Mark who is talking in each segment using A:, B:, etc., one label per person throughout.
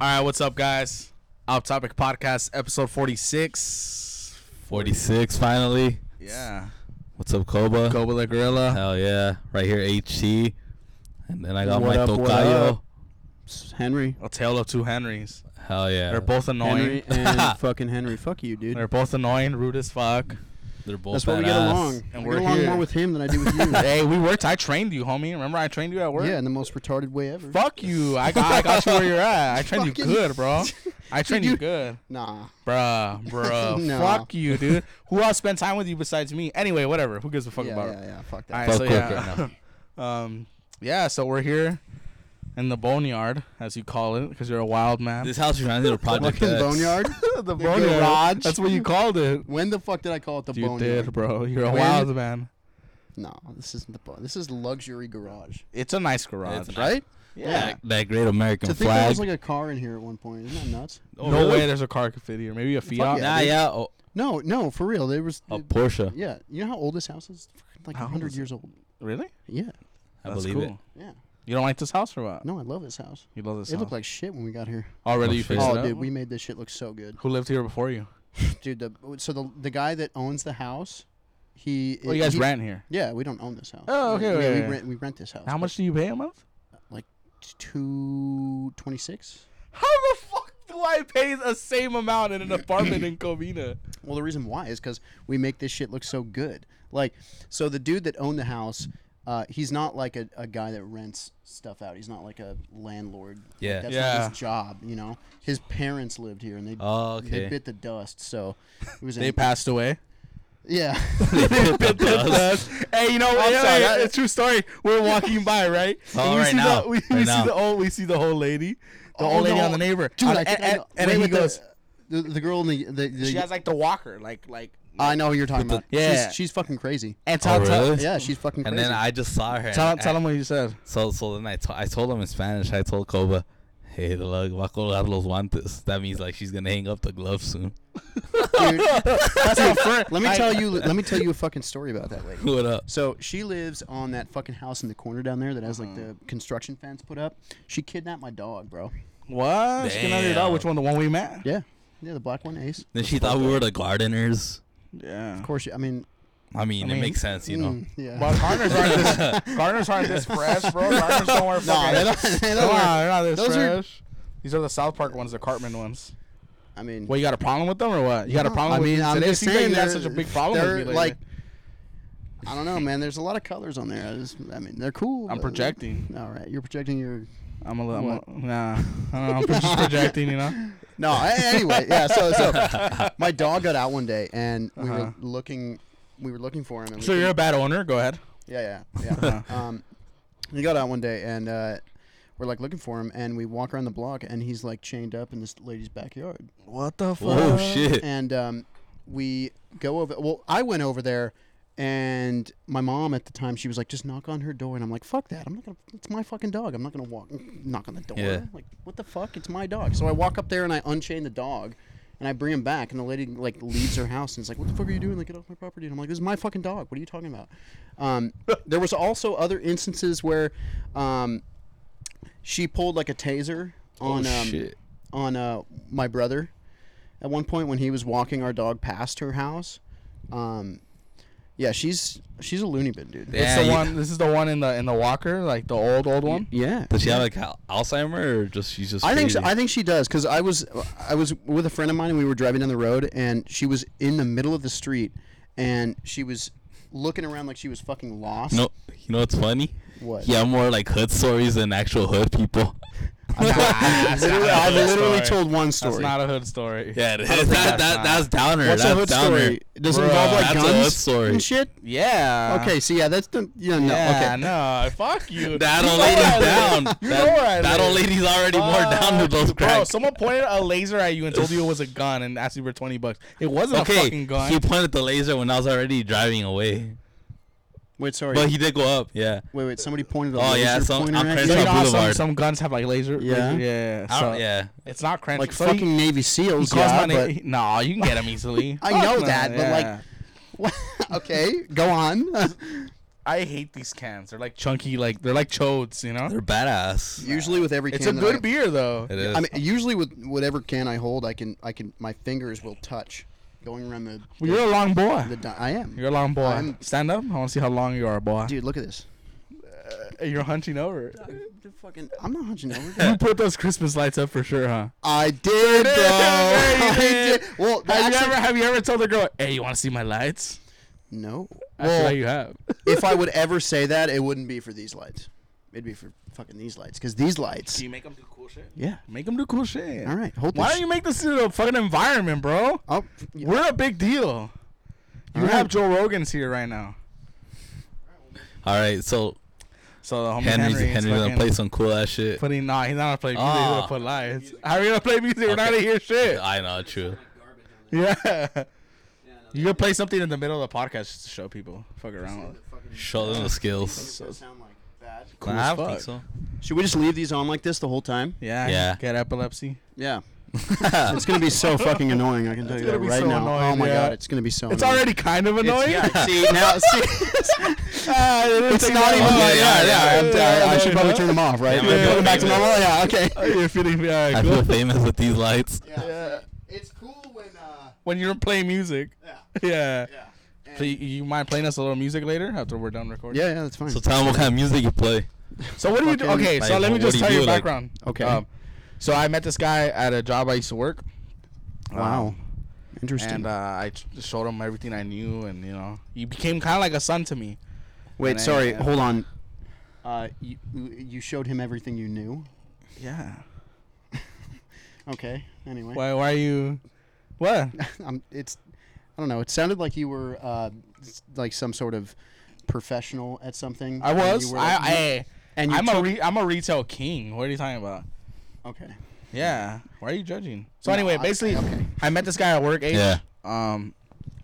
A: All right, what's up, guys? Off Topic Podcast, episode 46.
B: 46 finally.
A: Yeah.
B: What's up, Koba?
A: Koba La Gorilla.
B: Hell yeah. Right here, HT. And then I got
C: What
B: my
C: up, what
B: Tocayo.
C: Henry.
A: A Tale of Two Henrys.
B: Hell yeah.
A: They're both annoying.
C: Henry and fucking Henry. Fuck you, dude.
A: They're both annoying, rude as fuck.
B: They're both
C: That's why we get
B: badass.
C: along.
A: And
C: And
A: we're
C: get along
A: here.
C: more with him than I do with you.
A: hey, we worked. I trained you, homie. Remember, I trained you at work?
C: yeah, in the most retarded way ever.
A: Fuck you. I got, I got you where you're at. I trained you
C: Fucking-
A: good, bro. I trained you
C: Dude.
A: good.
C: Nah.
A: Bruh, bruh.
C: No.
A: Fuck you, dude. Who else spent time with you besides me? Anyway, whatever. Who gives a fuck
C: yeah,
A: about it?
C: yeah, yeah. Fuck
A: All
C: that.
A: right,
B: Fuck
A: so
B: Cook
A: yeah. um, yeah, so we're here in the boneyard, as you call it, because you're a wild man.
B: This house reminds me of Project
C: Fucking
B: X.
C: boneyard.
A: the
C: garage.
A: That's what you called it.
C: when the fuck did I call it the
A: You
C: boneyard?
A: did, bro. You're a
C: When-
A: wild man.
C: No, this isn't the bon. This is luxury garage.
A: It's a nice garage,
B: It's nice.
A: right?
C: Yeah.
B: That great American
C: To think there
B: flag.
C: was like a car in here at one point. Isn't that nuts?
B: Oh,
A: no
B: really?
A: way there's a car could fit here. Maybe a Fiat.
C: yeah,
B: nah,
C: dude.
B: yeah. Oh,
C: No, no, for real. There was.
B: a Porsche.
C: yeah. You know how old this house is? It's fucking Like
A: Oh. How old
C: hundred
A: is
C: years old.
A: Really?
C: Yeah.
B: I believe it.
C: Yeah.
A: You don't like this house or what?
C: No, I love this house.
A: You love this
C: It
A: house.
C: looked like shit when we got here.
A: Already
B: Oh,
A: you
B: shit.
A: fixed it
C: Oh,
A: up?
C: dude, we made this shit look so good.
A: Who lived here before you?
C: dude. The, so the the guy that owns the house, he.
A: Well, Oh, you guys
C: he-
A: rent here.
C: Yeah, we don't own this house.
A: Oh, okay,
C: Yeah,
A: okay,
C: we
A: okay.
C: rent we rent this house.
A: How much do you pay a month?
C: Two twenty six.
A: How the fuck do I pay the same amount in an apartment in Covina?
C: Well, the reason why is because we make this shit look so good. Like, so the dude that owned the house, uh, he's not like a, a guy that rents stuff out. He's not like a landlord. Like,
B: Yeah.
C: that's
A: Yeah.
C: not his job. You know, his parents lived here and they
B: Oh,
C: they
B: okay.
C: bit the dust. So it was
A: They
C: an-
A: passed away.
C: Yeah.
B: Bit the dust.
A: Hey, you know,
C: I'm
A: yeah,
C: sorry,
A: yeah,
C: that-
A: it's a true story. We're walking by, right?
B: Oh,
A: And we
B: right
A: see
B: now,
A: The, we we
B: right
A: see
B: now.
A: the old, we see the whole lady, the
C: Oh,
A: old lady
C: no.
A: on the neighbor,
C: Dude,
A: On-
C: I think
A: and,
C: I know.
A: and- and
C: Wait,
A: he
C: with the-
A: goes,
C: The, the girl in the, the, the
A: she has like the walker, like like.
C: I know who you're talking
B: With
C: about.
A: the- Yeah.
C: she's, she's fucking crazy.
A: and
B: Oh,
A: tell, tell,
B: really?
C: Yeah, she's fucking
B: And
C: crazy.
B: then I just saw her.
A: tell,
B: and-
A: tell him what you said.
B: So, so then I, to- I told him in Spanish, I told Koba, hey, the lug va a colgar los guantes. That means like she's going to hang up the gloves soon.
C: Dude,
A: That's how fr-
C: let me
A: I-
C: tell you. Let me tell you a fucking story about that lady.
B: what up?
C: So she lives on that fucking house in the corner down there that has like the
A: Mm-hmm.
C: construction fence put up. She kidnapped my dog, bro.
A: What? She can
B: Damn.
A: underdog. Which one? The one we met?
C: Yeah, yeah, the black one, Ace.
B: Then she thought we were the gardeners.
A: Yeah.
C: Of course, she, I mean,
B: I mean,
A: I
B: it
A: mean,
B: makes sense, you know.
C: mm, yeah.
A: But gardeners aren't this gardeners aren't this fresh, bro. Gardeners don't wear
C: no,
A: fucking.
C: they don't, they
A: Come
C: don't work.
A: on, they're not this
C: those are-
A: fresh. These are the South Park ones, the Cartman ones.
C: I mean,
A: Well, you got a problem with them or what? You got a
C: no,
A: problem
C: I
A: with
C: mean,
A: these
C: I'm
A: today?
C: just
A: Seems like
C: saying
A: you had
C: they're
A: such a big problem with
C: They're
A: me lately.
C: like, I don't know, man. There's a lot of colors on there. I, just, I mean, they're cool.
A: I'm
C: but-
A: projecting.
C: All right, you're projecting your
A: I'm a little, I'm a, nah. I don't know, I'm just projecting, you know.
C: No, a- anyway, yeah. So, so my dog got out one day, and we
A: Uh-huh.
C: were looking, we were looking for him. And we
A: So you're Uh-huh. a
C: couldn't-
A: bad owner. Go ahead.
C: yeah, yeah, yeah. um, he got out one day, and uh, we're like looking for him, and we walk around the block, and he's like chained up in this lady's backyard,
A: What the
B: Whoa, shit.
C: and um, we go over. Well, I went over there. And my mom at the time, she was like, "Just knock on her door," and I'm like, "Fuck that! I'm not gonna. It's my fucking dog. I'm not gonna walk knock on the door.
B: Yeah.
C: Like, what the fuck? It's my dog." So I walk up there and I unchain the dog, and I bring him back, and the lady like leaves her house and is like, "What the fuck are you doing? Like, get off my property!" And I'm like, "This is my fucking dog. What are you talking about?" Um, there was also other instances where um, she pulled like a taser on um,
B: Oh, shit.
C: on uh, my brother at one point when he was walking our dog past her house. Um, yeah, she's she's a loony bin, dude.
A: It's
B: Yeah,
A: the
B: you-
A: one. This is the one in the in the walker, like the old old one.
C: Yeah.
B: Does she have like al- Alzheimer or just she's just?
C: I think so,
B: crazy?
C: I think she does because I was I was with a friend of mine and we were driving down the road and she was in the middle of the street and she was looking around like she was fucking lost.
B: No, you know what's funny?
C: What?
B: Yeah, more like hood stories than actual hood people.
C: I've literally,
A: not a
C: I've
A: hood
C: literally
A: story.
C: told one
A: That's
C: story.
A: not a hood story.
B: yeah, it is.
A: think
B: That,
A: that's
B: that,
A: not-
B: that's downer.
C: What's
B: that's
C: a hood
B: downer.
C: story? Does it
A: Bruh,
C: involve like
B: that's a hood
C: guns
B: story.
C: and shit?
A: Yeah.
C: Okay, so yeah, that's the yeah, no,
A: Uh, Yeah.
C: okay.
A: No. Fuck you.
B: That
A: You
B: old
A: know
B: lady's
A: where I live.
B: down.
A: You
B: that,
A: know where I
B: that
A: live.
B: old lady's already more down to
A: Fuck
B: those
A: you, Bro,
B: cracks.
A: someone pointed a laser at you and told you it was a gun and asked you for twenty bucks. It wasn't a
B: Okay,
A: fucking gun.
B: he pointed the laser when I was already driving away,
C: Wait, sorry.
B: but he did go up. Yeah,
C: wait, wait. Somebody pointed a
B: Oh,
C: laser
B: yeah, some-
C: pointer
B: I'm
C: at
B: crazy.
A: So
C: you?
A: you know how some,
B: Boulevard.
A: some guns have like laser.
C: Yeah.
A: laser- yeah.
B: I
A: So
B: don't, yeah.
A: It's not crunchy.
C: like
A: So he-
C: fucking Navy
A: He
C: SEALs.
A: calls
C: yeah,
A: my
C: but-
A: name. Nah, you can get him easily.
C: I
A: Fuck
C: know
A: no,
C: that, but, like, What? okay, go on.
A: I hate these cans. They're like chunky, like they're like chodes, you know.
B: They're badass.
C: Usually with every can
A: It's a
C: that
A: good
C: I,
A: beer though.
B: It is.
C: I mean, usually with whatever can I hold, I can I can my fingers will touch going around the.
A: Well, you're a long boy.
C: the, di- I am.
A: You're a long boy.
C: I'm-
A: Stand up. I want to see how long you are, boy.
C: Dude, look at this.
A: You're hunching over.
C: The fucking, I'm not hunching over.
A: You put those Christmas lights up for sure, huh?
C: I did, bro.
A: Yeah,
C: I
A: you did.
C: did. Well,
A: Have
C: actually,
A: you ever have you ever told a girl, "Hey, you want to see my lights"?
C: no.
A: I feel
C: Well,
A: like you have.
C: if I would ever say that, it wouldn't be for these lights. It'd be for fucking these lights, because these lights.
A: you make them do cool shit?
C: Yeah.
A: Make them do cool shit.
C: All right. Hold
A: Why
C: this.
A: don't you make this into a fucking environment, bro?
C: Oh, yeah.
A: We're a big deal. You
C: All
A: have
C: right.
A: Joe Rogan's here right now.
B: All right, so
A: So the homie
B: Henry's
A: Henry's,
B: Henry's gonna
A: fucking
B: play some cool ass shit.
A: putting nah, he's not gonna play music. He's
B: Ah.
A: gonna put lights. How are you gonna play music? We're not
B: Okay.
A: gonna hear shit.
B: I know, true.
A: Yeah. You gonna play something in the middle of the podcast just to show people. Fuck around. with it.
B: Show them the skills.
A: Cool
B: Nah, I
A: as
B: don't
A: fuck.
B: think so.
C: Should we just leave these on like this the whole time?
A: Yeah.
B: Yeah.
A: Get epilepsy.
C: Yeah. it's gonna be so fucking annoying. I can tell you that
A: gonna be
C: right
A: so
C: now.
A: annoying,
C: oh my
A: yeah.
C: god, it's gonna be so.
A: It's
C: annoying.
A: already kind of annoying.
C: Yeah. See now, see,
A: Ah, I didn't
C: it's
A: think
C: not
A: that-
C: even.
B: Oh,
C: yeah,
B: yeah,
C: yeah,
B: yeah,
C: I'm-
A: yeah,
C: I, I
A: yeah,
C: should probably
A: yeah.
C: turn them off, right?
B: Yeah,
A: I'm
C: Put
A: gonna
C: them back to
B: do it.
C: normal. Yeah. Okay.
A: Oh, you're feeling me. All right,
B: I
A: cool.
B: feel famous with these lights.
A: Yeah.
C: It's cool when. Uh,
A: When you're playing music.
C: yeah.
A: Yeah.
C: Yeah.
A: So you, you mind playing us a little music later after we're done recording?
C: Yeah, yeah, that's fine.
B: So tell them what kind of music you play.
A: So what do we do?
C: Fucking-
A: Okay, so
B: Like,
A: let me
B: what
A: just
B: do you
A: tell you
B: do, like-
A: background. Um,
C: Okay.
A: so I met this guy at a job I used to work.
C: wow,
A: Um,
C: interesting.
A: and uh, I ch- showed him everything I knew, and you know, he became kind of like a son to me.
C: Wait,
A: and I-
C: sorry, hold on. Uh, you you showed him everything you knew.
A: Yeah.
C: Okay. Anyway,
A: Why? Why are you? What?
C: um, it's I don't know. It sounded like you were uh, s- like some sort of professional at something.
A: I
C: and
A: was.
C: you
A: I.
C: were like-
A: I
C: and you
A: I'm a
C: took-
A: re- I'm a retail king. What are you talking about?
C: okay.
A: Yeah. Why are you judging? So
C: No,
A: anyway,
C: I-
A: basically,
C: okay.
A: I met this guy at work. Age,
B: Yeah.
A: Um,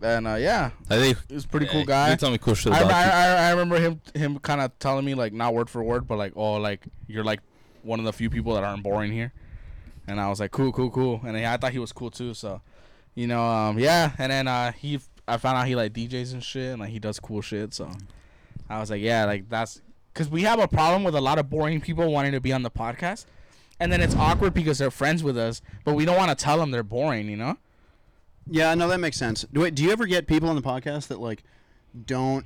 A: and uh, yeah,
B: I think
A: he was a pretty
B: yeah,
A: cool guy.
B: You tell me cool shit
A: I,
B: about
A: rem- I,
B: you.
A: I, I remember him him kind of telling me like not word for word, but like oh like you're like one of the few people that aren't boring here, and I was like cool cool cool, and I thought he was cool too. So, you know um yeah, and then uh he I found out he like DJs and shit, and like he does cool shit. So, I was like yeah like that's because we have a problem with a lot of boring people wanting to be on the podcast, and then it's awkward because they're friends with us, but we don't want to tell them they're boring, you know.
C: Yeah, no, that makes sense. Do wait, do you ever get people on the podcast that like don't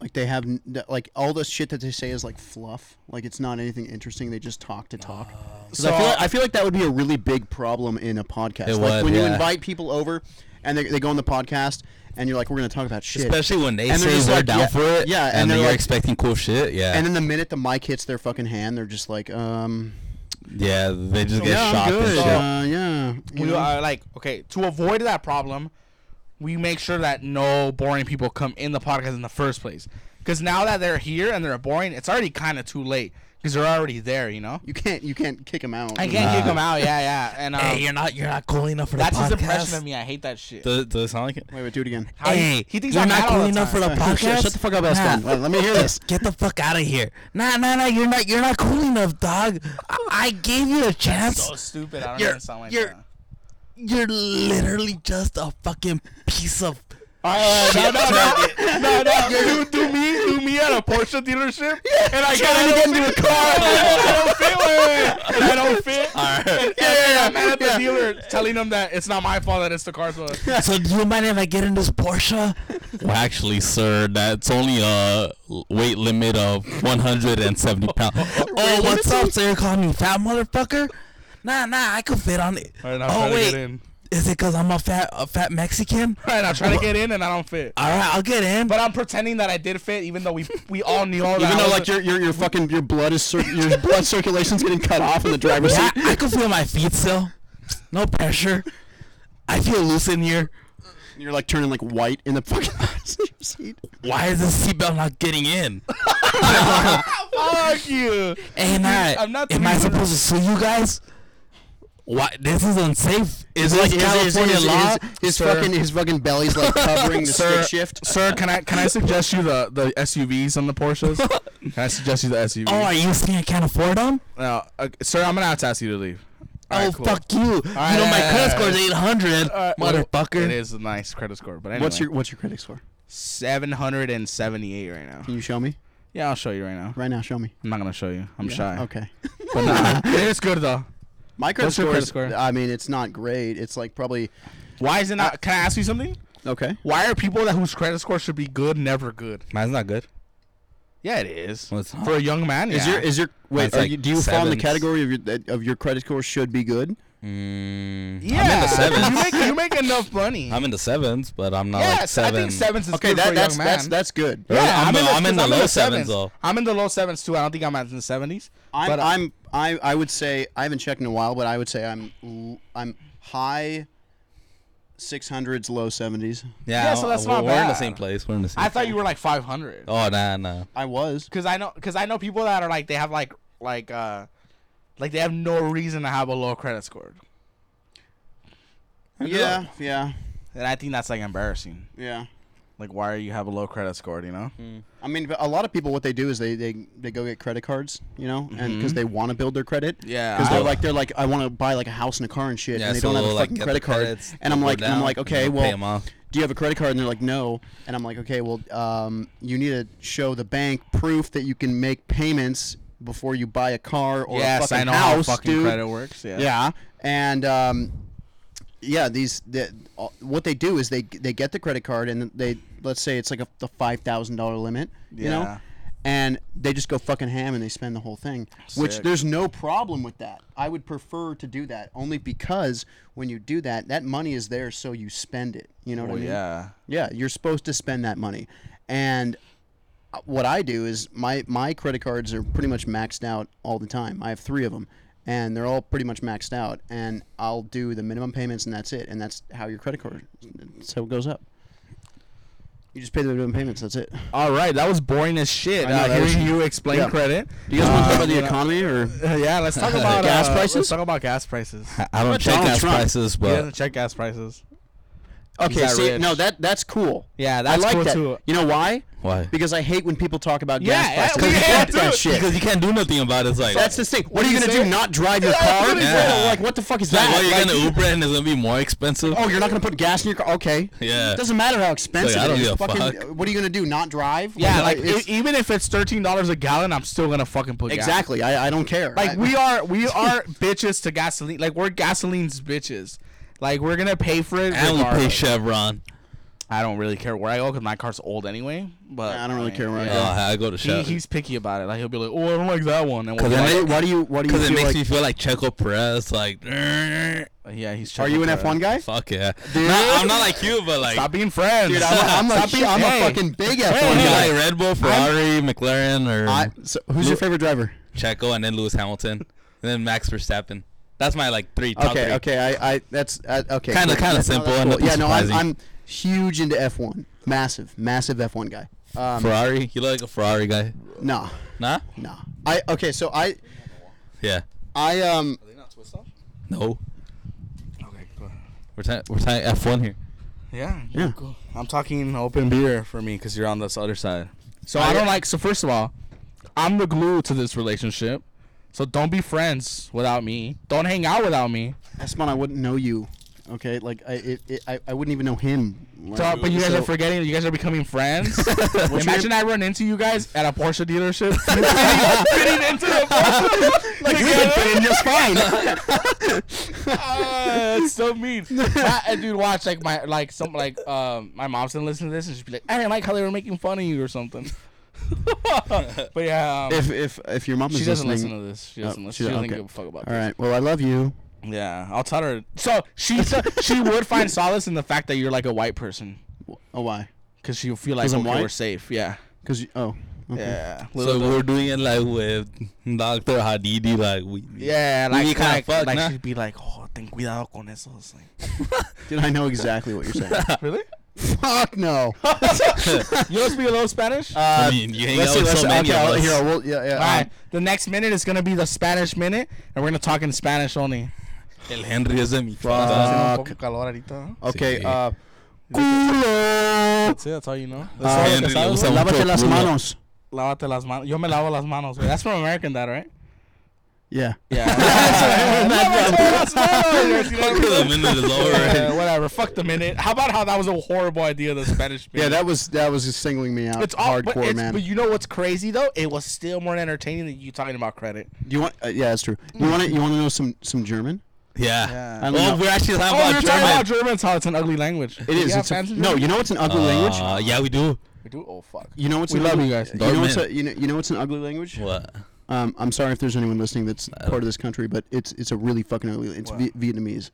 C: like they have n- that, like all the shit that they say is like fluff, like it's not anything interesting. They just talk to talk. 'Cause I
A: So-
C: feel like, I feel like that would be a really big problem in a podcast.
B: It
C: like
B: would,
C: when you
B: yeah.
C: invite people over and they, they go on the podcast and you're like, we're gonna talk about shit.
B: Especially when they
C: And they're
B: say
C: just
B: they're
C: like,
B: down
C: yeah-
B: for it.
C: yeah, and
B: And,
C: they're
B: then you're
C: like-
B: expecting cool shit. Yeah.
C: and then the minute the mic hits their fucking hand, they're just like, um,
B: yeah, they just get
A: Yeah, I'm
B: shocked and
A: good.
B: shit.
A: So-
C: uh, yeah. you
A: We
C: know?
A: are like, okay, to avoid that problem, we make sure that no boring people come in the podcast in the first place. Because now that they're here and they're boring, it's already kind of too late. Because they're already there, you know.
C: you can't you can't kick them out.
A: I can't kick
B: Nah.
A: them out. Yeah, yeah. And um,
B: not you're not cool enough for
A: that's his impression of me. I hate that shit.
B: Does, does it sound like it?
C: Wait, wait, do it again.
A: How he- he thinks I'm mad all the time.
C: Shut- Shut the fuck up, Eston. Let, let me hear this.
B: Get the fuck out of here! Nah, nah, nah. You're not. You're not cool enough, dog. I, I gave you a chance.
A: So stupid. I don't
B: You're-
A: even sound like
B: you're-
A: that.
B: You're literally just a fucking piece of.
A: no, no, no, no, no. Do, do me, do me at a Porsche dealership, and I
C: trying to
A: get
C: get into a
A: car. I don't fit. Wait, wait, wait. And I don't fit.
B: Alright.
A: And, yeah, yeah, yeah. I'm mad at the dealer, telling them that it's not my fault that it's the car's fault.
B: So do you mind if I get in this Porsche? Well, actually, sir, that's only a weight limit of 170 pounds. oh, what's up? So you're calling me fat, motherfucker? Nah, nah, I could fit on it.
A: All right, now I'm
B: oh
A: trying
B: wait,
A: to get in.
B: is it because I'm a fat, a fat Mexican?
A: All right, I'm trying to get in, and I don't fit.
B: All right, I'll get in.
A: But I'm pretending that I did fit, even though we we all knew all that.
C: Even
A: I
C: though like
A: wasn't-
C: your your your fucking your blood is cir- your blood circulation's getting cut off in the driver's
B: yeah,
C: seat.
B: I could feel my feet still. No pressure. I feel loose in here.
C: You're like turning like white in the fucking passenger seat.
B: Why is this seatbelt not getting in?
A: fuck you.
B: And I,
A: I'm not
B: am I
A: three-
B: supposed to sue you guys? Why this is unsafe? Is
C: Like,
B: like
C: his- his-
B: California
C: his,
B: law?
C: His, his
A: Sir.
C: fucking his fucking belly's like covering the
A: Sir.
C: stick shift.
A: Sir, can I can I suggest you the, the SUVs on the Porsches? Can I suggest you the SUVs?
B: Oh, are you saying I can't afford them?
A: No, uh, sir, I'm gonna have to ask you to leave. All
B: oh
A: right, cool.
B: fuck you! you
A: right,
B: know my
A: yeah,
B: credit
A: yeah,
B: score is
A: yeah.
B: 800,
A: All right, well,
B: motherfucker.
A: It is a nice credit score, but anyway.
C: What's your what's your credit score?
A: 778 right now.
B: Hmm.
C: Can you show me
A: Yeah, I'll show you right now.
C: right now? Show me.
A: I'm not gonna show you. I'm
C: Yeah,
A: shy.
C: Okay.
A: But nah, it's good though.
C: My credit
A: What's your
C: score,
A: credit
C: is,
A: score?
C: I mean, it's not great. It's like probably
A: Why is it not? Can I ask you something?
C: okay.
A: Why are people that whose credit score should be good never good?
B: Mine's not good.
A: Yeah, it is.
B: Well, it's not.
A: For a young man,
C: Is
A: yeah.
C: your is your wait?
B: Mine's
C: Are
B: like
C: you, do you fall in the
B: sevens.
C: category of your that- of your credit score should be good?
A: yeah.
B: Mm, I'm in the
A: you
B: sevens.
A: make you make enough money.
B: I'm in the sevens, but I'm not like
A: yes,
B: seven.
A: I think sevens is
C: Okay,
A: good for
C: that,
A: a
C: that's
A: young man.
C: that's that's good.
B: Yeah. I'm the-
A: this-
B: I'm in
A: 'cause
B: the low sevens, though.
A: I'm in the low sevens too. I don't think I'm at the seventies.
C: I'm,
A: but uh,
C: I'm I I would say I haven't checked in a while, but I would say I'm l- I'm high six hundreds, low seventies.
B: Yeah,
A: Yeah, so that's
B: we're,
A: not
B: we're in the
A: bad.
B: same place. We're in the same.
A: I thought you were like five hundred.
B: Oh nah nah.
C: I was.
A: Cause I know, cause I know people that are like they have like like uh like they have no reason to have a low credit score,
C: Yeah, yeah,
A: and I think that's like embarrassing.
C: yeah.
A: Like, why are you have a low credit score? You know?
C: I mean, but a lot of people, what they do is they, they, they go get credit cards, you know,
B: Mm-hmm.
C: and because they want to build their credit.
A: Yeah,
C: Because
A: I-
C: they're like they're like I want to buy like a house and a car and shit,
B: Yeah,
C: and they
B: so
C: don't have a
B: we'll, like,
C: fucking
B: get the
C: credit card.
B: credits,
C: And I'm
B: go
C: like, and I'm
B: down,
C: like,
B: and
C: okay,
B: we'll pay
C: well,
B: 'em off.
C: do you have a credit card? And they're like, no. And I'm like, okay, well, um, you need to show the bank proof that you can make payments before you buy a car or a
A: yes,
C: fucking
A: I know
C: house,
A: how fucking
C: dude.
A: credit works. Yeah.
C: Yeah, and um, yeah, these the, all- what they do is they they get the credit card and they let's say it's like a the five thousand dollar limit, you know,
A: Yeah.
C: and they just go fucking ham and they spend the whole thing. Which
A: Sick.
C: there's no problem with that. I would prefer to do that only because when you do that, that money is there so you spend it. You know what
A: Well,
C: I mean?
A: yeah.
C: Yeah, you're supposed to spend that money. And uh, what I do is my my credit cards are pretty much maxed out all the time. I have 3 of them and they're all pretty much maxed out and I'll do the minimum payments and that's it and that's how your credit card that's how it goes up. You just pay the minimum payments, that's it.
A: All right, that was boring as shit.
C: I know,
A: uh,
C: that was-
A: hearing you explain
C: Yeah.
A: credit.
C: Do you guys want to talk
A: Um,
C: about the
A: you know-
C: economy or
A: yeah, let's talk about
C: Gas
A: uh,
C: prices?
A: Let's talk about gas prices.
B: I, I don't check
C: Donald
B: gas
C: Trump?
B: prices,
A: he
B: but
A: doesn't check gas prices.
C: Okay,
A: that
C: see,
A: rich.
C: no, that that's cool.
A: Yeah,
C: I
A: that's
C: like
A: cool
C: that.
A: too.
C: You know why?
B: Why?
C: Because I hate when people talk about
A: Yeah, yeah,
C: gas
A: we
C: prices.
A: can't
C: Fuck
A: do
C: that
A: it.
C: shit.
B: because you can't do nothing about it. It's like
C: That's the thing. What,
A: What
C: are you
A: do you
C: gonna
A: say?
C: do? Not drive your
A: Yeah, that's
C: car?
A: what he said.
C: Like what the fuck is
B: It's like,
C: that?
B: well, you're
C: Like,
B: gonna Uber and it's gonna be more expensive.
C: oh, you're not gonna put gas in your car? Okay.
B: Yeah.
C: It doesn't matter how expensive
B: Like, I don't
C: it is.
B: give a
C: Fucking,
B: fuck.
C: What are you gonna do? Not drive?
A: Yeah, like e-
C: it's-
A: even if it's thirteen dollars a gallon, I'm still gonna fucking put gas.
C: exactly. I, I don't care. I-
A: Like we are, we are bitches to gasoline. Like we're gasoline's bitches. Like we're gonna pay for it.
B: and we pay
A: regardless.
B: Chevron.
A: I don't really care where I go because my car's old anyway. But
C: I don't really
A: mean,
C: care where I
B: Oh,
C: go.
B: I go to
A: He,
B: Chevron.
A: he's picky about it. Like he'll be like, "Oh, I don't like that one." And we'll
B: 'Cause
A: be
B: then
A: like,
C: Why, why do you? What do you
B: Because it
C: feel
B: makes
C: like?
B: me feel like Checo Perez. Like, "Grr."
A: "Yeah, he's."
C: are you an
A: Checo Perez."
C: F1 guy?
B: fuck yeah. Nah, I'm not like you, but like
A: Stop being friends.
C: Dude, I'm, a-
A: Stop
C: I'm, a,
A: being-
C: I'm
A: hey.
C: a fucking big F1
B: you
A: hey,
C: guy.
B: like Red Bull, Ferrari, McLaren, or
C: I, so, who's your favorite driver?
B: Checo, and then Lewis Hamilton, and then Max Verstappen. That's my like three top
C: okay,
B: three.
C: okay, I, I, that's uh, okay.
B: Kinda-
C: cool.
B: kinda
C: That's- no,
B: simple
C: that's
B: and
C: cool. Yeah, no, I'm,
B: surprising.
C: I'm huge into F1. Massive, massive F1 guy. Um,
B: Ferrari. You look like a Ferrari guy.
C: nah,
B: Nah.
C: nah. I okay, so I,
B: Yeah.
C: I um,
B: No.
A: Okay, go ahead.
B: We're talking we're talking F1 here.
A: Yeah,
C: Yeah.
A: Cool. I'm talking open beer for me because you're on this other side. So I,
C: I-
A: don't like. So first of all, I'm the glue to this relationship. So don't be friends without me. Don't hang out without me.
C: Esmond, I wouldn't know you. Okay, like I, it, it, I, I wouldn't even know him. Like,
A: So, but you guys
C: so-
A: are forgetting. You guys are becoming friends. Imagine I run into you guys at a Porsche dealership. fitting, fitting into the Porsche. like
C: We could fit in just fine.
A: Ah, it's so mean. I, I- dude, watch like my like some like um my mom's gonna listen to this and she'd be like, I didn't like how they were making fun of you or something. but yeah, um,
C: if, if, if your mom is
A: she doesn't
C: listening,
A: listen to this. She doesn't
C: Oh,
A: listen.
C: she-
A: She doesn't
C: okay.
A: give a fuck about
C: All
A: this.
C: right. Well, I love you.
A: Yeah, I'll tell her. So she so- she would find solace in the fact that you're like a white person,
C: Wh- Oh, why?
A: because she'll feel like
C: 'Cause I'm
A: okay,
C: white?
A: we're safe. Yeah.
C: Because you. Oh. Okay.
A: Yeah.
B: Mm-hmm. so
A: Little
B: we're doing it like with Dr. Hadidi, like we.
A: Yeah, like,
B: We
A: like,
B: kinda
A: like,
B: fucked, nah.
A: she'd be like, oh, ten cuidado con eso. It's like,
C: Dude, I know exactly what you're saying.
A: really?
C: Fuck no.
A: Uh, You don't speak a little Spanish?
B: I mean, you hang out with so many
C: okay,
B: of
C: I'll-
B: us.
C: here, we'll, yeah, yeah,
A: All right,
C: um,
A: the next minute is gonna be the Spanish minute, and we're gonna talk in Spanish only.
B: El Henry is a mi
C: Fuck.
B: Sí.
C: Okay. Uh,
A: That's it. That's all you know. That's
C: Uh,
A: all
B: Henry,
A: que
B: le
A: sabes,
B: gusta
A: güey.
B: mucho
C: lávate las
B: culo.
C: manos.
A: Lávate las manos. Yo me lavo las manos. güey. That's from American Dad, right?
C: Yeah.
A: Yeah.
B: the minute is over.
A: Yeah, whatever. Fuck the minute. How about how that was a horrible idea? The Spanish.
C: Yeah,
A: minute?
C: that was that was just singling me out.
A: it's all,
C: hardcore,
A: but, it's,
C: man.
A: but you know what's crazy though? It was still more entertaining than you talking about credit.
C: Do you want? Uh, yeah, that's true. You want to you want to know some some German?
B: Yeah.
C: I don't
B: Well,
C: know.
B: we're actually
A: Oh,
B: talking
A: we were
B: about
A: talking about
B: German.
A: Germans. How it's an ugly language.
C: It is.
A: Yeah,
C: it's a,
A: fancy
C: no, you know it's an ugly language.
B: Uh, yeah, we do.
A: We do. Oh fuck.
C: You know it's
A: we
C: an
A: love
C: ugly,
A: you guys.
C: You know, it's
B: Dortmund.
C: a, you know you know it's an ugly language.
B: What? Uh,
C: Um, I'm sorry if there's anyone listening that's part of this country, but it's it's a really fucking ugly. It's
A: Wow.
C: Vi- Vietnamese.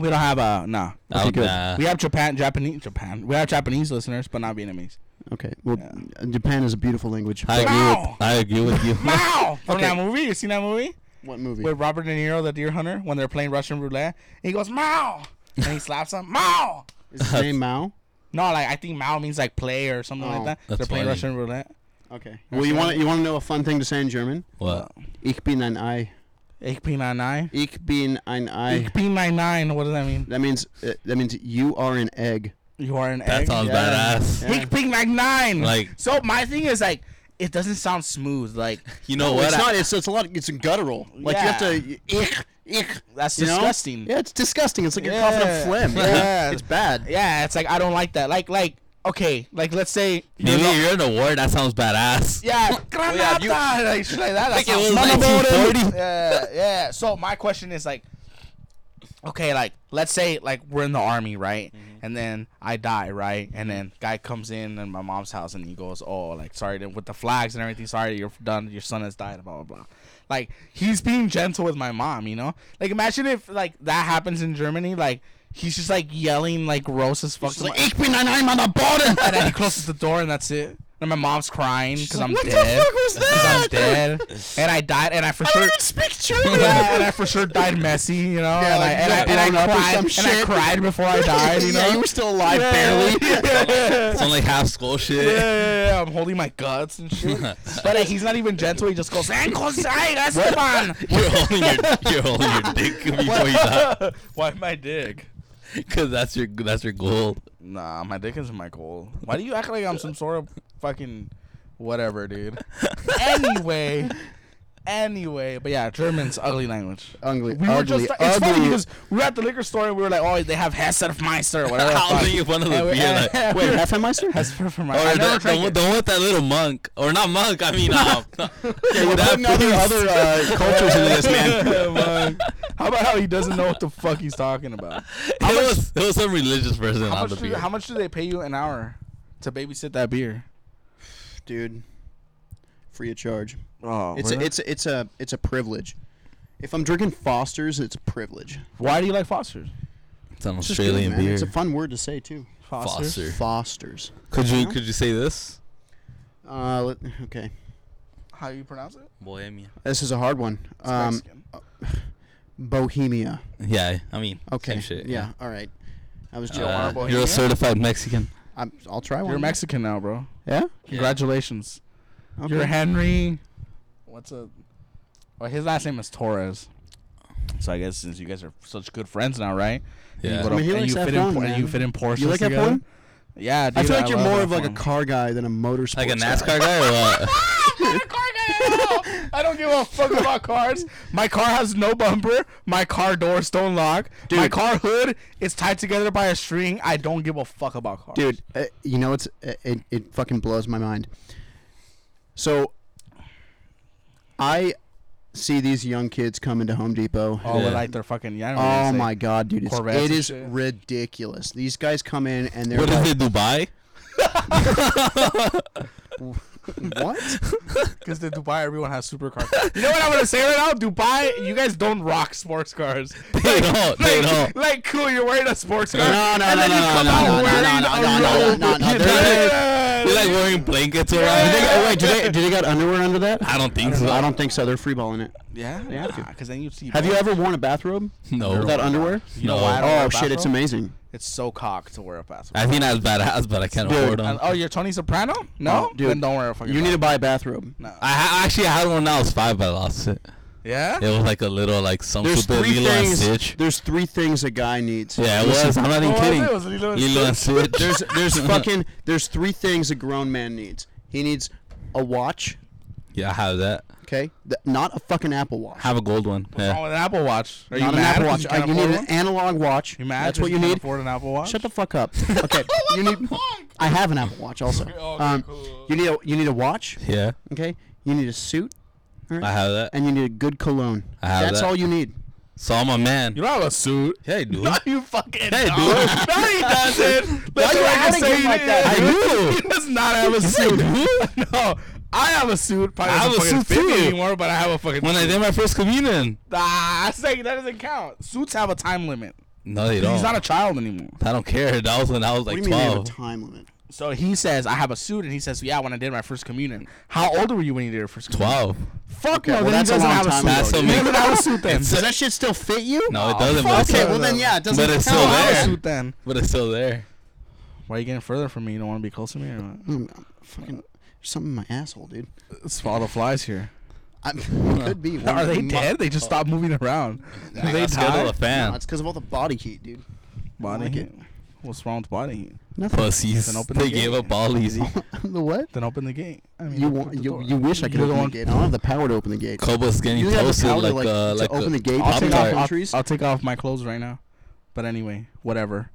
A: We don't have uh nah.
B: Oh,
C: Okay, good.
B: nah.
A: we have Japan, Japanese, Japan. We have Japanese listeners, but not Vietnamese.
C: Okay. Well,
A: Yeah.
C: Japan is a beautiful language.
B: I agree
A: Wow.
B: with I agree with you.
A: Wow! From
C: Okay.
A: that movie, you seen that movie
C: What movie?
A: with Robert De Niro, the Deer Hunter, when they're playing Russian roulette, he goes Mao, and he slaps him Mao.
C: Is his name Mao?
A: No, like I think Mao means like play or something
C: Oh.
A: like that.
B: That's
A: they're playing
B: funny.
A: Russian roulette.
C: Okay. Well, you want to you want to know a fun thing to say in German?
A: Uh,
B: What?
C: Ich bin ein Ei.
A: Ich bin ein Ei.
C: Ich bin ein Ei.
A: Ich bin ein Ei. What does that mean?
C: That means uh, that means you are an egg.
A: You are an
B: That
A: egg.
B: sounds
C: Yeah.
B: badass.
C: Yeah.
A: Ich bin ein Ei.
B: Like-
A: so, my thing is like it doesn't sound smooth. Like
B: You know
C: Well,
B: what?
C: it's
B: I-
C: not. It's it's a lot. It's guttural. Like you have to. Ich. Ich.
A: that's
C: you know?
A: disgusting.
C: Yeah, it's disgusting. It's like you're coughing up
A: Yeah.
C: phlegm.
A: Yeah.
C: It's bad.
A: Yeah, it's like I don't like that. Like like okay, like let's say
B: Maybe you're in a war. That sounds badass.
A: yeah,
B: yeah,
A: granata,
B: you-
A: like shit like that. that
B: Like it
A: sounds
B: was
A: nice.
B: 1940.
A: Yeah, yeah. So my question is like, okay, like let's say like we're in the army, right? And then I die, right? And then guy comes in and my mom's house and he goes, oh, like sorry, to- with the flags and everything. Sorry, you're done. Your son has died. Blah blah blah. Like he's being gentle with my mom, you know. Like imagine if like that happens in Germany, like. He's just like yelling like gross as fuck. to my-
C: Ich bin ein Ei an der Boden.
A: and then he closes the door, and that's it. And my mom's crying because I'm
C: "What the
A: dead.
C: fuck was
A: 'cause I'm
C: that?"
A: dead, and I died, and I for sure.
C: speak German.
A: Yeah, and I for sure died messy, you know.
C: Yeah,
A: and,
C: like, you
A: I,
C: got
A: and, I, and I
C: blown up or
A: cried,
C: some
A: and I
C: shit.
A: cried before I died, you know.
C: yeah, you were still alive
A: Yeah.
C: barely.
A: Yeah.
B: It's only half school shit.
A: Yeah, yeah, yeah, I'm holding my guts and shit. but like, he's not even gentle. He just goes, "Ankles, ay, Esteban."
B: You're holding your you're holding your dick before you die,
A: Why my dick?
B: cause that's your that's your goal.
A: Nah, my dick isn't my goal. Why do you act like I'm some sort of fucking whatever, dude? anyway, anyway, but yeah, German's ugly language.
C: Ugly.
A: We were
C: ugly.
A: just it's
C: ugly.
A: funny because we were at the liquor store and we were like, oh, they have Hessenmeister or whatever. the
B: How
A: fuck.
B: do you one of the
A: And we-
B: beer
A: and-
B: like?
C: Wait, Heffenmeister? Has
A: Hessenmeister. I
B: Or
A: never
B: the, the,
A: drank
B: one-
A: it.
B: the one with that little monk, or not monk. I mean, um,
C: yeah, we're
B: that
C: putting other,
B: priest.
C: other uh, cultures into this, man.
A: man. How about how he doesn't know what the fuck he's talking about? How
B: it
A: much-
B: was it was some religious person
A: How
B: on
A: much,
B: the
A: do,
B: beer.
A: how much do they pay you an hour to babysit that beer?
C: Dude, free of charge.
A: Oh,
C: It's a, it's a, it's a it's a privilege. If I'm drinking Foster's, it's a privilege.
A: why do you like Foster's?
B: It's an
C: It's just good,
B: Australian
C: man.
B: beer.
C: It's a fun word to say too.
B: Foster.
C: Foster's.
B: Could you could you say this?
C: Uh, let, okay.
A: How you pronounce it?
B: Bohemia.
C: This is a hard one. Um,
A: Mexican.
C: Bohemia.
B: Yeah, I mean,
C: Okay.
B: same shit.
C: Yeah. All right. I was
B: Uh,
C: joking.
B: you're
A: Bohemia?
B: a certified Mexican.
C: I'm, I'll try one.
A: You're Mexican now, bro.
C: Yeah.
A: Congratulations.
C: Okay.
A: You're Henry. What's a? Well, his last name is Torres. So I guess since you guys are such good friends now, right? And
B: Yeah.
A: You go to,
C: I mean, he
A: and
C: likes
A: you fit
C: F1,
A: in, por-
C: man.
A: and you fit in Porsches
C: You like
A: together.
C: F1?
A: Yeah, dude.
C: I feel like you're
A: love
C: more of like a
A: F1.
C: car guy than a motorsport.
B: Like a
C: guy.
B: NASCAR guy or what?
A: I don't give a fuck about cars. My car has no bumper. My car doors don't lock. My
C: Dude.
A: car hood is tied together by a string. I don't give a fuck about cars.
C: dude. Uh, you know it's it, it, it fucking blows my mind. So, I see these young kids come into Home Depot.
A: all
B: Yeah.
A: with like their fucking Oh, yeah. I don't know what
C: Oh
A: to say.
C: my god, dude! It's,
A: Corvettes
C: it
A: and
C: is
A: shit.
C: ridiculous. These guys come in and they're
B: What
C: like,
B: is it, Dubai?
C: "What?
A: Because in Dubai, everyone has supercars. you know what I'm gonna say right now? Dubai, you guys don't rock sports cars.
B: They don't. They don't.
A: Like, like, cool, you're wearing a sports car.
C: No, no,
A: and
C: no,
A: then you
C: no,
A: come
C: no,
A: out
C: no, no,
A: wearing
C: no,
A: a
C: no, no,
A: robe.
C: no, no,
A: You
C: no,
A: know?
B: They're like wearing blankets around.
C: Do they got,
A: Yeah.
C: wait, do they do they got underwear under that?
B: I don't think so.
C: I don't think so. They're freeballing it.
A: yeah,
C: Yeah, dude.
A: Because then you see.
C: Have you ever worn a bathrobe
B: No.
C: without underwear?
A: You know
B: No.
A: why I don't wear
C: Oh
A: a
C: shit, it's
A: bathrobe?
C: amazing.
A: It's so cock to wear a bathrobe.
B: I think that's badass, but I can't
C: Dude,
B: afford
A: And-
B: them.
A: oh, you're Tony Soprano? No,
C: Oh, dude,
A: Then don't wear a fucking.
C: You need to buy a bathrobe.
A: bathrobe. No.
B: I ha- actually I had one when I was five, but I lost it.
A: yeah.
B: It was like a little like some
C: There's
B: stupid
C: three
B: Lilo and
C: things. Oh,
B: Stitch.
C: There's three things a guy needs.
B: Yeah, it
C: Listen,
B: was. I'm not even
A: What was it?
B: kidding.
A: It was Lilo and
B: Lilo and Stitch.
C: There's there's fucking there's three things a grown man needs. He needs a watch,
B: Yeah, I have that.
C: Okay, Th- not a fucking Apple Watch.
B: Have a gold one.
A: What's
B: Yeah.
A: wrong with Oh, an Apple Watch? Are
C: not
A: you
C: an
A: mad
C: Apple
A: 'cause
C: Watch.
A: You,
C: I-
A: can't
C: You,
A: afford
C: need
A: one?
C: an analog watch.
A: You mad?
C: That's
A: 'cause
C: what you
A: can't
C: need.
A: Afford an Apple Watch?
C: Shut the fuck up. Okay, you need. I have an Apple Watch also.
A: Okay,
C: Um,
A: cool.
C: you need a you need a watch.
B: Yeah.
C: Okay, you need a suit, all right?
B: I have that.
C: and you need a good cologne.
B: I have
C: That's
B: that.
C: all you need.
B: So I'm a man.
A: You don't have a suit.
B: yeah, dude.
A: No, you fucking
B: Hey,
A: don't.
B: dude.
A: no, he doesn't. That's
C: you
A: what I can
C: outing
A: say
C: him
A: he
C: like that,
A: is.
B: dude?
A: He does not have a
B: said
A: suit. no, I have a suit. Probably
B: I have
A: doesn't
B: a
A: fucking fit
B: suit
A: me
B: too.
A: anymore, but I have a fucking
B: when I
A: suit.
B: did my first communion.
A: Nah, I say that doesn't count. Suits have a time limit.
B: No, they don't.
A: He's not a child anymore.
B: I don't care. That was when I was
C: What
B: like
C: do you mean you have a
B: 12.
C: time limit?
A: So he says, I have a suit, and he says, yeah, when I did my first communion. How old were you when you did your first communion?
B: 12.
A: Fuck
C: Okay,
A: no,
C: well,
A: then
C: that's a
A: he doesn't
C: long
A: have a
C: time
A: suit.
C: ago,
A: He
B: dude.
A: doesn't have a suit then.
C: Does that shit still fit you?
B: No, it doesn't. But
A: fuck
B: it's,
C: Okay,
A: it.
B: still,
C: well then yeah, it doesn't
B: But it's
C: count.
B: still
A: I have a
B: there.
A: suit then.
B: but it's still there.
A: Why are you getting further from me? You don't want to be close to me or what?
C: I'm, I'm Mm, fucking there's something in my asshole, dude.
A: It's all the flies here.
C: I could be.
A: Are they
C: Mu-
A: dead? They just stopped moving around. Do they
B: Let's go
A: die?
B: to the fan.
C: No, it's because of all the body heat, dude.
A: Body
C: like
A: heat.
C: it.
A: What's wrong with body heat?
C: Nothing.
B: Pussies.
A: Then open the
B: They
A: gate.
B: gave up all easy.
C: the what?
A: Then open the gate. I mean,
C: You
A: open
C: want?
A: the
C: You,
A: door.
C: you wish I could
A: You're the
C: open
A: one-
C: the gate. I don't have the power to open the gate.
B: Koba's getting
C: You have the
B: toasted
C: power to,
B: like,
C: like,
B: uh,
C: to
B: like
C: open
B: a
C: the gate.
A: I'll
B: Pop
A: take, off,
C: from
A: I'll-
B: tart.
C: trees?
A: I'll take off my clothes right now. But anyway, whatever.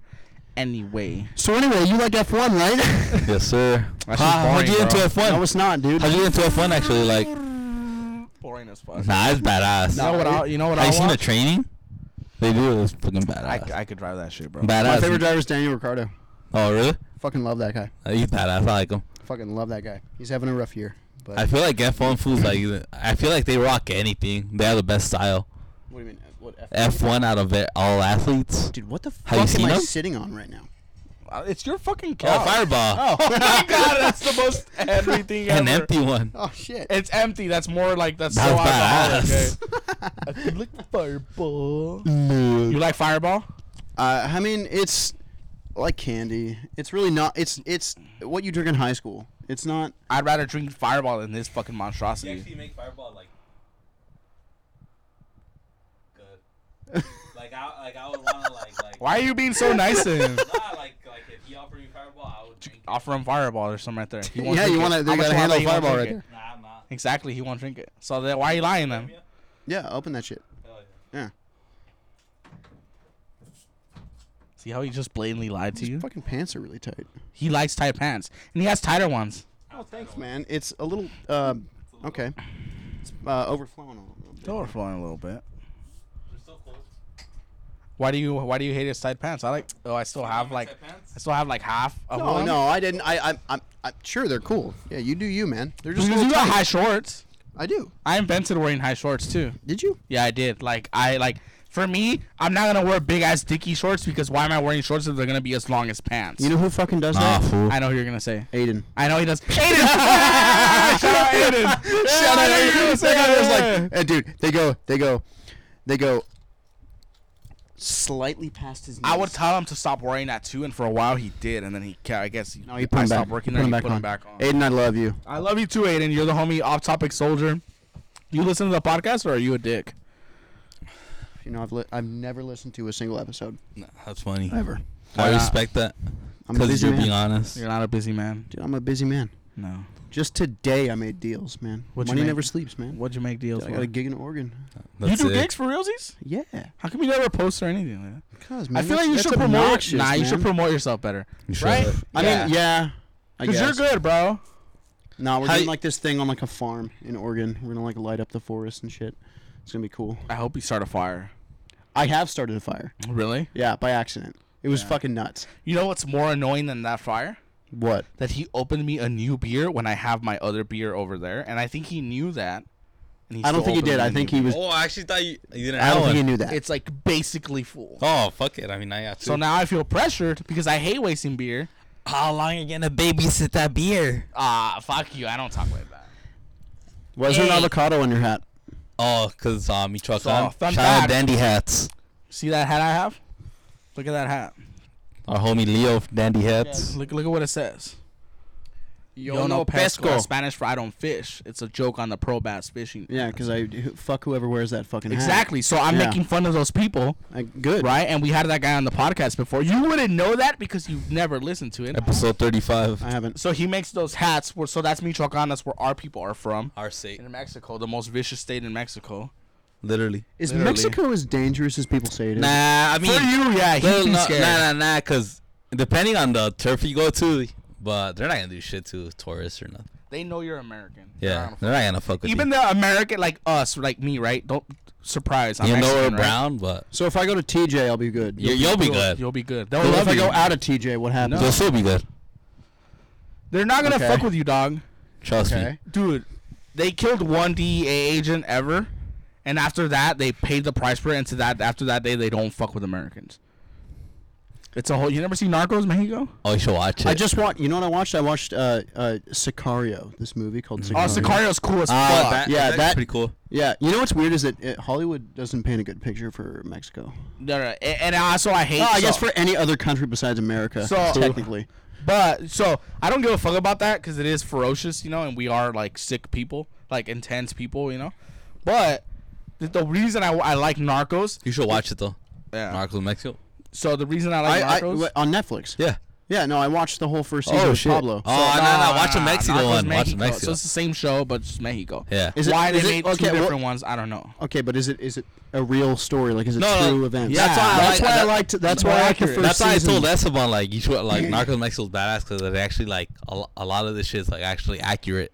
A: Anyway.
C: So anyway, you like F1, right? Uh,
B: Yes, sir.
A: That's just
B: How- How'd you
A: boring,
B: get into
A: bro.
B: F1?
C: no, it's not, dude.
B: How'd you get into F1 actually? Like,
A: Boring as fuck.
B: nah, it's badass.
A: You know what I? You know what
B: Have
A: I
B: you seen the
A: want?
B: training? They do. It's fucking
A: I,
B: badass.
A: I could drive that shit, bro.
B: badass.
C: My favorite driver is Daniel Ricciardo.
B: Oh, really?
C: Fucking love that guy.
B: Uh, He's badass. I like him.
C: Fucking love that guy. He's having a rough year. But
B: I feel like F1 fools like. I feel like they rock anything. They have the best style.
C: what do you mean? uh, What F-
B: F1 out of it, all athletes.
C: Dude, what the
B: Have you
C: fuck am
B: seen
C: I
B: him?
C: sitting on right now?
A: Uh, It's your fucking
B: Oh,
A: couch.
B: fireball.
A: Oh my god, that's the most everything ever.
B: An empty one.
C: Oh shit. Oh,
A: It's empty. That's more like that's,
B: That's
A: so
B: badass.
A: alcoholic. Okay? I could like fireball. You like fireball?
C: Uh, I mean, it's like candy. It's really not. It's it's what you drink in high school. It's not.
A: I'd rather drink fireball than this fucking monstrosity.
B: make fireball like good. Like I, like I would want to like like.
A: Why are you being so nice to him?
B: like like if he offered me fireball, I would drink.
A: Offer him fireball. There's some right there. He won't
C: yeah,
A: drink
C: you
A: it.
C: want to.
A: How
C: They
A: much
C: got to
A: you wanna
C: handle
A: bet he won't
C: fireball right
A: drink it?
C: there.
B: Nah, I'm not.
A: Exactly, he won't drink it. So then why are you lying then?
C: Yeah, open that shit. Yeah.
A: See how he just blatantly lied to
C: His
A: you?
C: fucking pants are really tight.
A: He likes tight pants, and he has tighter ones.
C: Oh, thanks, man. It's a little. Um, okay. It's uh, overflowing a little bit.
A: Overflowing a little bit. Why do you Why do you hate his tight pants? I like. Oh, I still have like. I still have like half. Of
C: No,
A: one.
C: Oh, no, I didn't. I, I, I'm, I'm sure they're cool. Yeah, you do you, man. They're just.
A: Because
C: a little
A: you got
C: tight.
A: high shorts.
C: I do.
A: I invented wearing high shorts too.
C: Did you?
A: Yeah, I did. Like I like. For me, I'm not gonna wear big ass dicky shorts because why am I wearing shorts if they're gonna be as long as pants?
C: You know who fucking does
B: Nah,
C: that?
B: fool.
A: I know who you're gonna say.
C: Aiden.
A: I know he does. Aiden! Shout out Aiden!
C: Shout out Aiden. That guy was
A: Yeah.
C: like, eh, dude, they go, they go, they go slightly past his knees.
A: I would tell him to stop wearing that too, and for a while he did, and then he, ca- I guess, he,
C: No, you put
A: I
C: him
A: stopped
C: back.
A: working
C: You
A: there.
C: put
A: and
C: him
A: he
C: back
A: put him
C: on.
A: back on.
C: Aiden, I love you.
A: I love you too, Aiden. You're the homie, off topic soldier. You listen to the podcast, or are you a dick?
C: You know, I've li- I've never listened to a single episode
B: Nah, that's funny.
C: ever.
A: Why
B: I
A: not?
B: respect that.
C: uh, I'm a
B: Because
C: busy
B: you're
C: man.
B: being honest.
A: You're not a busy man.
C: Dude, I'm a busy man.
A: No.
C: Just today, I made deals, man.
A: What'd you
C: Money
A: make?
C: never sleeps, man.
A: What'd you make deals
C: I
A: for?
C: got a gig in Oregon.
A: you
B: That's
A: do
B: it.
A: gigs for realsies?
C: Yeah,
A: How come you never post or anything? Like that?
C: cause
A: I
C: man,
A: feel like
C: that's-
A: you
C: that's
A: should promote.
C: obnoxious,
A: Nah, you should
C: man.
A: promote yourself better.
B: You should.
A: Right?
C: I mean, yeah. I
A: because
C: guess.
A: you're good, bro.
C: Nah, we're
B: How
C: doing
B: you-
C: like this thing on like a farm in Oregon. We're gonna like light up the forest and shit. It's gonna be cool.
A: I hope you start a fire.
C: I have started a fire.
A: Really?
C: Yeah, by accident. It was fucking nuts.
A: You know what's more annoying than that fire?
C: What?
A: that he opened me a new beer when I have my other beer over there, and I think he knew that. And he
C: I don't
A: still
C: think he
A: opened
C: did.
A: me a
C: I
A: new
C: think he
A: beer.
C: was.
B: Oh, I actually thought you, you didn't
C: I
B: have
C: don't think he
B: one.
C: knew that.
A: It's like basically full.
B: Oh, fuck it. I mean, I got two.
A: So now I feel pressured because I hate wasting beer.
B: how long are you gonna babysit that beer?
A: Ah, fuck you! I don't talk like that.
C: Was there an
B: Hey.
C: avocado on your hat?
B: Oh, cause um, you truck
A: So,
B: on.
A: fun
B: Shout out
A: fact.
B: Dandy Hats.
A: See that hat I have? Look at that hat.
B: Our homie Leo from Dandy Hats.
A: Look, look at what it says. Yo, no pesco. Spanish for I don't fish. It's a joke on the pro bass fishing.
C: Yeah, because I who- fuck whoever wears that fucking hat.
A: Exactly. So I'm
C: Yeah.
A: making fun of those people,
C: I, good.
A: right? And we had that guy on the podcast before. You wouldn't know that because you've never listened to it.
B: Episode 35.
C: I haven't.
A: So he makes those hats. Where, so that's Michoacan. That's where our people are from.
B: Our state.
A: In Mexico, the most vicious state in Mexico.
B: Literally.
C: Is
A: Literally.
C: Mexico as dangerous as people say it is?
B: Nah, I mean.
A: For you, yeah, he'd
B: Well,
A: be
B: no,
A: scared.
B: nah, nah, nah, because depending on the turf you go to, but they're not gonna do shit to tourists or nothing.
A: They know you're American. They're not
B: Yeah,
A: gonna
B: they're not gonna fuck with
A: even
B: you.
A: the American like us, like me, right? Don't surprise. I'm
B: you know
A: Mexican,
B: we're
A: right?
B: brown, but
C: So if I go to TJ, I'll be good.
B: you, you'll be
A: You'll-
B: good.
A: You'll be good. They'll
C: But
A: love
C: if I
A: you.
C: go out of TJ, what happens?
B: You'll still be good.
A: They're not gonna
C: Okay.
A: fuck with you, dog.
B: Trust
C: Okay.
B: me.
A: Dude, they killed one DEA agent ever, and after that, they paid the price for it. And to that, after that day, they don't fuck with Americans. It's a whole. You never see Narcos Mexico?
B: Oh, you should watch it.
C: I just want. You know what I watched? I watched uh, uh, Sicario. This movie called
A: Oh,
C: Sicario.
A: Sicario's cool as
B: Ah,
A: fuck.
B: that-
C: yeah,
B: that's
C: that-
B: pretty cool.
C: Yeah. You know what's weird is that uh Hollywood doesn't paint a good picture for Mexico.
A: No, no, and and also I hate.
C: Oh, I guess
A: so-
C: for any other country besides America,
A: So-
C: technically.
A: But so I don't give a fuck about that because it is ferocious, you know, and we are like sick people, like intense people, you know. But the, the reason I, I like Narcos,
B: You should watch it though.
A: Yeah.
B: Narcos Mexico.
A: so the reason I like
C: I, I,
A: Narcos,
C: on Netflix.
B: Yeah.
C: Yeah, no, I watched the whole first season
B: Oh,
C: of
B: shit.
C: Pablo.
B: Oh, no, no, watch the Mexico
A: Narcos
B: one, watch the
A: Mexico.
B: Mexico.
A: So it's the same show, but just Mexico.
B: Yeah.
C: Is it-
A: Why
C: is
A: they
C: it-
A: made
C: okay,
A: two
C: well-
A: different ones, I don't
B: Mm,
A: know.
C: Okay, but is it is it a real story? Like, is it
B: No, no,
C: true events?
A: yeah, That's why I
C: that's
B: like-
C: why I
B: that-
C: liked. That's
A: more
C: why I like the
A: accurate.
C: first
B: That's why I
C: season.
B: told Esteban like you should like Narcos Mexico's badass because it actually like a, lo- a lot of this shit's like actually accurate,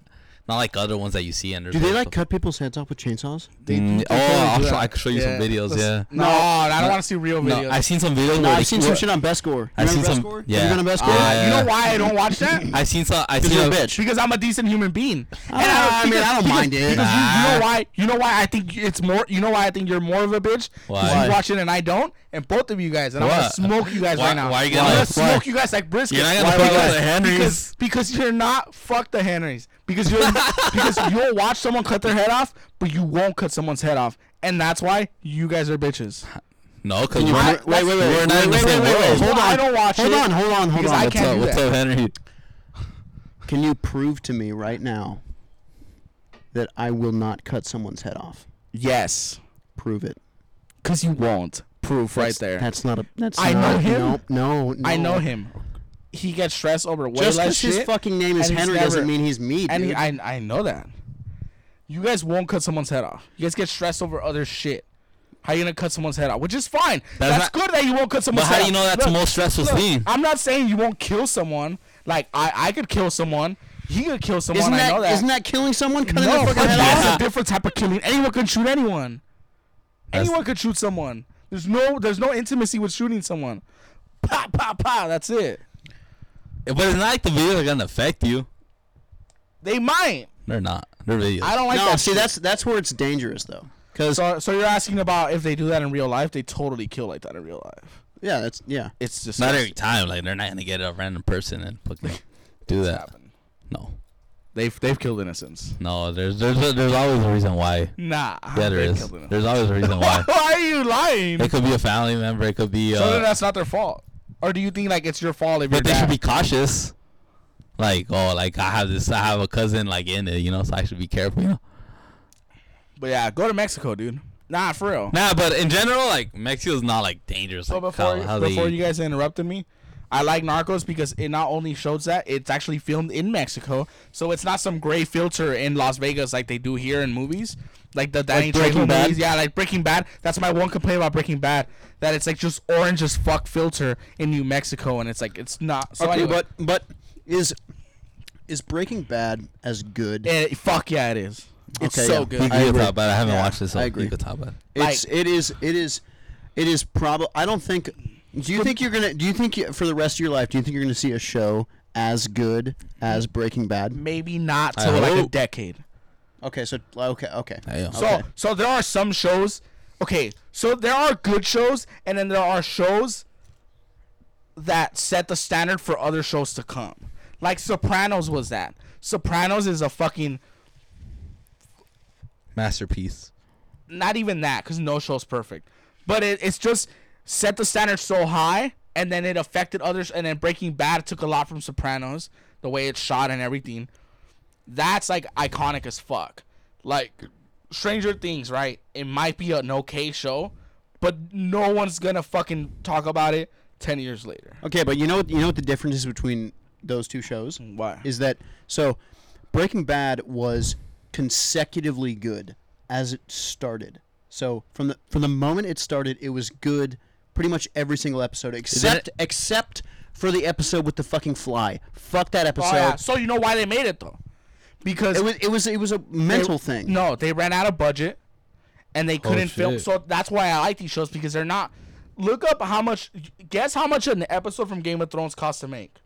B: not like other ones that you see. And
C: Do they like cut people's heads off with chainsaws?
B: Mm, oh, I'll show, I could show you some videos. Yeah.
A: No,
C: No,
A: I don't
B: no.
A: want to see real videos.
B: No, I've seen some videos. where
C: No,
B: they-
C: I've seen some
B: where-
C: shit on Best Gore.
B: I've seen
C: Remember
B: some.
C: Best Gore?
B: Yeah.
C: You gonna Best Gore?
A: Ah,
B: Yeah.
A: you know why I don't watch that?
B: I've seen some. I've seen
C: you're a
B: a-
C: bitch.
A: Because I'm a decent human being. And
C: Ah, I mean,
A: because-
C: I don't
A: because-
C: mind it.
A: Because you, you know
B: Nah.
A: why? You know why I think it's more. You know why I think you're more of a bitch? 'Cause
B: Why?
A: You watch it and I don't, and both of you guys, and I'm gonna
B: What?
A: smoke you guys
B: Why-
A: right now.
B: why are you gonna-
A: I'm gonna
B: why?
A: smoke you guys like brisket.
B: You're not gonna
A: Why-
B: fuck
A: why-
B: with the Henrys?
A: Because, because you're not fuck the Henrys. Because you're because you'll watch someone cut their head off, but you won't cut someone's head off, and that's why you guys are bitches.
B: No, because
C: You
B: we're
C: remember-
B: not.
C: wait, wait, wait,
B: We're not
C: wait,
B: in the
C: wait,
B: same
C: wait, wait,
B: world.
C: wait, hold
A: Well,
C: on.
A: I don't watch
C: Hold
A: it
C: on, hold on, hold
A: because
C: on.
A: I
B: What's
A: can't
B: up?
A: do
B: What's
A: that.
B: up, Henry?
C: Can you prove to me right now that I will not cut someone's head off?
A: Yes,
C: Prove it.
A: because you won't. Proof right
C: That's-
A: there.
C: That's not a. That's
A: I
C: not-
A: know him.
C: No, no, no.
A: I know him. He gets stressed over way
C: Just
A: less
C: because
A: shit.
C: his fucking name is
A: and he's
C: Henry doesn't
A: never-
C: mean he's me, dude.
A: And he- I I know that. You guys won't cut someone's head off. You guys get stressed over other shit. How you gonna cut someone's head off? Which is fine. That's,
B: That's not-
A: good that you won't cut
B: But
A: someone's
B: how
A: head
B: do you know
A: off.
B: that's the
A: Look,
B: most stressful
A: look,
B: thing?
A: I'm not saying you won't kill someone. Like I, I could kill someone. He could kill someone.
C: isn't
A: I know that.
C: isn't that killing someone? Cutting
A: no,
C: their
A: but
C: fucking head off?
A: that's a different type of killing. Anyone can shoot anyone.
B: That's-
A: anyone could shoot someone. There's no there's no intimacy with shooting someone. Pa pa pa. That's it.
B: But it's not like the videos are gonna affect you.
A: They might.
B: They're not. They're videos.
A: I don't like
C: no,
A: that.
C: see,
A: shit.
C: that's that's where it's dangerous, though. Because
A: So, so you're asking about if they do that in real life? They totally kill like that in real life.
C: yeah, that's yeah.
A: It's just
B: Not every time. Like they're not gonna get a random person and fucking do that. No,
A: They've they've killed innocents.
B: no. There's there's there's always a reason why.
A: Nah,
B: Yeah, there
A: they've
B: is.
A: killed innocents.
B: There's always a reason why.
A: Why are you lying?
B: It could be a family member. It could be.
A: so then
B: Uh,
A: that's not their fault. Or do you think like it's your fault if
B: but they
A: your
B: should
A: dad-
B: be cautious. Like oh, like I have this. I have a cousin like in it, you know. So I should be careful. You know?
A: But yeah, go to Mexico, dude. Nah, for real.
B: Nah, but in general, like Mexico's not like dangerous.
A: So
B: Like,
A: before
B: how, how
A: before
B: they,
A: you guys interrupted me, I like Narcos because it not only shows that it's actually filmed in Mexico, so it's not some gray filter in Las Vegas like they do here in movies, like the Danny
C: Breaking
A: Trejo
C: Bad?
A: movies. Yeah, like Breaking Bad. That's my one complaint about Breaking Bad, that it's like just orange as fuck filter in New Mexico, and it's like it's not. So
C: okay,
A: anyway,
C: but but is is Breaking Bad as good?
A: Eh, fuck yeah, it is. It's
C: Okay,
A: so
C: yeah.
A: good.
B: You
C: I
B: can
C: agree.
B: talk about it. I haven't
C: Yeah,
B: watched this. So
C: I agree.
B: You could talk about it.
C: It's it is it is it is probably. I don't think. Do you think you're gonna? Do you think you, for the rest of your life? Do you think you're gonna see a show as good as Breaking Bad?
A: Maybe not
B: I
A: till like a
B: hope.
A: decade.
C: Okay, so okay, okay.
B: Damn.
A: So
C: Okay.
A: so there are some shows. Okay, so there are good shows, and then there are shows that set the standard for other shows to come. Like Sopranos was that. Sopranos is a fucking
B: masterpiece.
A: not even that because no show's perfect, but it, it's just set the standard so high, and then it affected others. And then Breaking Bad took a lot from Sopranos. the way it's shot and everything, that's like iconic as fuck. Like Stranger Things, right? It might be an okay show, but no one's gonna fucking talk about it ten years later.
C: Okay, but you know what you know what the difference is between those two shows?
A: Mm, Why?
C: Is that so Breaking Bad was consecutively good as it started. So from the from the moment it started, it was good pretty much every single episode except except for the episode with the fucking fly. Fuck that episode.
A: Oh, yeah. So you know why they made it though? Because
C: It was it was it was a mental
A: they-
C: thing. Oh,
A: No, they ran out of budget, and they couldn't film.
B: shit.
A: So that's why I like these shows because they're not. Look up how much. Guess how much an episode from Game of Thrones costs to make.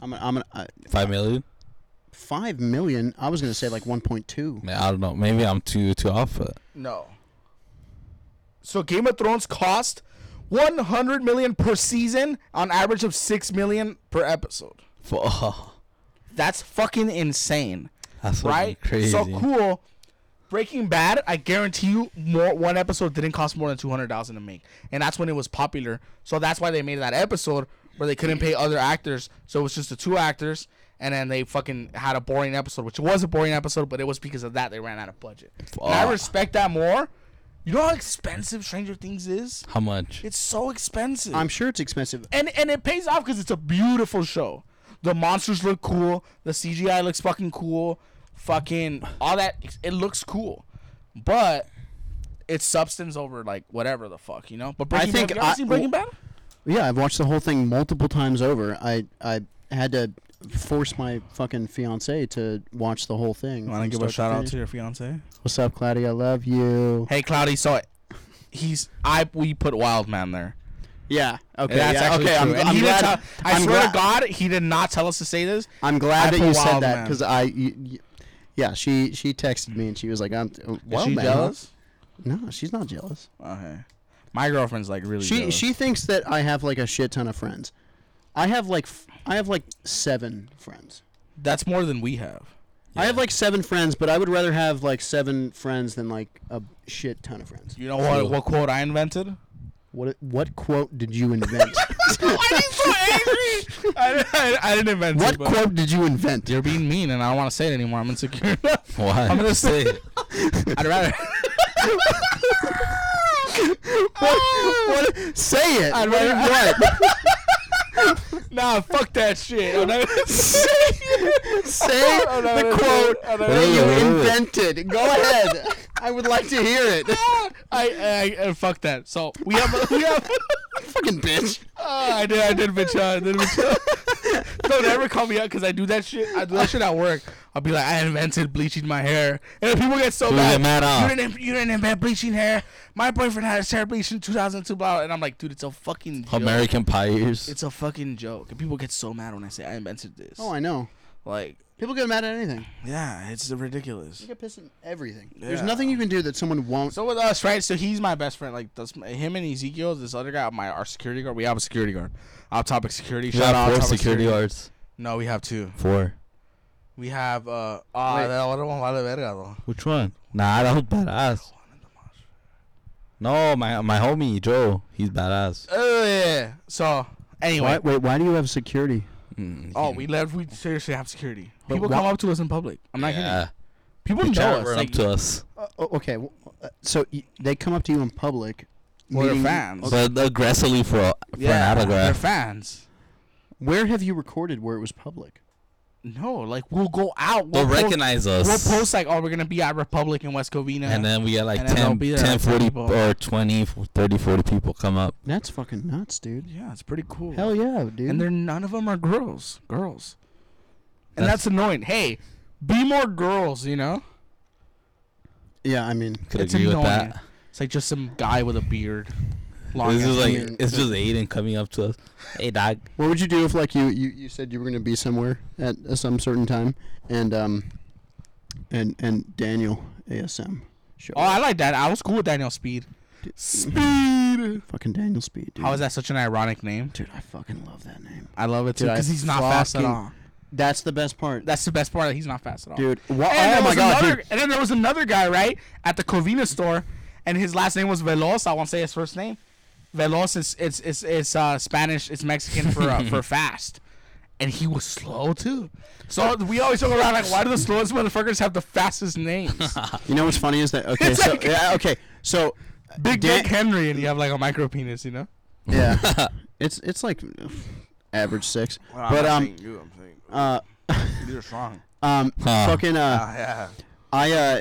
C: I'm gonna, I'm gonna, uh,
B: Five million?
C: 5 million. I was going to say like 1.2.
B: Man, I don't know. Maybe I'm too too off. But
A: No. So Game of Thrones cost 100 million per season, on average of six million per episode. oh,
B: Fuck.
A: That's fucking insane.
B: that's fucking
A: right?
B: Crazy.
A: So cool. Breaking Bad, I guarantee you, more one episode didn't cost more than two hundred thousand to make, and that's when it was popular. So that's why they made that episode where they couldn't pay other actors, so it was just the two actors, and then they fucking had a boring episode, which was a boring episode, but it was because of that they ran out of budget. And I
B: Fuck.
A: respect that more. You know how expensive Stranger Things is?
B: How much?
A: It's so expensive
C: I'm sure it's expensive.
A: and and it pays off because it's a beautiful show. The monsters look cool. The CGI looks fucking cool. Fucking all that. It looks cool, but it's substance over like whatever the fuck you know. But Breaking
C: think
A: Bad, you ever
C: I-
A: seen Breaking Bad?
C: Yeah, I've watched the whole thing multiple times over. I I had to force my fucking fiance to watch the whole thing. from start finish.
A: your fiance?
C: What's up, Claudia? I love you.
A: Hey, Cloudy, so he's I we put Wildman there.
C: Yeah. Okay.
A: And that's
C: yeah,
A: actually
C: okay.
A: true.
C: I'm,
A: And
C: I'm
A: he didn't
C: glad.
A: tell- I
C: I'm
A: swear
C: glad,
A: to God, he did not tell us to say this.
C: I'm
A: I
C: glad that
A: put
C: you said
A: wild
C: that
A: man.
C: because I. y- y- yeah, she she texted me and she was like, "I'm well,
A: Is she
C: man,
A: jealous?
C: No, she's not jealous.
A: Okay. My girlfriend's like really.
C: She
A: jealous.
C: she thinks that I have like a shit ton of friends. I have like f- I have like seven friends.
A: That's more than we have.
C: I have like seven friends, but I would rather have like seven friends than like a shit ton of friends.
A: You know what?
B: True.
A: What quote I invented?
C: What what quote did you invent?
A: Why are you so angry? I, I, I didn't invent
C: what
A: it. but-
C: quote did you invent?
A: You're being mean, and I don't want to say it anymore. I'm insecure.
B: Why?
A: I'm gonna say it. I'd rather.
C: What, what, say it.
A: I'd
C: What-
A: rather-
C: what?
A: nah, fuck that shit. I'm not gonna
C: say
A: say
C: say
A: Oh, no,
C: the
A: no, no,
C: quote
A: no, no, no,
C: that
B: no, no,
C: you
B: no, no.
C: invented. Go ahead. I would like to hear it.
A: it. I, I, I fuck that. So we have a- we have.
C: Fucking bitch.
A: Ah, I did I did bitch out. I did bitch out. Don't ever call me out because I do that shit. I do that shit at work. I'll be like, I invented bleaching my hair, and people get so
B: Who
A: mad.
B: get mad at?
A: You didn't you didn't invent bleaching hair. My boyfriend had his hair bleached in 2002. Blah, blah," and I'm like, dude, it's a fucking. Joke.
B: American Pie ears.
A: It's a fucking joke, and people get so mad when I say I invented this.
C: Oh, I know.
A: like,
C: People get mad at anything.
A: yeah, it's ridiculous.
C: They get pissed at everything. There's
A: Yeah.
C: nothing you can do that someone won't.
A: So with us, right? So he's my best friend. Like, that's him and Ezekiel, this other guy, my our security guard. We have a security guard. Op topic security.
B: You
A: Shout
B: got
A: out
B: four
A: Op Topic
B: security guards.
A: No, we have two.
B: Four.
A: We have uh ah
C: Wait.
A: that other one vale verga though.
B: Which one? Nah, that was badass. No, my my homie Joe, he's badass.
A: Oh yeah. So anyway,
C: wait, why do you have security?
B: Mm,
A: oh we left. We seriously have security.
C: But
A: People
C: wha-
A: come up to us in public. I'm not
B: yeah.
A: kidding.
B: They
A: People
B: try
A: know
B: to
A: us.
B: run
A: Like,
B: up to us,
C: Uh, o- okay, w- uh, so y- they come up to you in public.
A: Well, they're
C: meaning-
A: fans.
B: but aggressively for a, for
A: yeah,
B: an
A: they're
B: autograph.
A: fans.
C: Where have you recorded where it was public?
A: No, like we'll go out. We'll
B: They'll
A: post-
B: recognize us.
A: We'll post like, oh, we're gonna be at Republic in West Covina.
B: and then we get like
A: and then they'll
B: 10,
A: be there,
B: 10,
A: like,
B: 40
A: people.
B: or 20, 30, 40 people come up.
C: That's fucking nuts, dude.
A: yeah, it's pretty cool.
C: Hell yeah, dude.
A: and they're none of them are girls. Girls, and
B: That's-
A: that's annoying. Hey, be more girls. You know,
C: yeah, I mean,
B: Could
A: It's
B: agree with
A: annoying.
B: that.
A: it's like just some guy with a beard. Long
B: This
A: ass
B: is like
C: mean-
B: it's just Aiden coming up to us. Hey dog,
C: what would you do if like you you, you said you were gonna be somewhere at uh, some certain time, and um, and and Daniel ASM. Show
A: Oh, I like that. I was cool with Daniel Speed. Speed.
C: fucking Daniel Speed, dude.
A: How is that such an ironic name?
C: Dude, I fucking love that name.
A: I love it too
C: Dude, I
A: because he's not fast at
C: fucking-
A: all.
C: That's the best part,
A: That's the best part. That he's not fast at all,
C: dude.
A: And
C: Wha- oh
A: there
C: my
A: was
C: god,
A: another,
C: dude.
A: And then there was another guy right at the Covina store, and his last name was Veloz. I won't say his first name. Veloz is it's it's it's uh, Spanish. It's Mexican for uh, for fast. and he was slow too. So we always joke around like, why do the slowest motherfuckers have the fastest names?
C: You know what's funny is that okay,
A: It's
C: so
A: like-
C: yeah, okay, so
A: Big
C: Dan-
A: Dick Henry, and you have like a micro penis, you know?
C: yeah, it's it's like average six, but um,
A: you, I'm saying
C: uh,
A: you're strong. Ah,
C: um,
B: Huh.
C: fucking uh,
A: yeah.
C: I uh,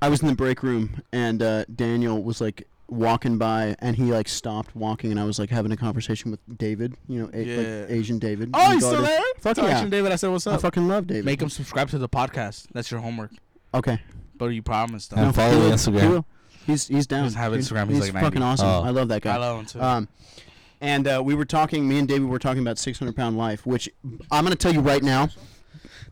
C: I was in the break room and uh, Daniel was like walking by and he like stopped walking and I was like having a conversation with David, you know, a-
A: Yeah.
C: like Asian David.
A: Oh,
C: in
A: he's still
C: Garter.
A: there?
C: Fuck
A: Tell
C: yeah.
A: Action David, I said, what's
C: I
A: up?
C: fucking love David.
A: Make him subscribe to the podcast. That's your homework.
C: okay.
A: But you promised
B: And
A: them.
B: follow
C: he will-
B: Instagram.
C: he will. He's he's down.
A: doesn't have
C: dude.
A: Instagram, he's
C: He's,
A: like 90.
C: fucking awesome.
B: Oh.
C: I love that guy.
A: I love him too.
C: Um, and uh, we were talking. Me and David were talking about 600 pound life, which I'm gonna tell you right now,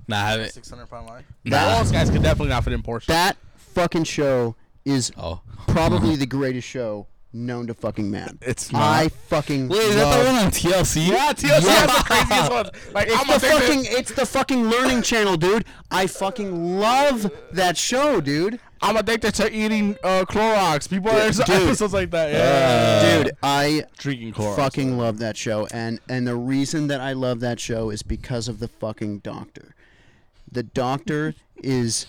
B: Nah, I haven't.
A: 600 pound line.
B: Nah.
A: Those guys could definitely not fit in Porsche.
C: that fucking show is
B: Oh.
C: probably the greatest show known to fucking man.
A: It's
C: I
A: not.
C: fucking
B: Wait, is that
C: love
B: the one on TLC?
A: Yeah, TLC has the craziest ones. Like,
C: It's
A: I'm
C: the
A: addicted.
C: fucking it's the fucking learning channel, dude. I fucking love that show, dude.
A: I'm addicted to eating uh, Clorox. People are
C: Dude. Uh,
A: episodes like that. Yeah.
C: dude, I
A: Drinking Clorox.
C: fucking love that show and and the reason that I love that show is because of the fucking doctor. The doctor is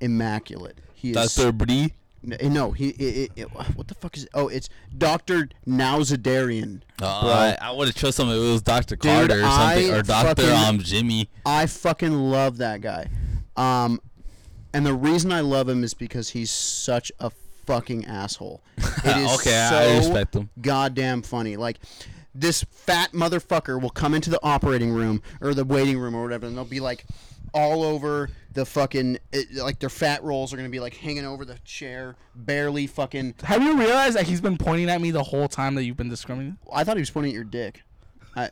C: immaculate. He is
B: Dr. Bree.
C: N- No, he. It, it, it- what the fuck is? Oh, it's Doctor Nowzadarian.
B: Uh, I, I would have trusted him if it was Dr. Carter or
C: I
B: something, or Dr.
C: fucking-
B: Um, Jimmy.
C: I fucking love that guy. Um, and the reason I love him is because he's such a fucking asshole. It is
B: Okay,
C: so
B: I- I respect him.
C: Goddamn funny. Like this fat motherfucker will come into the operating room or the waiting room or whatever, and they'll be like all over the fucking it, like their fat rolls are gonna be like hanging over the chair, barely fucking.
A: Have you realized that he's been pointing at me the whole time that you've been discriminating?
C: I thought he was pointing at your dick. I.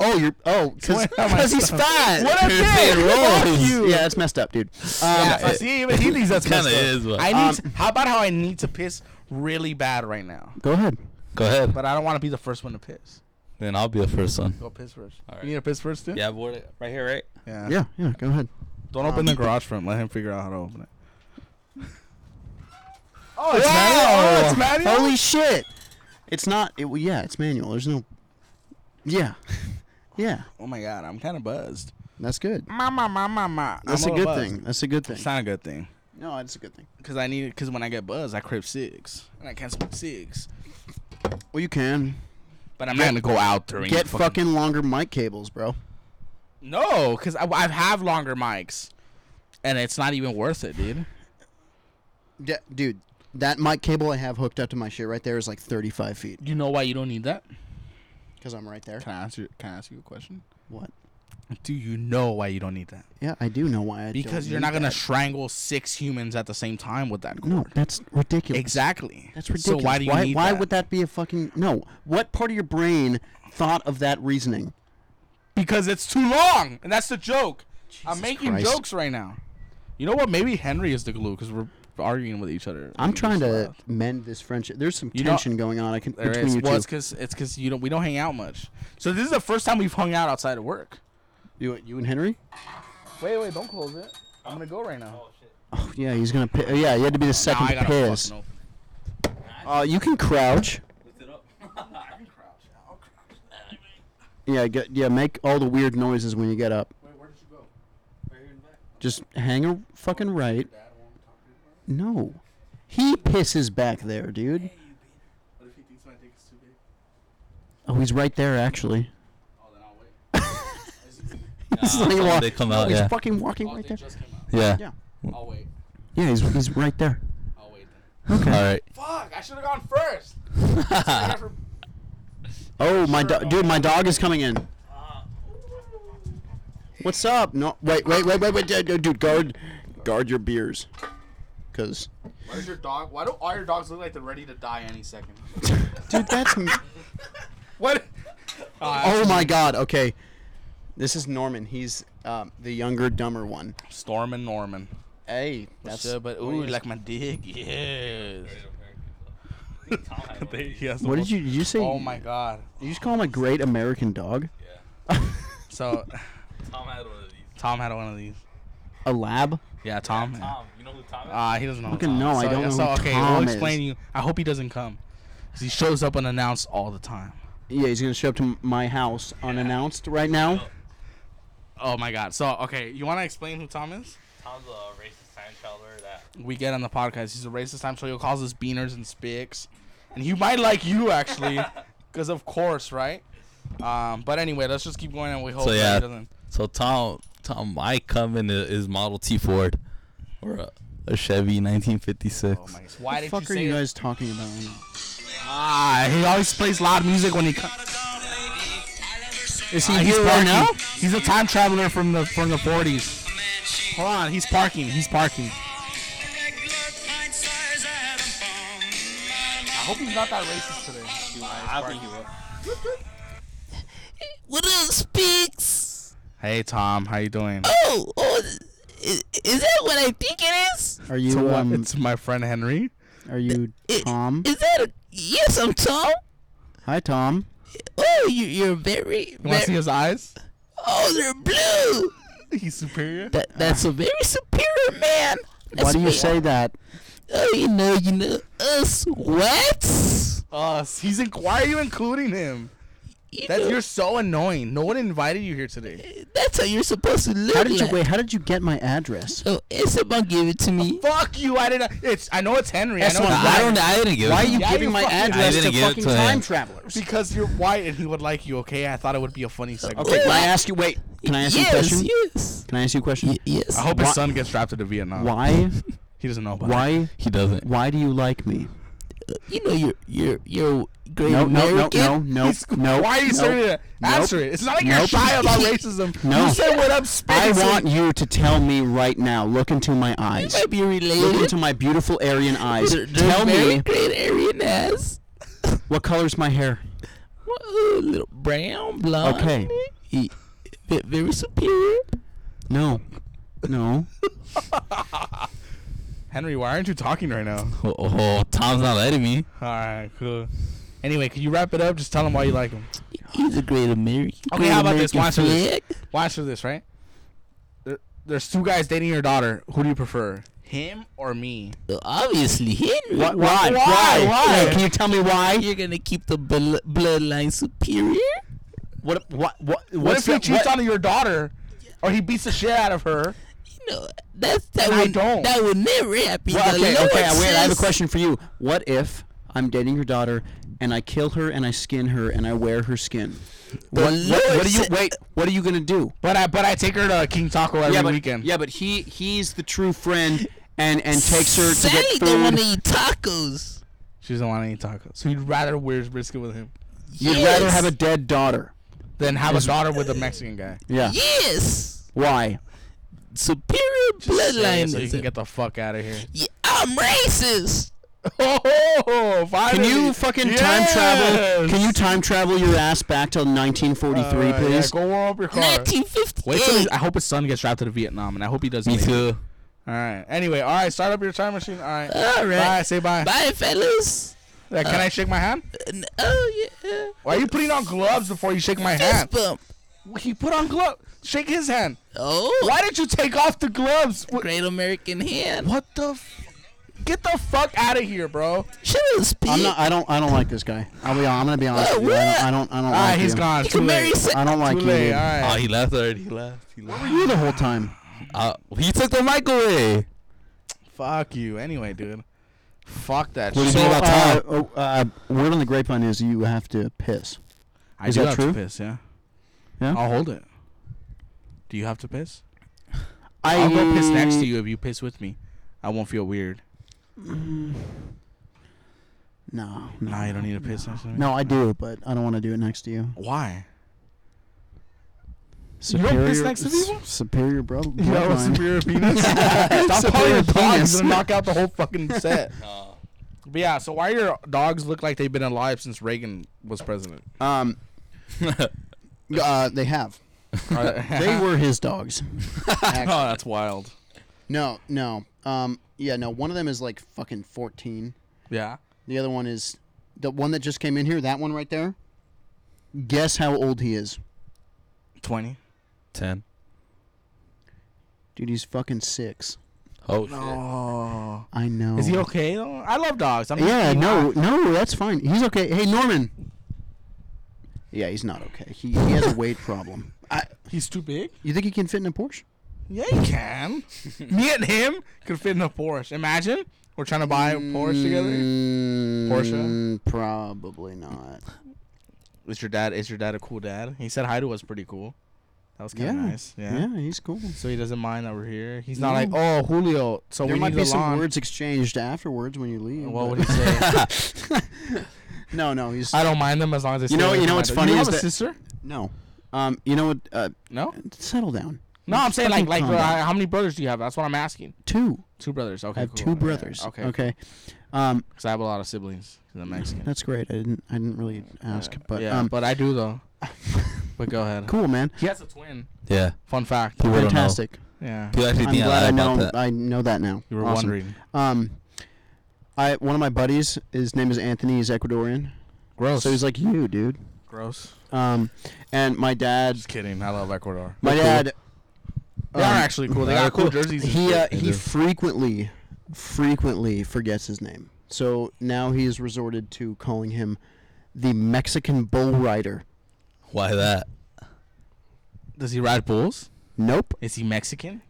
C: Oh, you're. Oh,
A: Where am I
C: because he's
A: stuck?
C: fat.
A: What a
B: You're
A: dick!
B: saying
A: Fuck
B: rolls.
A: you!
C: Yeah, it's messed up, dude. Um,
A: Yeah, see, even he thinks that's
B: Kinda
A: messed up.
B: is, but-
A: I need. to- how about how I need to piss really bad right now,
C: Go ahead.
B: Go ahead.
A: but I don't want to be the first one to piss.
B: Then I'll be the first one.
A: Go piss first.
B: All right.
A: Oh, You need to piss first too.
B: Yeah, board it right here, right?
A: Yeah.
C: Yeah, yeah. Go ahead.
A: Don't open the garage for him. Let him figure out how to open it.
C: Oh,
A: it's manual. Oh, it's manual?
C: Holy shit! It's not. It, well, yeah, it's manual. There's no. Yeah, yeah.
A: Oh my god, I'm kind of buzzed.
C: That's good.
A: Ma ma ma ma ma.
C: That's
A: I'm
C: a
A: little
C: good
A: buzzed.
C: thing. That's a good thing.
A: It's not a good thing.
C: No, that's a good thing.
A: Cause I need. Cause when I get buzzed, I crib six, and I can't smoke six.
C: Well, you can
A: But I'm not gonna go out during.
C: get
A: the
C: fucking longer mic cables, bro.
A: No, because I, I have longer mics, and it's not even worth it, dude.
C: D- dude, that mic cable I have hooked up to my shit right there is like 35 feet
A: You know why you don't need that?
C: because I'm right there.
A: Can I ask you? Can I ask you a question?
C: What?
A: Do you know why you don't need that?
C: Yeah, I do know why. I
A: Because
C: don't
A: you're
C: need
A: not gonna
C: that.
A: strangle six humans at the same time with that cord.
C: no, that's ridiculous.
A: Exactly.
C: That's ridiculous.
A: So why do you
C: why,
A: need
C: why
A: that?
C: would that be a fucking no? What part of your brain thought of that reasoning?
A: Because it's too long, and that's the joke. I'm
C: Jesus
A: making
C: Christ.
A: jokes right now. You know what? Maybe Henry is the glue because we're arguing with each other.
C: I'm trying
A: Just
C: to
A: loud.
C: mend this friendship. There's some
A: You know-
C: tension going on. I can
A: There
C: between
A: is.
C: you
A: Well, it's
C: two.
A: because it's because you don't we don't hang out much. So this is the first time we've hung out outside of work.
C: You, you and Henry?
A: Wait, wait, don't close it. I'm gonna go right now.
C: Oh yeah, he's gonna. Pi- yeah, you had to be the second
A: I
C: to
A: gotta
C: piss.
A: fucking open.
C: Uh, you can crouch. Yeah, get, yeah. Make all the weird noises when you get up. Just hang a fucking right. No, he pisses back there, dude. Oh, he's right there actually.
A: Oh,
C: He's like
B: when
C: wa-
B: they come
C: no,
B: out,
C: he's
B: yeah.
C: fucking walking right there.
B: Yeah.
C: Yeah,
A: I'll wait.
C: yeah. He's he's right there.
A: I'll wait then.
B: All right.
A: Fuck! I should have gone first.
C: Oh my do- dude, my dog is coming in. What's up? No, wait, wait, wait, wait, wait, dude, dude, guard, guard your beers, cause,
A: Why does your dog? Why do all your dogs look like they're ready to die any second?
C: dude, that's. m-
A: What? Uh,
C: oh my God. Okay, this is Norman. He's um, the younger, dumber one.
A: Storm and Norman.
C: Hey,
A: That's
C: that's.
A: but ooh, like my dick, yes. They- he has the
C: what did
A: most-
C: you did you say?
A: Oh my god.
C: Did you just call him a great American dog?
A: So,
B: Tom had one of these.
A: Tom had one of these.
C: A lab?
A: Yeah, Tom. Yeah.
B: you know who Tom
D: Ah.
A: Uh, he doesn't know. who
C: Fucking
A: Tom
C: no,
A: is.
C: I
A: so,
C: don't know
A: So
C: who
A: okay,
C: Tom
A: we'll explain
C: is.
A: you. I hope he doesn't come, 'cause he shows up unannounced all the time.
C: Yeah, he's gonna show up to m- my house unannounced right now.
A: Oh my god. So okay, you want to explain who Tom is?
D: Tom's a racist time traveler that
A: We get on the podcast. He's a racist time show. He calls us beaners and spics, and he might like you actually, because of course, right? Um, but anyway, let's just keep going and we hope
E: So
A: that
E: yeah.
A: he doesn't.
E: So Tom, Tom, I come in i- is Model T Ford, or a, a Chevy 1956.
A: Oh my gosh. Why
C: the
A: did
C: fuck
A: you
C: are
A: say
C: you
A: it?
C: guys talking about? Right now?
A: Ah, he always plays loud music when he comes.
C: Is he
A: he's
C: here right
A: parking.
C: now?
A: He's a time traveler from the from the 40s. Hold on, he's parking. He's parking. I hope he's not that racist today.
D: I think he will.
E: What up, Speaks?
A: Hey Tom, how you doing?
E: Oh, oh, is, is that what I think it is?
C: Are
A: It's,
C: you
A: my-
C: um?
A: it's my friend Henry.
C: Are you Tom?
E: Is that a yes? I'm Tom.
C: Hi, Tom.
E: Oh, you, you're very,
A: You want to see
E: very
A: his eyes?
E: oh, they're blue.
A: He's superior.
E: That that's a very superior man.
C: Why
E: That's
C: do you
E: me.
C: say that?
E: Oh, you know, you know us. What?
A: Us. He's in. Why are you including him?
E: You
A: That
E: know,
A: you're so annoying. No one invited you here today.
E: that's how you're supposed to look
C: How did you
E: like.
C: wait? How did you get my address?
E: Oh, Esteban gave it to me.
A: Fuck you! I didn't. It's. I know it's Henry. I know.
C: Esteban,
A: it's
C: why
A: Henry.
C: don't-
E: I didn't give
C: Why are you
A: Yeah,
C: giving
A: you
C: my
A: fucking-
E: I
C: address to
E: didn't give it
C: fucking
E: to him.
C: time travelers?
A: Because you're white and he would like you. Okay, I thought it would be a funny segment.
C: Okay, can I ask you? Wait, can I ask you a
E: yes,
C: question?
E: yes,
C: Can I ask you a question?
E: Y- yes.
A: I hope
C: Why-
A: his son gets drafted to Vietnam.
C: Why?
A: He doesn't know about it.
C: Why?
E: He doesn't.
C: Why do you like me?
E: You know, you're you're you're great
C: No, no, no,
E: American.
C: no, no,
A: He's-
C: no.
A: Why are you
C: no,
A: saying that?
C: nope,
A: Answer it. It's not like you're
C: nope.
A: shy about racism.
C: No.
A: You said what up space.
C: I want you to tell me right now. Look into my
E: You
C: eyes.
E: might be
C: Look
E: related.
C: into my beautiful Aryan eyes.
E: They're- they're
C: Tell
E: very
C: me
E: great Aryan ass.
C: what color's my hair?
E: Whoa, little brown blonde.
C: Okay.
E: He, ve- very superior.
C: No, no.
A: Henry, why aren't you talking right now?
E: Oh, oh, Tom's not letting me.
A: All right, cool. Anyway, can you wrap it up? Just tell him why you like him.
E: He's a great American.
A: Okay,
E: great
A: how about this?
E: American
A: Watch this.
E: flag.
A: Watch for this, right? There, there's two guys dating your daughter. Who do you prefer, him or me?
E: Uh, Obviously, Henry.
C: Why? Why?
A: Why? Why?
C: Hey, can you tell me why?
E: You're gonna keep the bl- bloodline superior.
C: What? What? What?
A: What
C: What's
A: if he
C: the-
A: cheats
C: what-
A: on your daughter, or he beats the shit out of her?
E: You know, that's that
A: And I
E: would
A: don't.
E: that would never happen.
C: Well,
E: The
C: okay,
E: Lord
C: okay, wait. I have a
E: says-
C: question for you. What if I'm dating your daughter and I kill her and I skin her and I wear her skin? What, what,
E: Lord
C: what are you?
E: said-
C: Wait. What are you gonna do?
A: But I but I take her to King Taco every
C: yeah, but,
A: weekend.
C: Yeah, but he he's the true friend and and takes her to
E: Sally
C: get
E: don't want to
C: food.
E: eat tacos.
A: She doesn't want any tacos, so you'd rather wear brisket with him
C: You'd rather have a dead daughter.
A: than have a daughter with a Mexican guy.
C: Yeah.
E: yes
C: Why?
E: superior
A: Say
E: bloodline.
A: it So you
E: is
A: can
E: a-
A: get the fuck out of here.
E: Yeah, I'm racist.
A: Oh,
C: Can
A: finally.
C: you fucking time travel? Can you
A: Yes.
C: time travel your ass back till 1943,
A: Alright,
C: please?
A: Yeah, go warm up your car.
E: 1958.
A: Wait till he- I hope his son gets drafted to Vietnam, and I hope he does.
E: Me
A: make it.
E: too.
A: All right. Anyway, all right. Start up your time machine. All right.
E: All right.
A: Bye. Say bye.
E: Bye, fellas.
A: Uh, can I shake my hand?
E: N- Oh yeah.
A: Why are you putting on gloves before you shake my hand?
E: Fist bump.
A: He put on gloves. Shake his hand.
E: Oh,
A: Why did you take off the gloves? What,
E: great American hand.
A: what the? F- Get the fuck out of here, bro.
E: Shut up, speak.
C: I'm not. I don't. I don't like this guy. I'll be. I'm gonna be honest
E: Uh,
C: with you. I
E: what?
C: don't. I don't. I don't
A: All right,
C: like
A: Ah, he's
C: you.
A: gone.
E: You
A: Too
E: can marry
A: late.
E: se-
C: I don't like
A: Too
C: you.
A: late.
C: dude.
A: All
E: Oh,
A: right.
E: he left already. He left. He left.
C: You the whole time.
E: Uh, he took the mic away.
A: Uh, Fuck you. Anyway, dude. Fuck that.
E: do you
A: shit.
E: think about
C: uh,
E: Tom?
C: oh, uh, word on the grapevine is you have to piss.
A: I
C: Is
A: do
C: that
A: have
C: true?
A: to piss. Yeah.
C: Yeah?
A: I'll hold it. Do you have to piss?
C: I,
A: I'll go piss next to you if you piss with me. I won't feel weird.
C: No,
A: Nah,
C: no,
A: you don't need to piss next to me.
C: no. I do, but I don't want to do it next to you.
A: Why? You
C: Superior,
A: don't piss next to
C: s-
A: people?
C: Superior, bro.
A: You have a
C: bloodline.
A: superior penis? Stop calling
C: Superior
A: your dog.
C: penis.
A: He's gonna knock out the whole fucking set.
D: No.
A: But yeah, so why your dogs look like they've been alive since Reagan was president?
C: Um, uh, they have.
A: Uh-huh.
C: They were his dogs.
A: Oh, that's wild.
C: No, no. Um, yeah, no. One of them is like fucking 14.
A: Yeah.
C: The other one is the one that just came in here. That one right there. Guess how old he is,
A: 20.
E: Ten.
C: dude? He's fucking six.
E: Oh shit.
A: Oh.
C: I know.
A: Is he okay though? I love dogs. I'm just
C: Yeah,
A: being
C: no,
A: honest.
C: no, that's fine. He's okay. Hey, Norman. Yeah, he's not okay. He, he has a weight problem. I,
A: He's too big.
C: you think he can fit in a Porsche?
A: Yeah, he can. Me and him could fit in a Porsche. Imagine we're trying to buy a Porsche together. Porsche?
C: Mm, Probably not.
A: Is your dad? Is your dad a cool dad? He said hi to us pretty cool. That was kind
C: Yeah.
A: of nice. Yeah.
C: Yeah, he's cool.
A: So he doesn't mind that we're here. He's not like, oh, Julio. So
C: there
A: we
C: might
A: need
C: be
A: a
C: some
A: lawn.
C: words exchanged afterwards when you leave.
A: What
C: but-
A: would he say?
C: no, no, he's
A: I don't mind them as long as they.
C: You know-
A: stay
C: you
A: away
C: know
A: from
C: what's
A: my door.
C: funny
A: You
C: is
A: have a
C: that-
A: sister?
C: no. Um, you know what? Uh,
A: No.
C: settle down.
A: No, I'm saying like
C: fucking
A: like
C: calm
A: uh,
C: down.
A: how many brothers do you have? That's what I'm asking.
C: Two.
A: Two brothers. Okay.
C: I have
A: cool.
C: two
A: Yeah,
C: brothers.
A: okay.
C: okay. Okay. Um,
A: Because I have a lot of siblings. 'cause I'm Mexican.
C: that's great. I didn't. I didn't really ask,
A: Uh,
C: but
A: yeah,
C: um,
A: but I do though. but go ahead.
C: cool, man.
A: He has a twin.
B: Yeah.
A: Fun fact.
B: People don't know.
C: Fantastic.
A: Yeah.
B: People actually
C: I'm
B: think
C: glad I
B: lie
C: know.
B: about that.
C: I know that now.
A: You were
C: Awesome.
A: wondering.
C: Um, I one of my buddies. His name is Anthony. He's Ecuadorian.
A: Gross.
C: So he's like you, dude.
A: gross.
C: Um, and my dad.
A: Just kidding. I love Ecuador.
C: My
B: They're cool.
C: dad.
A: They are
C: um,
A: actually cool. They
B: they're
A: got cool
B: cool.
A: jerseys. and
C: He
A: shit.
C: uh,
B: They
C: he
B: do.
C: frequently, frequently forgets his name. So now he has resorted to calling him the Mexican bull rider.
B: Why that?
A: Does he ride bulls?
C: Nope.
A: Is he Mexican?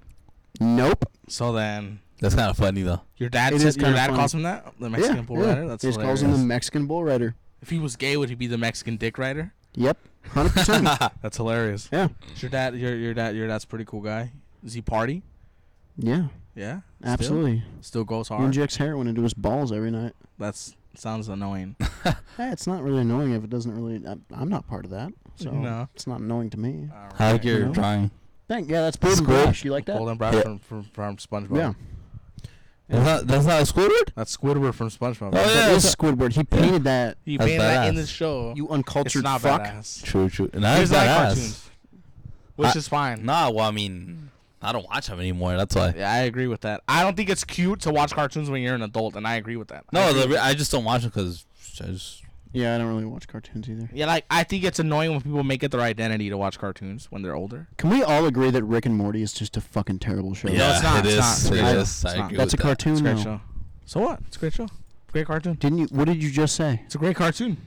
C: Nope.
A: So then
B: That's kind of funny though.
A: your dad
C: It
A: says-
C: is
A: your
C: kinda
A: dad
C: funny.
A: calls him that the Mexican bull rider. That's
C: he just calls him the
A: hilarious.
C: Mexican bull rider.
A: If he was gay, would he be the Mexican dick rider?
C: Yep. Hundred percent.
A: That's hilarious.
C: Yeah.
A: Is your dad, your your dad, your dad's a pretty cool guy. Does he party?
C: Yeah.
A: Yeah, Still?
C: Absolutely.
A: Still goes
C: He
A: hard.
C: injects heroin into his balls every night.
A: That's sounds annoying.
C: Eh, it's not really annoying if it doesn't really. I, I'm not part of that, so
A: No. Uh,
C: it's not annoying to me.
B: How
A: Alright.
B: you're
C: No.
B: drawing?
C: Thank yeah, that's Bolden
B: Squid.
C: Brush. You like that?
A: Golden Brown
B: Yeah.
A: from, from from SpongeBob.
C: Yeah.
B: That's not that's not a Squidward.
A: that's Squidward from SpongeBob.
B: Oh,
C: That
B: Yeah,
C: is
B: it's a-
C: Squidward. He painted that.
A: He
B: That's
A: made that in
B: badass.
A: the show.
C: You
A: it's
C: uncultured
A: not
C: fuck.
A: badass.
B: True, true. And I
A: He's like
B: badass.
A: cartoons, which
B: I-
A: is fine.
B: Nah, well, I mean, I don't watch them anymore. That's why.
A: Yeah, I agree with that. I don't think it's cute to watch cartoons when you're an adult, and I agree with that. I
B: No,
A: agree
B: the,
A: with
B: re-
A: that.
B: I just don't watch them because I just
C: Yeah, I don't really watch cartoons either.
A: yeah, like I think it's annoying when people make it their identity to watch cartoons when they're older.
C: Can we all agree that Rick and Morty is just a fucking terrible show?
A: No, it's not,
B: It
A: it's
B: is.
A: not, it's
B: it
A: not,
B: is.
A: it's
B: I
A: not.
B: agree
C: That's a
B: with that.
C: cartoon
A: It's a great
C: though.
A: show. So what? It's a great show. Great cartoon.
C: Didn't you? What did you just say?
A: It's a great cartoon.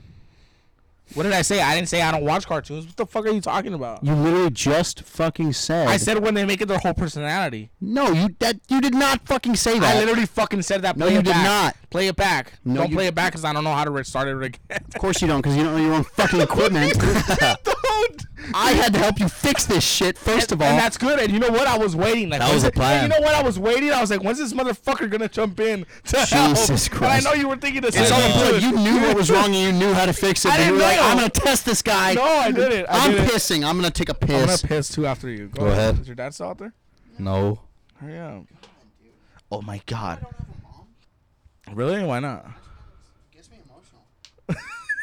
A: What did I say? I didn't say I don't watch cartoons. What the fuck are you talking about?
C: You literally just fucking said.
A: I said when they make it their whole personality.
C: no. You that you did not fucking say that.
A: I literally fucking said that.
C: No,
A: Play
C: you
A: it
C: did
A: back.
C: not.
A: Play it back.
C: No,
A: don't
C: you-
A: play it back because I don't know how to restart it again.
C: Of course you don't, because you don't know your own fucking equipment.
A: don't.
C: I had to help you fix this shit first of all.
A: And that's good. And you know what? I was waiting. Like
B: That
A: when's
B: was a
A: it-
B: plan.
A: and you know what? I was waiting. I was like, when's this motherfucker gonna jump in to help?
C: Jesus
A: And
C: Christ.
A: I know you were thinking this.
B: It's
A: I
B: all
A: know.
B: good.
C: You knew what was wrong and you knew how to fix
A: I
C: it. but you
A: didn't
C: were like,
A: know.
C: I'm gonna test this guy.
A: No, I didn't. I
C: am
A: didn't.
C: pissing. I'm gonna take a
A: I'm gonna
C: piss.
A: piss too after you. Go,
B: Go
A: ahead.
B: ahead.
A: Is your dad still out there?
B: No.
A: Hurry up. Oh my god. Really? Why not?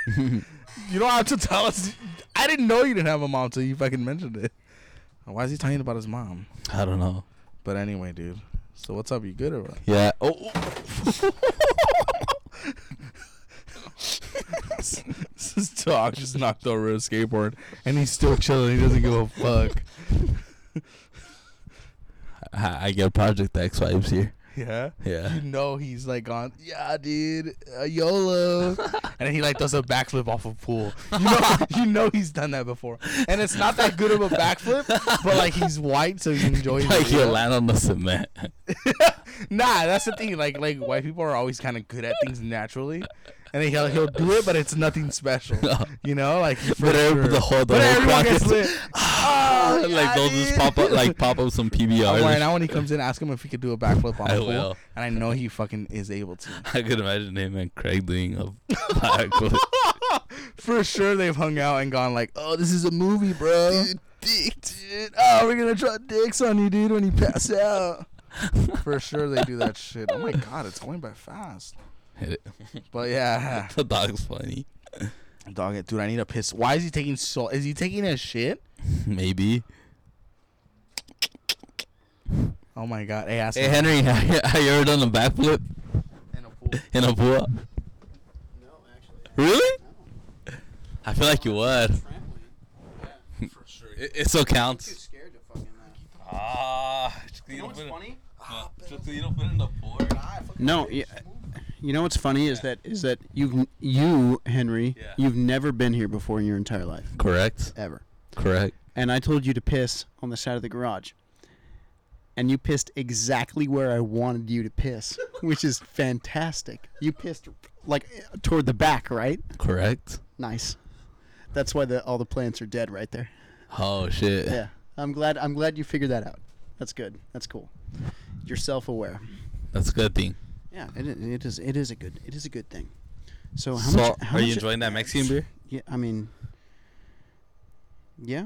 A: You don't have to tell us. I didn't know you didn't have a mom until you fucking mentioned it. Why is he talking about his mom?
B: I don't know.
A: But anyway, dude. So what's up? You good or what?
B: Yeah. Oh.
A: this dog just knocked over a skateboard, and he's still chilling. He doesn't give a fuck.
B: I, I get Project X vibes here.
A: Yeah.
B: Yeah.
A: You know he's like on. Yeah, dude. Uh, YOLO. and then he like does a backflip off a pool. You know, you know he's done that before, and it's not that good of a backflip, but like he's white, so he's enjoying.
B: Like
A: it.
B: you land on the cement.
A: Nah, that's the thing. Like like white people are always kind of good at things naturally, and then he'll he'll do it, but it's nothing special. You know, like for
B: But every-
A: sure.
B: the whole- the
A: but
B: whole
A: everyone
B: crowd
A: gets
B: gets-
A: lit. oh, yeah,
B: like they'll just
A: dude.
B: pop up, like pop up some PBRs.
A: I'm right now when he comes in, ask him if he could do a backflip on
B: I
A: the pool,
B: will.
A: and I know he fucking is able to.
B: I could imagine him and Craig doing a backflip.
A: For sure, they've hung out and gone like, "Oh, this is a movie, bro." dick, dude. Oh, we're gonna draw dicks on you, dude, when you pass out. For sure, they do that shit. Oh my god, it's going by fast.
B: Hit it.
A: But yeah,
B: The dog's funny.
A: dog it, dude. I need a piss. Why is he taking so? Is he taking a shit?
B: Maybe.
A: Oh my god. Hey, ask
B: Hey
A: him.
B: Henry, have you, have you ever done a backflip
A: In a pool.
B: in a pool? Really? I feel like you would. It, it still counts.
C: scared to fucking uh,
B: Ah, just
C: funny?
D: Ah,
B: Just you don't put in the board.
C: No, yeah, You know what's funny is that is that you you Henry,
F: Yeah.
C: you've never been here before in your entire life
B: Correct.
C: ever.
B: Correct.
C: And I told you to piss on the side of the garage. And you pissed exactly where I wanted you to piss, which is fantastic. You pissed like toward the back, right?
B: Correct.
C: Nice. That's why the all the plants are dead right there.
B: Oh shit.
C: Yeah. I'm glad I'm glad you figured that out. That's good. That's cool. You're self-aware.
B: That's a good thing.
C: Yeah, it, i- it is it is a good it is a good thing. So how
B: so,
C: much how
B: are you
C: much-
B: enjoying that Mexican beer?
C: Yeah, I mean Yeah.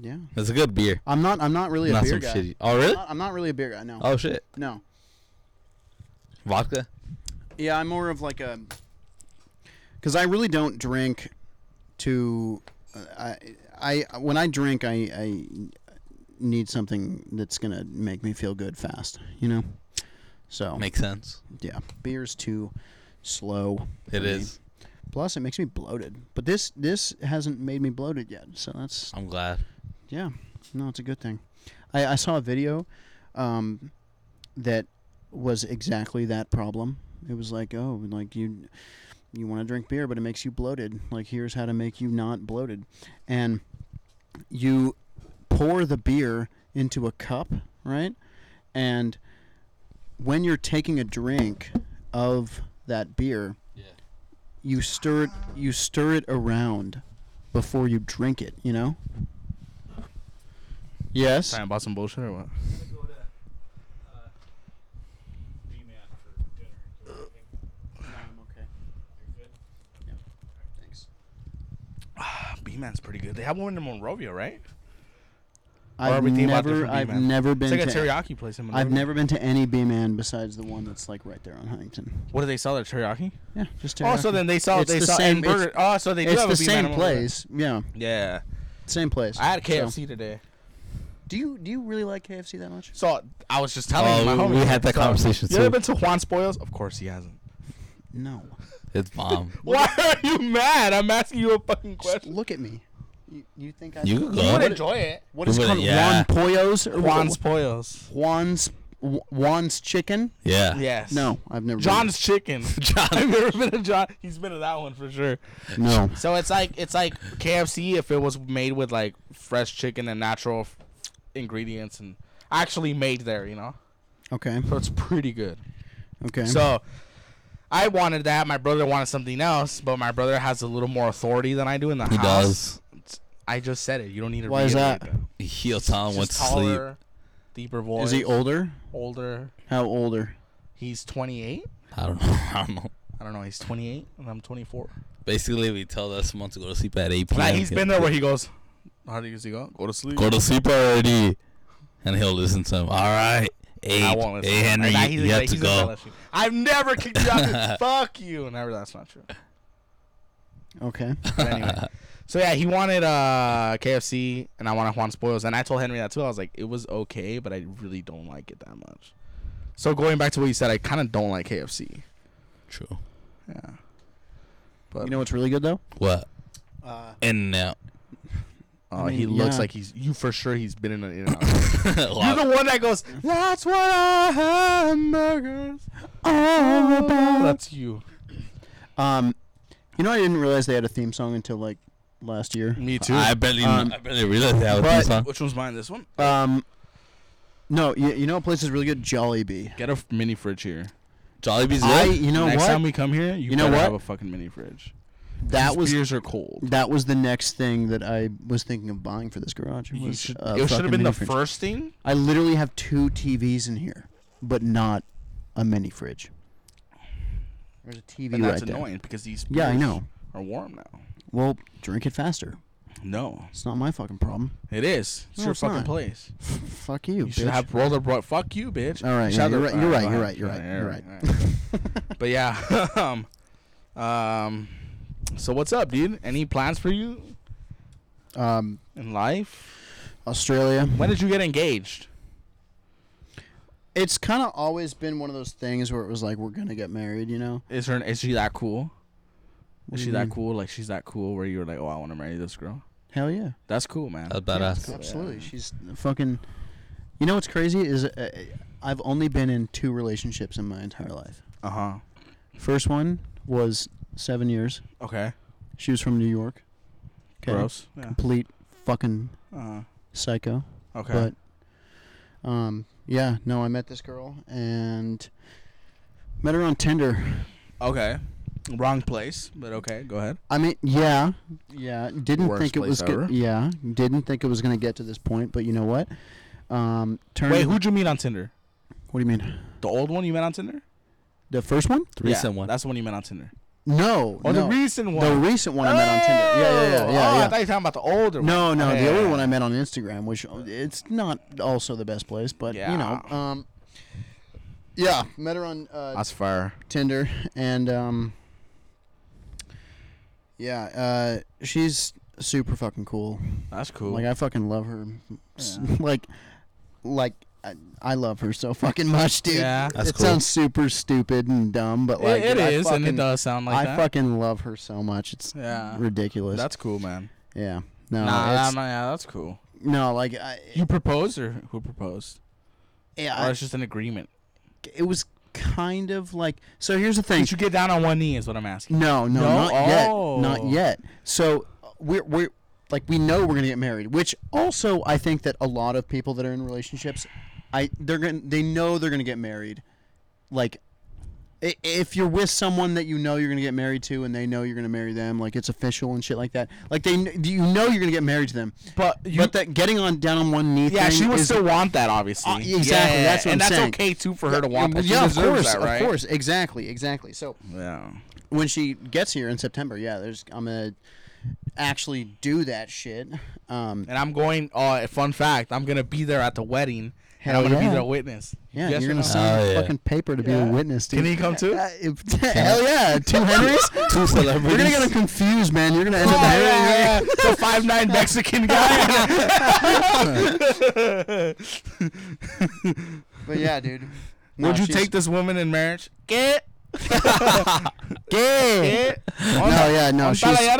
C: Yeah.
B: That's a good beer.
C: I'm not I'm not really a
B: Not
C: beer
B: some
C: guy. Uh,
B: shitty. Oh
C: I'm
B: really?
C: not, I'm not really a beer guy, no.
B: Oh shit.
C: No.
B: Vodka.
C: Yeah, I'm more of like a cuz I really don't drink to I I when I drink I I need something that's going to make me feel good fast, you know. So,
B: Makes sense.
C: yeah, beer's too slow.
B: It
C: for me.
B: is.
C: Plus, it makes me bloated. But this this hasn't made me bloated yet, so that's
B: I'm glad.
C: yeah. No, it's a good thing. I, I saw a video um, that was exactly that problem. It was like, oh, like you you want to drink beer, but it makes you bloated. Like here's how to make you not bloated, and you pour the beer into a cup, right? And when you're taking a drink of that beer,
F: Yeah.
C: you stir it you stir it around before you drink it, you know? Yes.
A: Sorry, about some bullshit or what?
D: uh,
A: B Man's pretty good. They have one in Monrovia, right? Or are
C: I've
A: we thinking about
C: never
A: different
C: I've
A: B-Man?
C: never
A: It's
C: been
A: like a
C: to
A: teriyaki place in Monrovia.
C: I've never been to any B man besides the one that's like right there on Huntington.
A: What do they sell their teriyaki?
C: Yeah, just
A: Oh,
C: teriyaki.
A: so then they sell
C: It's
A: they
C: the
A: sell
C: same-
A: and burger. Oh, so they do
C: it's
A: have
C: the
A: a B-Man
C: same
A: in Monrovia.
C: place. Yeah,
A: Yeah,
C: same place.
A: I had
C: So-
A: KFC today.
C: do you do you really like KFC that much?
A: So I was just telling
B: Oh,
A: my
B: we-
A: homie.
B: we had that
A: so-
B: conversation,
A: You ever
B: too.
A: been to Juan Spoils? Of course he hasn't.
C: No.
B: It's bomb.
A: Why are you mad? I'm asking you a fucking
C: Just
A: question.
C: look at me. You, you think I
B: You could
C: what-
B: go.
A: You would
B: What-
A: enjoy it.
C: what is it
B: Well,
C: called?
B: yeah.
C: Juan Pollos or
A: Juan
C: what-
A: Spoils.
C: Juan's Juan's chicken?
B: Yeah.
A: Yes.
C: No, I've never.
A: John's Chicken.
B: John.
A: I've never been to John. He's been to that one for sure.
C: been. no.
A: So it's like it's like KFC if it was made with like fresh chicken and natural f- ingredients and actually made there, you know.
C: Okay.
A: So it's pretty good.
C: Okay.
A: So I wanted that. My brother wanted something else, but my brother has a little more authority than I do in the
B: He
A: house.
B: does.
A: It's- I just said it. You don't need to.
C: Why is
A: reiterate
C: that?
B: He'll tell him
A: He's
B: when to
A: just
B: sleep.
A: taller, deeper voice.
C: is he older?
A: older?
C: How older?
A: He's 28.
B: I don't know. I don't know.
A: I don't know. He's 28, and I'm 24.
B: Basically, we tell that someone to go to sleep at 8 p.m.
A: Like he's
B: He'll
A: been there where he goes. How do you see go? Go to sleep.
B: go to sleep already, and he'll listen to him. All right, eight,
A: I won't listen.
B: hey Henry,
A: Nah,
B: you,
A: he's-
B: you have
A: he's
B: to
A: a
B: go.
A: fellowship. I've never kicked you out. Fuck you. Never. That's not true.
C: Okay.
A: But anyway. So yeah, he wanted uh KFC and I wanted Juan Spoils and I told Henry that too. I was like, it was okay, but I really don't like it that much. So going back to what you said, I kind of don't like KFC.
B: True.
A: Yeah.
C: You know what's really good though?
B: What?
C: Uh,
B: In and out.
A: Oh,
C: I mean,
A: he looks
C: yeah.
A: like he's you for sure. He's been in an in out. You're
B: Wow.
A: the one that goes. That's what our hamburgers are about. That's you.
C: um, you know I didn't realize they had a theme song until like last year.
A: Me too.
B: I uh, barely,
C: Um,
B: I barely realized that
C: but-
B: was this song.
A: Which one's mine? This one.
C: Um, no, you, you know what place is really good? Jollibee.
A: Get a f- mini fridge here.
B: Jollibee's
C: I,
B: good.
C: you know
A: Next
C: what?
A: time we come here, you,
C: You know
A: better
C: what?
A: have a fucking mini fridge.
C: that
A: These
C: was
A: beers are cold.
C: that was the next thing that I was thinking of buying for this garage. It
A: You
C: was
A: should,
C: a
A: it should
C: fucking
A: have been
C: mini
A: the
C: fridge.
A: first thing.
C: I literally have two TVs in here, but not a mini fridge. There's a TV
A: And that's
C: right there.
A: annoying because these beers
C: Yeah, I know.
A: are warm now.
C: Well, drink it faster.
A: No,
C: It's not my fucking problem.
A: it is. It's
C: No,
A: your
C: it's
A: fucking
C: not.
A: place.
C: Fuck you.
A: You should
C: bitch.
A: have roller bro. Fuck you, bitch.
C: All right,
A: You should
C: yeah,
A: have the-
C: you're right.
A: all
C: You're
A: go
C: right. You're right.
A: ahead.
C: You're right.
A: All
C: You're right.
A: all but yeah, um, um, so what's up, dude? Any plans for you
C: um,
A: in life?
C: Australia.
A: When did you get engaged?
C: It's kind of always been one of those things where it was like we're gonna get married, you know.
A: Is her? Is she that cool?
C: What
A: Is
C: do
A: she
C: you
A: that
C: mean?
A: cool? Like she's that cool where you were like, oh, I want to marry this girl.
C: Hell yeah.
A: That's cool, man.
B: That's
C: Yeah,
B: badass.
C: absolutely. She's fucking. You know what's crazy is uh, I've only been in two relationships in my entire life.
A: Uh huh.
C: First one was seven years.
A: Okay.
C: She was from New York. 'Kay?
A: Gross. Yeah.
C: Complete fucking
A: Uh,
C: psycho.
A: okay.
C: But um, yeah, no, I met this girl and met her on Tinder.
A: okay. Wrong place, but okay. Go ahead.
C: I mean, yeah, yeah. Didn't
A: Worst
C: think it
A: place
C: was.
A: ever.
C: Go- yeah, didn't think it was gonna get to this point, but you know what? Um, turned.
A: Wait, who'd you meet on Tinder?
C: What do you mean?
A: The old one you met on Tinder?
C: The first one?
B: Recent one.
A: That's the one you met on Tinder.
C: No.
A: Oh,
C: no.
A: the recent one.
C: The recent one I met on Tinder. Yeah, yeah, yeah,
A: Oh,
C: yeah.
A: oh,
C: yeah.
A: I thought you were talking about the older
C: No,
A: one.
C: no,
A: Yeah,
C: the
A: yeah,
C: other
A: yeah.
C: one I met on Instagram, which it's not also the best place, but you know,
A: Yeah.
C: um, yeah, met her on uh,
A: That's fire.
C: Tinder, and um, yeah, uh, she's super fucking cool.
A: That's cool.
C: Like I fucking love her. S- Like, like I, I love her so fucking much, dude.
A: Yeah. That's
C: it
B: cool.
C: sounds super stupid and dumb, but
A: It-
C: like
A: it
C: dude, I
A: is, and
C: fucking-
A: it does sound like
C: I
A: that.
C: fucking love her so much. It's
A: Yeah.
C: ridiculous.
A: That's cool, man.
C: yeah. No,
A: nah,
C: it's-
A: nah, nah, yeah, that's cool.
C: no, like I,
A: You proposed or who proposed?
C: yeah,
A: or
C: I-
A: it's just an agreement.
C: it was kind of like. So here's the thing.
A: Did you get down on one knee? Is what I'm asking.
C: No, no,
A: No?
C: not
A: Oh.
C: yet, not yet. So uh, we're we're like we know we're gonna get married, which also I think that a lot of people that are in relationships, I they're gonna they know they're gonna get married, like. i- If you're with someone that you know you're gonna get married to, and they know you're gonna marry them, like it's official and shit like that, like they kn- you know you're gonna get married to them,
A: But you,
C: but that getting on down on one knee,
A: yeah,
C: thing
A: she would
C: is,
A: still want that, obviously.
C: Uh, exactly, that's what
A: and
C: I'm
A: that's
C: saying.
A: okay too for her to want that. She
C: yeah, of
A: deserves
C: course,
A: that, right?
C: of course, exactly, exactly. So
A: Yeah.
C: when she gets here in September, yeah, there's I'm gonna actually do that shit. Um,
A: And I'm going. Uh, fun fact: I'm gonna be there at the wedding, and
C: Hell
A: I'm gonna
C: yeah.
A: be the witness.
C: yeah,
A: Yes
C: you're
A: or
C: gonna
A: no?
C: sign
B: Oh,
C: a
B: yeah.
C: fucking paper to be a witness, dude.
A: Can he come too?
C: Uh, if- hell yeah, two Henrys,
B: Two celebrities.
C: You're gonna get him confused, man. You're gonna end
A: Oh,
C: up
A: yeah, yeah, yeah.
C: marrying
A: the five nine Mexican guy.
C: But yeah, dude.
A: Would you take this woman in marriage? Get
C: gay? No, yeah, no, she's- She's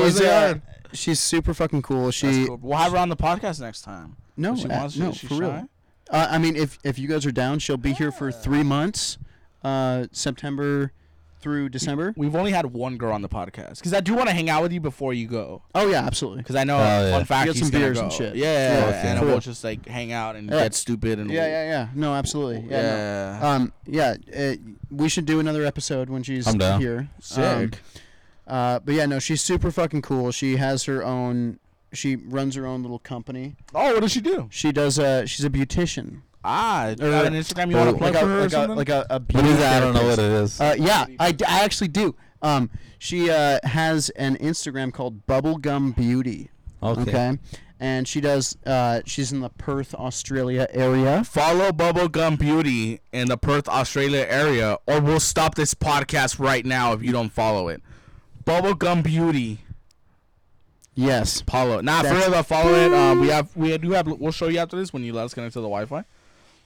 A: Where's the
C: uh,
A: yard?
C: she's super fucking cool. She
A: We'll have her on the podcast next time.
C: no,
A: She
C: uh,
A: wants to-
C: no,
A: she's
C: for real.
A: shy?
C: Uh, I mean, if if you guys are down, she'll be here for three months, uh, September through December.
A: We've only had one girl on the podcast because I do want to hang out with you before you go.
C: Oh yeah, absolutely.
A: Because I know,
B: Oh,
A: fun
B: yeah.
A: fact,
C: Get
A: he's
C: some
A: gonna
C: beers
A: go.
C: and shit.
A: Yeah, yeah,
B: Yeah,
A: yeah, and
C: cool.
A: we'll just like hang out and
C: Yeah.
A: get stupid and
C: Yeah, yeah, yeah. No, absolutely. Yeah. no.
A: yeah.
C: Um, yeah, uh we should do another episode when she's
B: I'm down.
C: here. Um,
A: Sick.
C: uh, but yeah, no, she's super fucking cool. She has her own. She runs her own little company.
A: oh, what does she do?
C: She does. Uh, she's a beautician.
A: Ah, you got an Instagram you
B: Or
A: want to
B: like
A: plug
C: a,
A: for her or
C: like a,
A: something?
C: like a, a beauty
B: What is that? I don't know what
C: therapist.
B: it is.
C: Uh, yeah, I, d- I actually do. Um, she uh, has an Instagram called Bubblegum Beauty.
B: Okay.
C: And she does. Uh, she's in the Perth, Australia area.
A: Follow Bubblegum Beauty in the Perth, Australia area, or we'll stop this podcast right now if you don't follow it. Bubblegum Beauty,
C: Yes.
A: follow. Nah, for
C: That's-
A: real, though, follow it. Um, we have, we do have. We'll show you after this when you let us connect to the Wi-Fi,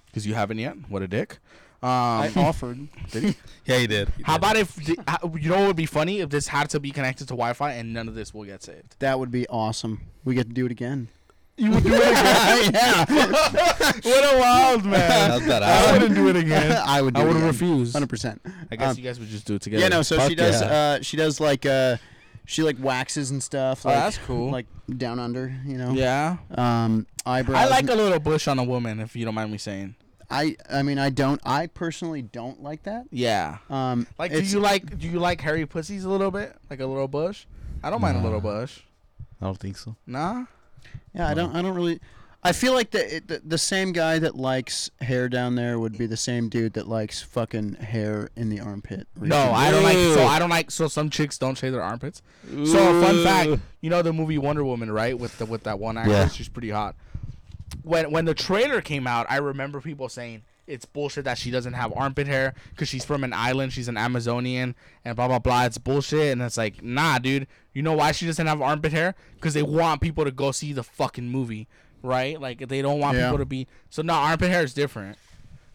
A: because you haven't yet. What a dick. Um,
C: I offered.
A: did he?
B: yeah, he did.
A: How about if the, how- you know what would be funny if this had to be connected to Wi-Fi and none of this will get saved.
C: That would be awesome. We get to do it again.
A: You would do it again. what a wild man.
B: That's not
A: I
B: happening.
A: wouldn't do it again.
C: I would. Do
A: I
C: it
A: would
C: again.
A: refuse.
C: Hundred percent. Uh,
A: I guess you guys would just do it together.
C: Um, Yeah, no. So
B: Fuck
C: she does.
B: yeah.
C: Uh, she does like uh, she like waxes and stuff.
A: Oh,
C: Like,
A: that's cool.
C: Like down under, you know.
A: Yeah.
C: Um, eyebrows.
A: I like a little bush on a woman, if you don't mind me saying.
C: I. I mean, I don't. I personally don't like that.
A: Yeah.
C: Um,
A: Like, do
C: it's,
A: you like do you like hairy pussies a little bit? Like a little bush? I don't mind a little bush.
B: I don't think so.
A: Nah.
C: Yeah, I don't. I don't really. I feel like the, it- the the same guy that likes hair down there would be the same dude that likes fucking hair in the armpit. region.
A: No, I don't like. So I don't like. So some chicks don't shave their armpits. So fun fact, you know the movie Wonder Woman, right? With the with that one actress,
B: Yeah.
A: she's pretty hot. When when the trailer came out, I remember people saying it's bullshit that she doesn't have armpit hair because she's from an island, she's an Amazonian, and blah blah blah. It's bullshit, and it's like, nah, dude. You know why she doesn't have armpit hair? Because they want people to go see the fucking movie, right? Like they don't want
C: Yeah.
A: people to be. So no, armpit hair is different.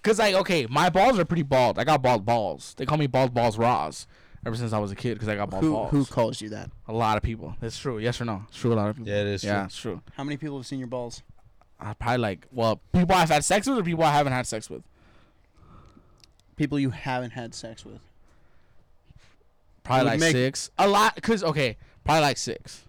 A: Cause like okay, my balls are pretty bald. I got bald balls. They call me bald balls Roz ever since I was a kid because I got bald
C: Who
A: balls.
C: who calls you that?
A: a lot of people. It's true. Yes or no? It's true. A lot of people.
B: Yeah, it is
A: Yeah,
B: true.
A: it's true.
C: How many people have seen your balls?
A: I probably like well people I've had sex with or people I haven't had sex with.
C: People you haven't had sex with.
A: Probably
C: would
A: like
C: make-
A: six. A lot, cause okay, probably like six.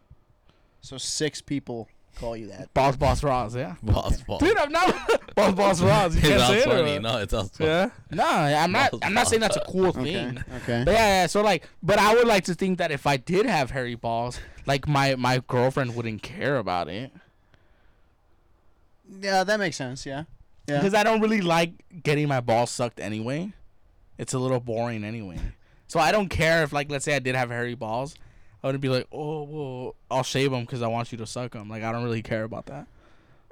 C: So six people call you that.
A: Boss, boss, Ross, yeah.
B: Boss, boss.
C: Oh.
A: Dude, I'm not boss, boss, Ross. You can't
B: it sounds
A: say
B: funny.
A: it. or-
B: No, it sounds funny.
A: Yeah. No, I'm not. I'm not saying that's a cool
C: Okay.
A: thing.
C: Okay.
A: But yeah, yeah, so like, but I would like to think that if I did have hairy balls, like my my girlfriend wouldn't care about it
C: Yeah, that makes sense. Yeah. Yeah.
A: because I don't really like getting my balls sucked anyway. It's a little boring anyway, so I don't care if like let's say I did have hairy balls, I wouldn't be like, oh, well, I'll shave them because I want you to suck them. Like I don't really care about that.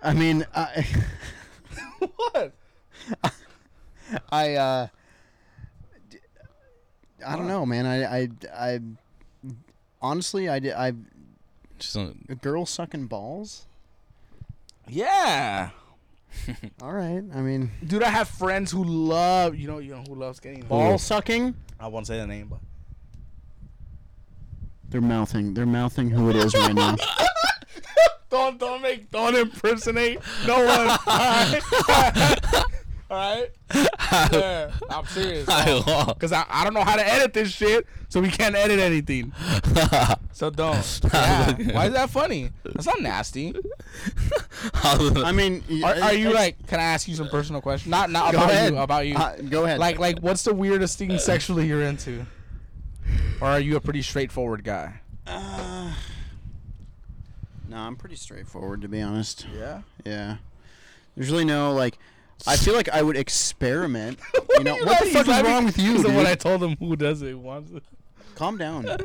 C: I mean, I,
A: What?
C: I, uh, d- I don't know, man. I, I, I honestly, I, di- I,
B: Just don't-
C: girl sucking balls.
A: Yeah,
C: All right. I mean,
A: dude, I have friends who love you know you know who loves getting
C: ball
A: balls.
C: sucking.
A: I won't say the name, but.
C: They're mouthing. They're mouthing who it is right now.
A: Don't don't make don't impersonate no one. All right, all right. Yeah, I'm serious.
B: I
A: Cause I, I don't know how to edit this shit, so we can't edit anything.
B: laugh.
A: So don't. Yeah. Why is that funny? That's not nasty.
C: I mean, y-
A: Are, are you
C: it's-
A: like? Can I ask you some personal questions? Not not
C: Go
A: about
C: ahead.
A: you. About you.
C: Uh, go ahead.
A: like like, what's the weirdest thing sexually you're into? Or are you a pretty straightforward guy?
C: no, I'm pretty straightforward to be honest.
A: Yeah.
C: Yeah. There's really no like. I feel like I would experiment. You know what the
A: He's
C: fuck is
A: laughing
C: wrong with you,
A: because of What
C: dude?
A: I told him who does it who wants it.
C: Calm down. God,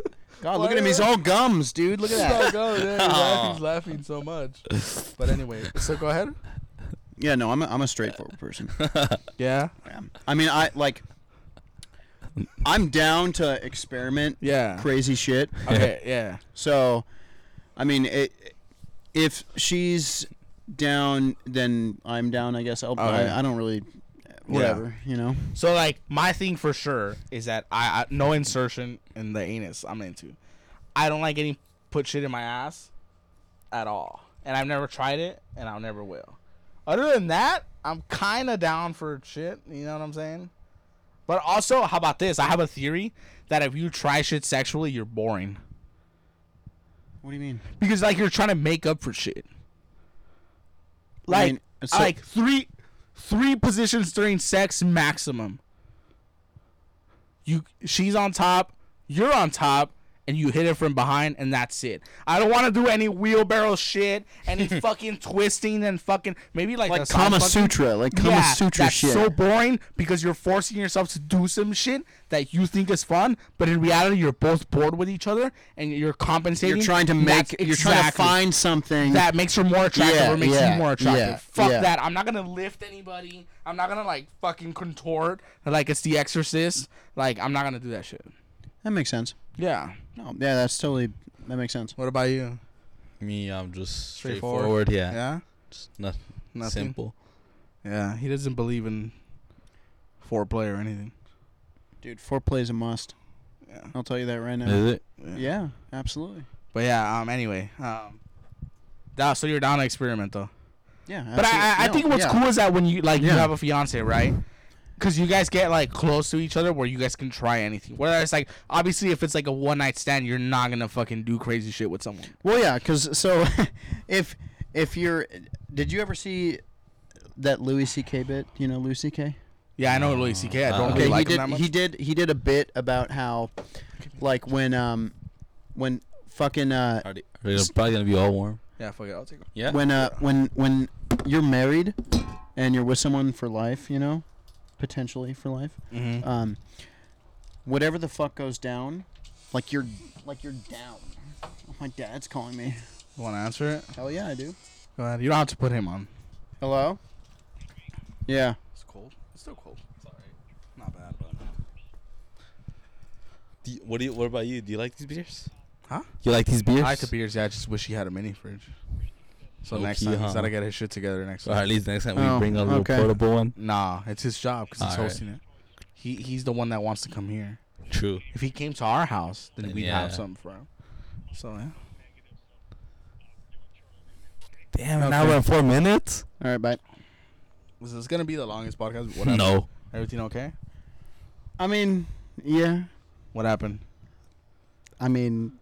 C: look
A: Why
C: at him. He's
A: would I-
C: all gums, dude. Look at that.
A: Oh, God, yeah, he's, laughing, he's laughing so much. But anyway, so go ahead.
C: Yeah, no, I'm a, I'm a straightforward person.
A: Yeah.
C: Yeah. I mean, I like. I'm down to experiment
A: Yeah.
C: crazy shit.
A: Okay. Yeah.
C: So, I mean, it, if she's down, then I'm down. I guess I'll.
A: Okay.
C: I, I don't really. Whatever, you know.
A: So like my thing for sure is that I, I no insertion in the anus. I'm into. I don't like getting put shit in my ass at all, and I've never tried it, and I will never will. Other than that, I'm kind of down for shit. You know what I'm saying? But also, how about this? I have a theory that if you try shit sexually, you're boring
C: What do you mean?
A: because like you're trying to make up for shit. Like
C: mean, so-
A: like three three positions during sex maximum. You she's on top, you're on top, and you hit it from behind, and that's it. I don't want to do any wheelbarrow shit, any fucking twisting and fucking maybe like
C: Like
A: the side
C: Kama
A: fucking-
C: Sutra, like Kama
A: yeah,
C: Sutra
A: that's
C: shit.
A: so boring because you're forcing yourself to do some shit that you think is fun, but in reality you're both bored with each other and you're compensating.
C: you're trying to
A: That's
C: make. You're trying to
A: exactly
C: find something.
A: that makes her more attractive
C: Yeah,
A: or makes
C: yeah,
A: you more attractive.
C: yeah,
A: Fuck
C: yeah.
A: that. I'm not gonna lift anybody. I'm not gonna like fucking contort like it's The Exorcist. Like I'm not gonna do that shit.
C: that makes sense.
A: Yeah.
C: No, yeah, that's totally. That makes sense.
A: What about you?
B: Me, I'm just
A: Straightforward.
B: straightforward. Yeah.
A: Yeah.
B: Just not
A: Nothing.
B: simple.
A: Yeah. He doesn't believe in foreplay or anything.
C: Dude, foreplay is a must.
A: Yeah.
C: I'll tell you that right now.
B: Is it?
C: Yeah, absolutely.
A: But yeah. Um. Anyway. Um. That, so you're down to experiment though.
C: Yeah,
A: But I, I, I
C: absolutely.
A: think
C: No,
A: what's
C: yeah.
A: cool is that when you like you
C: Yeah.
A: have a fiance, right? Because you guys get like close to each other, where you guys can try anything. Whether it's like obviously if it's like a one night stand, you're not gonna fucking do crazy shit with someone.
C: Well, yeah, because so if if you're, did you ever see that Louis C.K. bit? You know Louis C.K.
A: Yeah, I know Louis C.K. I don't
B: Uh,
A: really
C: he
A: Oh, like him
C: did.
A: that much.
C: He did. He did a bit about how, like when um, when fucking uh,
B: Are they, are they probably gonna be all warm?
A: yeah, fuck it, I'll take him.
B: Yeah.
C: when uh when when you're married and you're with someone for life, you know, potentially for life.
A: Mhm.
C: Um, whatever the fuck goes down, like you're like you're down. My dad's calling me.
A: Want to answer it?
C: Hell yeah, I do.
A: Go ahead. You don't have to put him on.
C: Hello. Yeah.
A: It's cold. It's still cold. It's alright. Not bad, but
B: Do you- what do you? What about you? Do you like these beers?
A: Huh?
B: You like these beers?
A: I like the beers. Yeah, I just wish he had a mini fridge. So
B: Low
A: next
B: key,
A: time
B: huh?
A: he's gotta get his shit together next
B: Or
A: time.
B: at least next time we
C: Oh,
B: bring a little
C: okay.
B: portable one.
A: Nah, it's his job because he's
B: All right.
A: hosting it. He he's the one that wants to come here.
B: True.
A: If he came to our house, then
B: Then
A: we'd have
B: yeah.
A: something for him. So yeah.
B: Damn,
C: an
B: an
C: hour
B: hour and four minutes?
C: All right. Bye.
A: This is gonna be the longest podcast. Whatever.
B: No.
A: Everything okay?
C: I mean, yeah.
A: What happened?
C: I mean,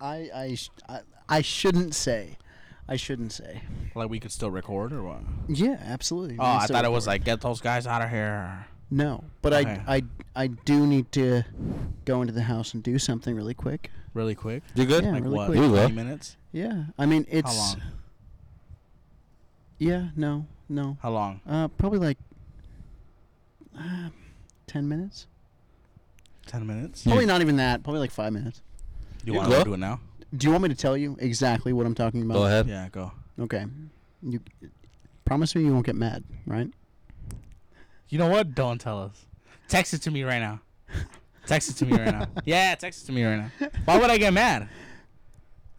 C: I I sh- I, I shouldn't say. I shouldn't say.
A: Like we could still record or what?
C: Yeah, absolutely.
A: Oh, I thought it was like get those guys out of here.
C: No, but
A: Okay.
C: I, I I do need to go into the house and do something really quick.
A: Really quick.
B: You good?
C: Yeah,
A: Like
C: really
A: what?
C: quick.
B: Here we go.
A: 20 minutes?
C: Yeah, I mean
A: How
C: it's.
A: long?
C: Yeah, no, no.
A: How long?
C: Uh, probably like uh, ten minutes.
A: 10 minutes?
B: Yeah.
C: Probably not even that. Probably like five minutes.
A: You
B: You
A: want
B: go?
A: to do it now?
C: Do you want me to tell you exactly what I'm talking about?
B: Go ahead.
A: Yeah, go.
C: Okay. You promise me you won't get mad, right?
A: You know what? Don't tell us. Text it to me right now. Text it to me right now. Yeah, text it to me right now. Why would I get mad?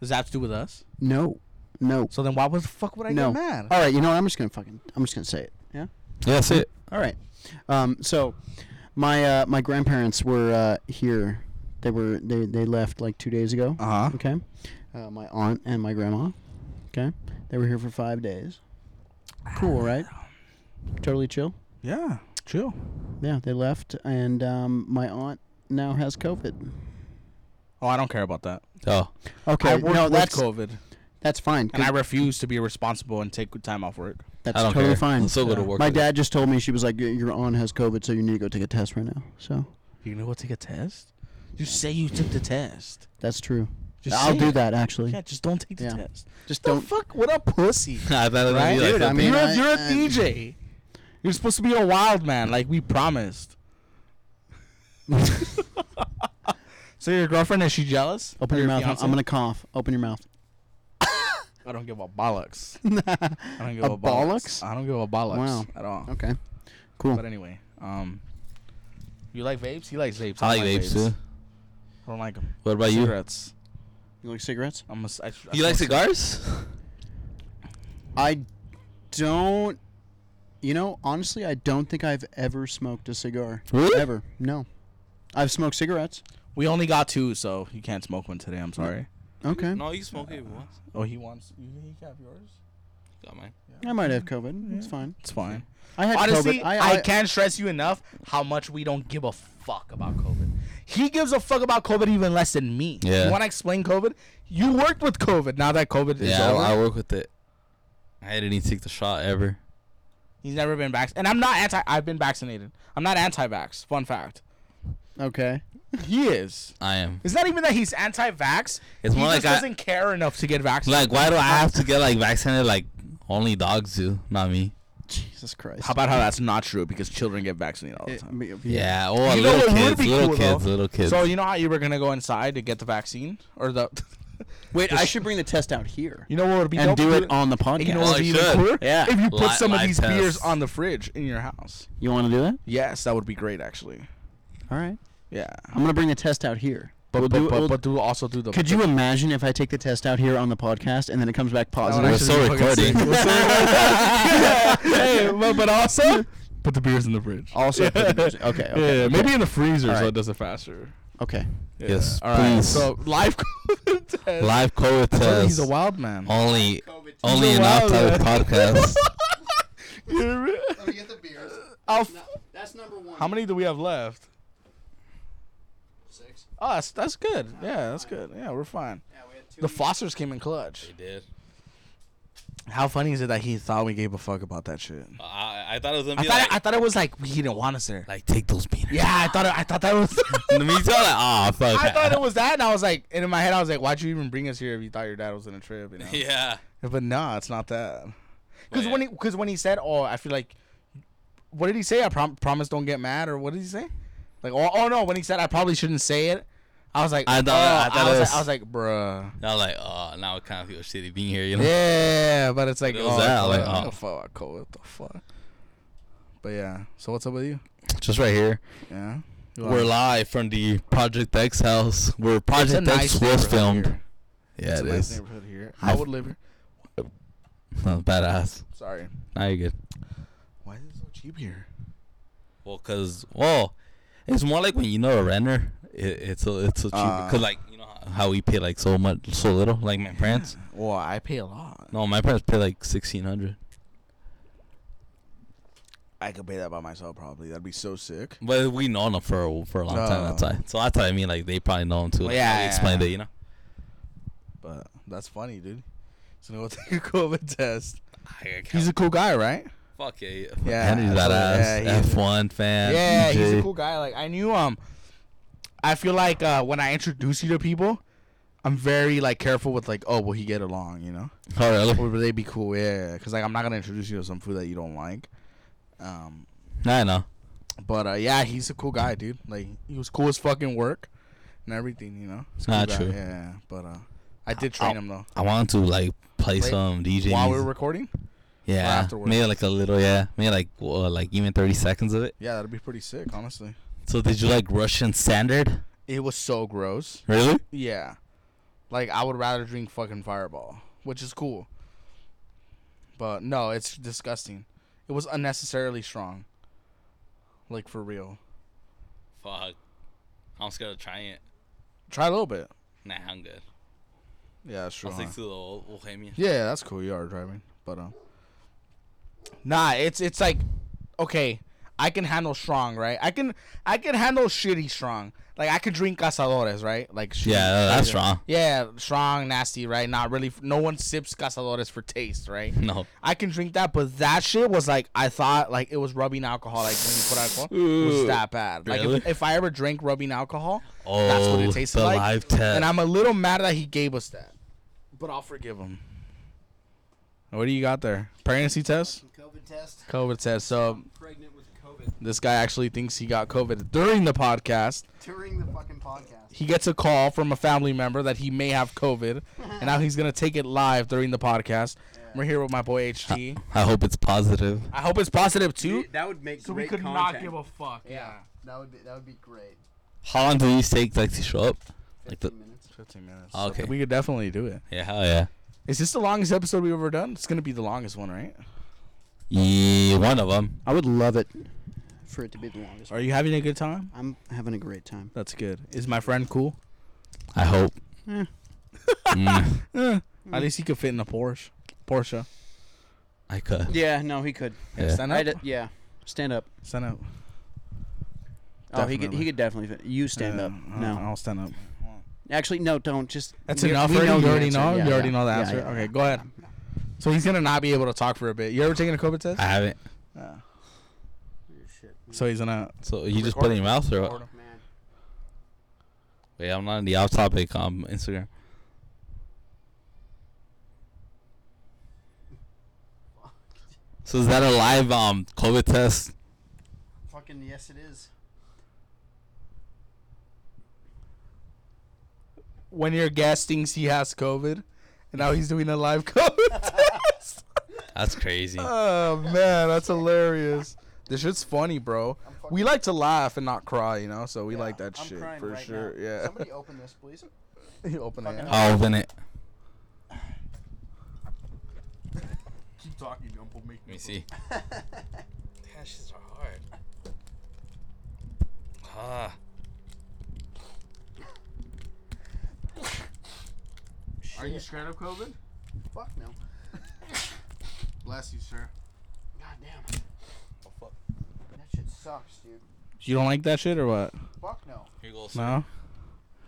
A: Does that have to do with us?
C: No. No.
A: So then why was the fuck would I
C: no.
A: get mad?
C: All right, you know what? I'm just going to fucking I'm just going to say it. Yeah.
B: Yeah, that's it.
C: All right. Um so my uh my grandparents were uh here. They were they they left like 2 days ago.
A: Uh
B: Uh-huh.
A: huh.
C: Okay. Uh, my aunt and my grandma. Okay. They were here for 5 days. Cool, right? Totally chill.
A: Yeah. Chill.
C: Yeah, they left and um my aunt now has covid.
A: Oh, I don't care about that.
B: Oh,
C: Okay,
A: I work
C: no,
A: with
C: that's
A: COVID,
C: that's fine.
A: and I refuse to be responsible and take time off work.
C: That's
B: I don't
C: totally
B: care.
C: fine.
B: I'm still go to
A: Yeah.
B: work.
C: My
B: with it.
C: dad just told me she was like, "Your- "Your aunt has COVID, so you need to go take a test right now." So
A: You gonna go take a test? You say you took the test.
C: that's true.
A: Just
C: I'll
A: say
C: do
A: it.
C: that actually.
A: Yeah, just don't take the
C: Yeah.
A: test.
C: Just
A: The
C: don't.
A: fuck? What a pussy.
B: I thought it was
A: Right?
B: gonna be like
C: Dude, I
B: that.
C: mean-
A: you're, a-
C: I-
A: you're a
C: I-
A: DJ. You're supposed to be a wild man, like we promised. so your girlfriend is she jealous?
C: Open
A: Or
C: your mouth. I'm-
A: fiance?
C: I'm gonna cough. Open your mouth.
A: I don't give a bollocks. I don't give
C: A
A: a, bollocks.
C: bollocks?
A: I don't give a bollocks
C: Wow.
A: at all.
C: Okay. Cool.
A: But anyway, um, you like vapes? He likes vapes.
B: I like vapes too.
A: I don't like 'em.
B: What about you?
A: Cigarettes.
C: You like cigarettes?
A: I'm a, s- I, I
B: You like
A: smoke
B: cigars?
C: I don't. You know, honestly, I don't think I've ever smoked a cigar.
B: Really?
C: Ever? No. I've smoked cigarettes.
A: cig- We only got two, so you can't smoke one today. I'm sorry.
C: Okay.
F: No, you smoke it if you want.
A: Oh, he wants. You think he have yours?
F: Got mine.
C: I might have COVID. It's fine.
A: It's fine.
C: I had
A: Honestly,
C: COVID.
A: I, can't stress you enough how much we don't give a fuck about COVID. He gives a fuck about COVID even less than me.
B: Yeah.
A: You want to explain COVID? You worked with COVID. Now that COVID is
B: Yeah,
A: over,
B: I, I work with it. I didn't even take the shot ever.
A: he's never been vaccinated. And I'm not anti. I've been vaccinated. I'm not anti-vax. Fun fact.
C: Okay.
A: He is.
B: I am.
A: It's not even that he's anti-vax.
B: It's
A: he
B: more
A: just
B: like I-
A: doesn't care enough to get vaccinated.
B: Like, why do I have to get like vaccinated? Like, only dogs do, not me.
C: Jesus Christ.
A: how about how that's not true because children get vaccinated all the
C: It-
A: time.
B: Yeah. Oh,
A: You know
B: little
A: what would
B: kids,
A: be
B: little
A: cool,
B: kids,
A: though?
B: little kids.
A: So you know how you were gonna go inside to get the vaccine or the.
C: Wait, I should bring the test out here
A: You know what would be dope?
C: and do it on the podcast.
A: You know
B: Oh,
A: what would
B: I
A: be even
B: should.
A: cooler?
C: Yeah.
A: If you put
B: Li-
A: some of
B: live
A: these beers
B: tests.
A: on the fridge in your house.
C: You want to do that?
A: Yes, that would be great actually.
C: All right.
A: Yeah.
C: I'm gonna bring the test out here.
A: But
C: We'll
A: but,
C: do-
A: but,
C: we'll-
A: but do also do the
C: could you imagine if I take the test out here on the podcast and then it comes back
A: That would
C: positive?
B: We're
A: actually
B: still
A: be fucking
B: recording.
A: sick. We're still recording. Hey, but, but also put the beers in the fridge.
C: Also put the beers in- okay, okay, okay.
A: in the freezer
C: All right.
A: does it faster.
C: okay.
A: Yeah.
B: Yes,
A: All right.
B: please.
A: So live COVID test.
B: Live COVID
A: So
B: test.
A: He's a wild man.
B: Only,
E: COVID
B: only
A: He's a
B: an
A: wild
B: off-topic
A: man.
B: podcast.
E: Let me get the beers.
A: I'll f-
E: That's number one.
A: How many do we have left?
E: Six.
A: Oh, that's, that's good. Yeah, that's good. Yeah, we're fine.
E: Yeah, we had two.
A: The Fosters came in clutch.
B: did.
A: How funny is it that he thought we gave a fuck about that shit?
B: I, I thought it was gonna
A: I thought I thought it was like he didn't want us there.
B: like take those peanuts.
A: Yeah, I thought it, I thought that was.
B: me too. Like, ah, fuck.
A: I thought it was that, and I was like, and in my head, I was like, why'd you even bring us here if you thought your dad was on a trip? You know?
B: Yeah.
A: But nah, it's not that. Because
B: Well,
A: when he
B: yeah.
A: because when he said, oh, I feel like, what did he say? I prom- promise don't get mad, or what did he say? Like, oh, oh no, when he said I probably shouldn't say it, I was like,
B: I thought-
A: oh,
B: I thought it
A: was,
B: was-
A: like, I was like, bruh.
B: I was like, oh, now I kind of feel shitty being here. You know.
A: Yeah, but it's like,
B: It
A: oh,
B: was that,
A: cool,
B: like,
A: I don't
B: oh.
A: fuck about COVID, what the fuck. But yeah, so what's up with you?
B: Just right here.
A: Yeah, You
B: We're
A: are-
B: live from the Project X house where
A: It's a
B: Project X
A: nice
B: was
A: neighborhood
B: filmed.
A: here.
B: Yeah,
A: It's
B: it
A: a nice
B: is.
A: neighborhood here.
B: I-
A: I would live here.
B: That was badass.
A: Sorry.
B: Now you're good.
A: Why is it so cheap here?
B: Well, cause well, it's more like when you know a renter, it, it's so it's so cheap.
A: Uh.
B: cause like you know how we pay like so much, so little. Like my parents.
A: Well, I pay a lot.
B: No, my parents pay like sixteen hundred.
A: I could pay that by myself probably. That'd be so sick.
B: But we known him for a- for a long time. That's
A: Oh.
B: why. So that's what I mean. Like they probably know him too.
A: Well,
B: like,
A: yeah,
B: how we
A: yeah,
B: explained
A: yeah.
B: it. You know.
A: But that's funny, dude. So now we'll take a COVID test.
B: I
A: He's a cool guy, right?
B: fuck yeah. Yeah.
A: Yeah,
B: Henry's
A: absolutely.
B: that ass.
A: Yeah, he's-
B: F1 fan.
A: Yeah, he's a
B: DJ.
A: cool guy. Like I knew um I feel like uh when I introduce you to people, I'm very like careful with like, oh will he get along, you know?
B: Oh, really?
A: Or will they be cool? Yeah, because like I'm not gonna introduce you to some food that you don't like. Um,
B: I know.
A: but uh, yeah, he's a cool guy, dude. Like he was cool as fucking work and everything, you know. He's a cool
B: Nah,
A: guy,
B: true.
A: Yeah, but uh, I did train
B: Ow.
A: him though
B: I wanted to like play
A: Play-
B: some DJ.
A: while we
B: music.
A: were recording.
B: yeah.
A: afterwards.
B: Maybe like a little. Yeah. Maybe like uh, like even thirty seconds of it.
A: Yeah, that'd be pretty sick, honestly.
B: So did you like Russian standard?
A: It was so gross.
B: Really?
A: Yeah. Like I would rather drink fucking Fireball, which is cool. But no, it's disgusting. It was unnecessarily strong. Like for real.
F: Fuck. I'm scared of trying it.
A: Try a little bit.
F: Nah, I'm good.
A: Yeah, that's true.
F: I'll stick
A: huh?
F: to the old Bohemia.
A: Yeah, that's cool. You are driving, but um, nah, it's it's like, okay, I can handle strong, right? I can I can handle shitty strong. Like I could drink cazadores, right? Like shitty-
B: Yeah, that's strong.
A: Yeah, strong, nasty, right? Not really. No one sips cazadores for taste, right?
B: No.
A: I can drink that, but that shit was like I thought like it was rubbing alcohol. Like when you put alcohol, it was that bad. Like
B: Really?
A: if, if I ever drank rubbing alcohol,
B: Oh,
A: that's what it tasted
B: the
A: like.
B: live test.
A: And I'm a little mad that he gave us that, but I'll forgive him. What do you got there? Pregnancy test,
E: COVID test.
A: COVID test. So
E: Pregnant with COVID
A: this guy actually thinks he got COVID during the podcast.
E: during the fucking podcast.
A: He gets a call from a family member that he may have COVID, and now he's gonna take it live during the podcast. We're here with my boy HT.
B: I hope it's positive.
A: I hope it's positive too.
C: That would make
A: So we
C: great
A: could
C: content.
A: not give a fuck.
E: Yeah, that would be that would be great.
B: How long do these take like to show up? Like the,
E: Fifteen minutes.
A: 15 minutes.
B: Okay.
A: Uh, We could definitely do it.
B: yeah, hell yeah.
A: Is this the longest episode we've ever done? It's going to be the longest one, right?
B: Yeah, one of them.
C: I would love it for it to be the longest.
A: Are you having a good time?
C: I'm having a great time.
A: That's good. Is my friend cool?
B: I hope.
C: Eh.
B: Mm,
A: At least he could fit in a Porsche. Porsche.
B: I could.
C: Yeah, no, he could.
A: Yeah,
B: Yeah.
A: Stand up.
C: I d- yeah, stand up.
A: Stand up.
C: Oh, he could. He
A: Definitely.
C: could definitely. Fit. You stand
A: Uh,
C: up.
A: I'll-
C: No,
A: I'll stand up.
C: actually, no. Don't. Just.
A: That's
C: we-
A: enough.
C: we
A: already? you
C: the
A: already
C: answer.
A: know.
C: Yeah,
A: you already
C: yeah.
A: know the
C: Yeah,
A: answer.
C: yeah.
A: Okay, go ahead. So he's gonna not be able to talk for a bit. You ever taken a COVID test?
B: I haven't.
A: Uh, so he's gonna.
B: So you just put in your mouth or what?
E: Man,
B: Wait, I'm not on the off topic on Instagram. So is that a live um COVID test?
E: fucking yes, it is.
A: When your guest thinks he has COVID, and now he's doing a live COVID test.
B: That's crazy.
A: Oh man, that's hilarious. This shit's funny, bro. We like to laugh and not cry, you know, so we like that
E: I'm
A: shit
E: crying
A: for
E: right
A: sure.
E: now.
A: Yeah.
E: Somebody open this, please.
A: you open it.
B: I'll open it.
E: Keep talking, Uncle. Make
F: Let me see. Damn, shits are hard. Ah.
E: Are you scared?
A: of COVID?
E: Fuck no.
A: Bless you, sir.
E: God damn.
F: Oh, fuck.
E: That shit sucks, dude.
A: You don't like that shit or what?
E: Fuck no.
F: Here goes.
A: No.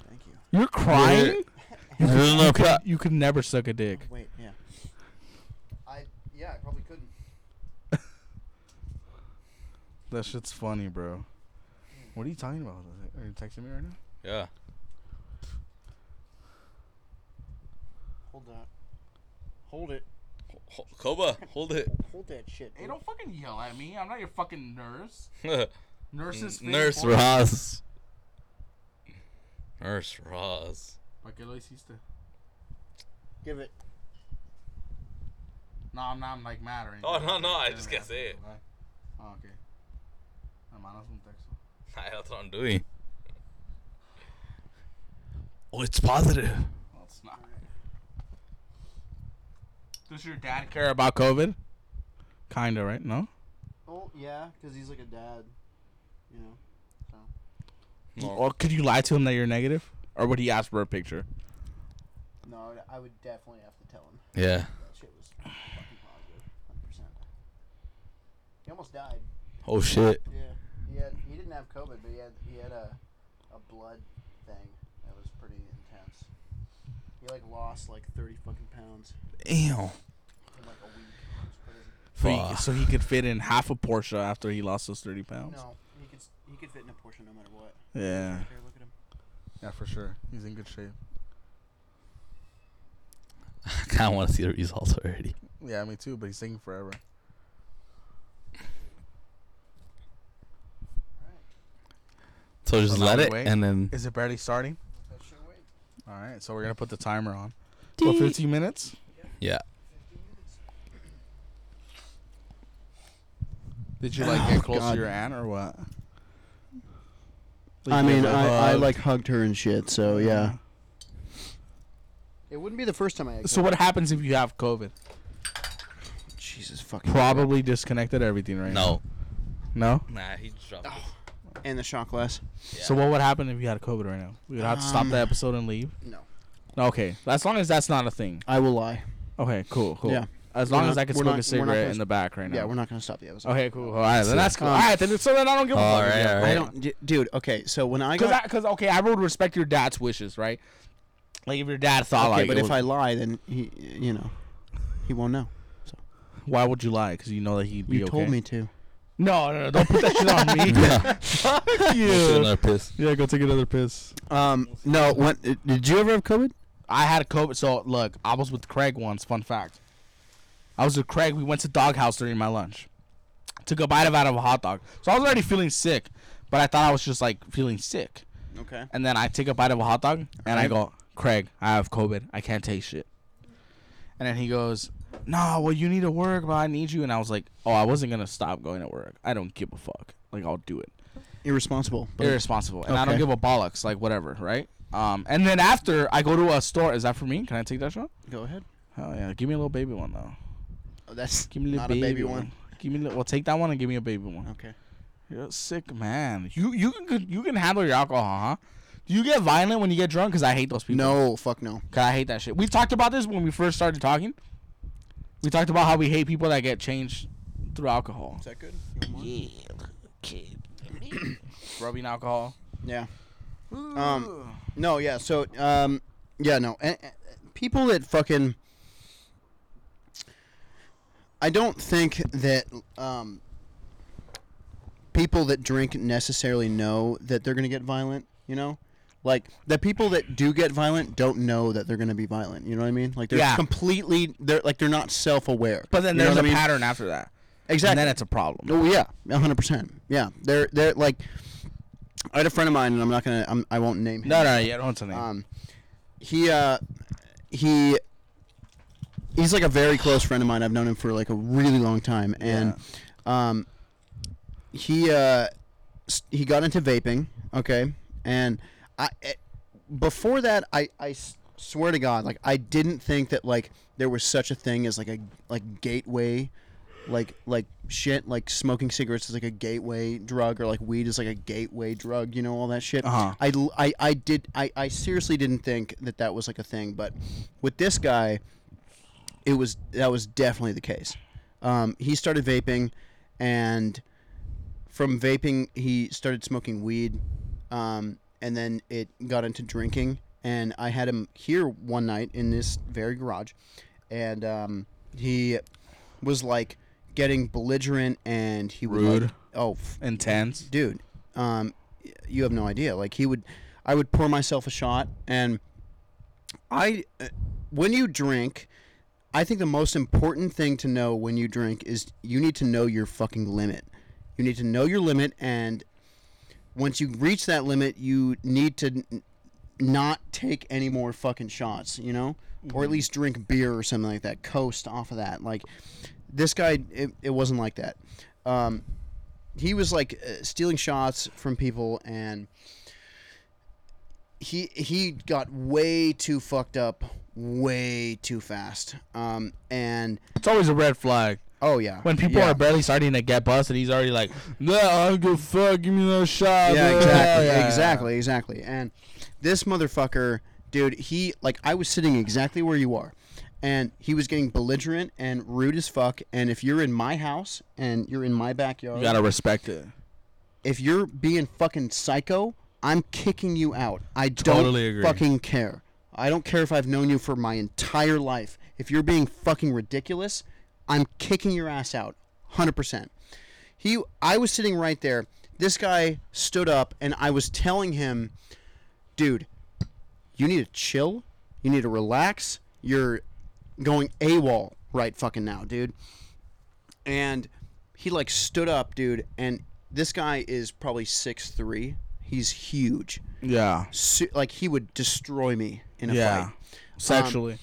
E: Thank you.
A: You're crying?
B: There's no pro-
A: You could never suck a dick.
C: Wait. Yeah.
E: I yeah, I probably couldn't.
A: That shit's funny, bro. What are you talking about? Are you texting me right now?
F: Yeah.
E: Hold that. Hold it.
F: Ho- Koba, hold it.
E: Hold that shit.
A: Hey, don't fucking yell at me. I'm not your fucking nurse. Nurses.
F: Nurse Ross. Nurse Ross.
A: ¿Para qué lo hiciste?
E: Give it.
A: No, I'm not I'm like mad or anything.
F: Oh, no, no, I just can't say it.
A: Oh, okay. Me mandas un texto.
F: That's what I'm doing.
B: Oh, it's positive.
A: Well, it's not. Does your dad care about COVID? Kinda, right? No.
E: Oh yeah, because he's like a dad. You know.
A: Or could you lie to him that you're negative, or would he ask for a picture?
E: No, I would- I would definitely have to tell him
B: Yeah.
E: that shit was fucking positive, hundred percent. He almost died.
B: Oh shit.
E: Yeah. He had he didn't have COVID, but he had he had a a blood thing that was pretty intense. He like lost like thirty fucking pounds
B: Ew.
E: in like a week. It was crazy.
A: So he,
B: Fuck.
A: so he could fit in half a Porsche after he lost those thirty pounds.
E: No, he could s- he could fit in a Porsche no matter what.
A: Yeah,
E: Here, look at him.
A: yeah, for sure. He's in good shape.
B: I kind of want to see the results already.
A: Yeah, me too. But he's taking forever.
B: So just
A: Well, now
B: let
A: we
B: it,
A: wait.
B: and then
A: Is it barely starting?
E: That shit wait.
A: All right, so we're gonna put the timer on. What, fifteen minutes?
B: yeah.
A: Did you like get close
C: God.
A: to your aunt or what?
C: I
A: you
C: mean,
A: guys,
C: I, I
A: hugged?
C: like hugged her and shit. So yeah.
E: It wouldn't be the first time I.
A: So what happens if you have COVID?
C: Jesus fucking.
A: Probably disconnected everything right
B: No.
A: now. No.
F: Nah, he dropped. it.
C: And the shot glass.
F: Yeah.
A: So what would happen if you had COVID right now? We would have to stop
C: Um,
A: the episode and leave.
E: No.
A: Okay, as long as that's not a thing.
C: I will lie.
A: Okay, cool, cool.
C: Yeah.
A: As long
C: We're
A: as
C: not-
A: I can
C: we're
A: smoke
C: not- we're
A: a
C: not
A: cigarette
C: gonna-
A: in the back right now.
C: Yeah, we're not gonna stop the episode.
A: Okay, cool. All right, then that's cool.
C: Um,
A: all right, then so then I don't give a
B: All
A: fuck. if you
B: right,
A: have
B: all
A: COVID.
B: right.
C: I don't, d- dude. Okay, so when I
A: Cause,
C: got
A: I, cause okay, I would respect your dad's wishes, right? Like if your dad thought
C: okay,
A: like,
C: but
A: it
C: if
A: was-
C: I lie, then he, you know, he won't know.
A: why would you lie? Cause you know that he'd be
C: you
A: okay.
C: told me to.
A: No, no, no, don't put that shit on me. Fuck
B: Let's do
A: you.
B: another piss.
A: Yeah, go take another piss.
C: Um, no. When uh, did you ever have COVID?
A: I had COVID, so look, I was with Craig once. Fun fact: I was with Craig. We went to Doghouse during my lunch. Took a bite of out of a hot dog, so I was already feeling sick, but I thought I was just like feeling sick.
C: Okay.
A: And then I take a bite of a hot dog and I go, Craig, I have COVID. I can't taste shit. And then he goes, No, well, you need to work, but I need you. And I was like, Oh, I wasn't going to stop going to work. I don't give a fuck. Like, I'll do it.
C: Irresponsible. but-
A: Irresponsible. And I don't
C: Okay.
A: give a bollocks. Like, whatever, right? Um, and then after, I go to a store. Is that for me? Can I take that shot?
C: Go ahead.
A: Oh, yeah. Give me a little baby one, though.
C: Oh, that's
A: Give me a little
C: not a baby one.
A: Give me a little, well, take that one and give me a baby one.
C: Okay.
A: You're a sick man. You you can you can handle your alcohol, huh? Do you get violent when you get drunk? Cause I hate those people.
C: No, fuck no.
A: Cause I hate that shit. We talked about this when we first started talking. We talked about how we hate people that get changed through alcohol.
C: that good?
A: Yeah, kid. Rubbing alcohol.
C: Yeah. Um. No. Yeah. So. Um. Yeah. No. And, people that fucking. I don't think that um. People that drink necessarily know that they're gonna get violent. You know. Like the people that do get violent don't know that they're gonna be violent. You know what I mean? Like they're
A: Yeah.
C: completely they're like they're not self aware.
A: But then there's a pattern after that.
C: Exactly.
A: And then it's a problem.
C: Oh yeah, a hundred percent. Yeah, they're they're like, I had a friend of mine, and I'm not gonna, I'm, I won't name him.
A: No, no, yeah, don't tell me.
C: Um, he uh, he he's like a very close friend of mine. I've known him for like a really long time, and um, he uh, s- he got into vaping. Okay, and I it, before that, I I s- swear to God, like I didn't think that like there was such a thing as like a like gateway. Like like shit like smoking cigarettes is like a gateway drug or like weed is like a gateway drug you know all that shit
A: Uh-huh.
C: I, l- I, I did I, I seriously didn't think that that was like a thing but with this guy it was that was definitely the case um, he started vaping and from vaping he started smoking weed um, and then it got into drinking and i had him here one night in this very garage and um, he was like getting belligerent and he would like-
A: Rude.
C: oh f-
A: Intense.
C: dude um y- you have no idea like he would i would pour myself a shot and i uh, when you drink i think the most important thing to know when you drink is you need to know your fucking limit you need to know your limit and once you reach that limit you need to n- not take any more fucking shots you know or at least drink beer or something like that coast off of that like this guy it, it wasn't like that um he was like uh, stealing shots from people and he he got way too fucked up way too fast um and
A: It's always a red flag.
C: oh yeah
A: When people
C: yeah.
A: are barely starting to get busted, he's already
B: Oh,
A: like, "No, I don't give a fuck. Give me another shot."
C: yeah
A: bro."
C: exactly
A: Yeah, yeah.
C: exactly exactly and this motherfucker dude he like i was sitting exactly where you are and he was getting belligerent and rude as fuck. And if you're in my house and you're in my backyard,
A: You gotta respect it.
C: if you're being fucking psycho, I'm kicking you out. I
A: Totally
C: don't
A: agree.
C: fucking care. I don't care if I've known you for my entire life. If you're being fucking ridiculous, I'm kicking your ass out. 100%. He I was sitting right there. This guy stood up and I was telling him, "Dude, you need to chill. You need to relax. You're going AWOL right fucking now, dude." and he like stood up, dude, and this guy is probably six three. He's huge.
A: Yeah.
C: Su- like he would destroy me in a
A: Yeah.
C: fight.
A: Sexually.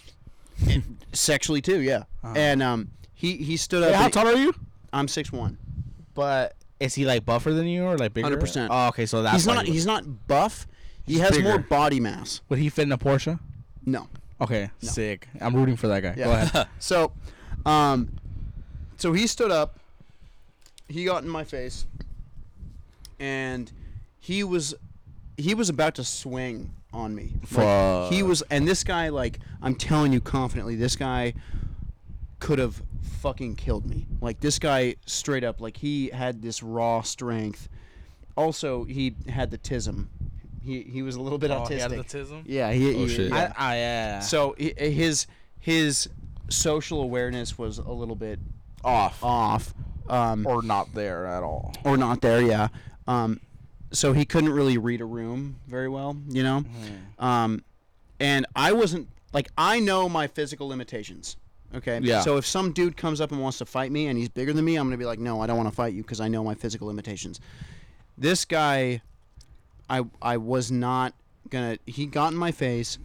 C: Sexually too, yeah. And um he he stood up.
A: Hey, Uh-huh. how
C: and-
A: tall are you?
C: I'm six one.
A: But is he like buffer than you or like bigger?
C: 100%.
A: Oh, okay, so that's
C: He's
A: why
C: not
A: he was-
C: he's not buff. He has more
A: bigger.
C: body mass.
A: Would he fit in a Porsche?
C: No.
A: Okay, sick. I'm rooting for that guy. Go ahead.
C: So, um, so he stood up. He got in my face, and he was he was about to swing on me. Like, he
A: Fuck.
C: was, and this guy, like, I'm telling you confidently, this guy could have fucking killed me. Like this guy, straight up, like he had this raw strength. Also, he had the tism. He he was a little bit autistic. Yeah,
A: Oh,
C: he. he-
B: shit.
C: yeah.
A: I, I, Ah, yeah.
C: So hi- his his social awareness was a little bit
A: off
C: off, um, or,
A: or not there at all.
C: not there. Yeah. Um, so he couldn't really read a room very well, you know. Um, and I wasn't like I know my physical limitations. Okay.
A: Yeah.
C: So if some dude comes up and wants to fight me and he's bigger than me, I'm gonna be like, no, I don't want to fight you because I know my physical limitations. This guy I I was not gonna. He got in my face.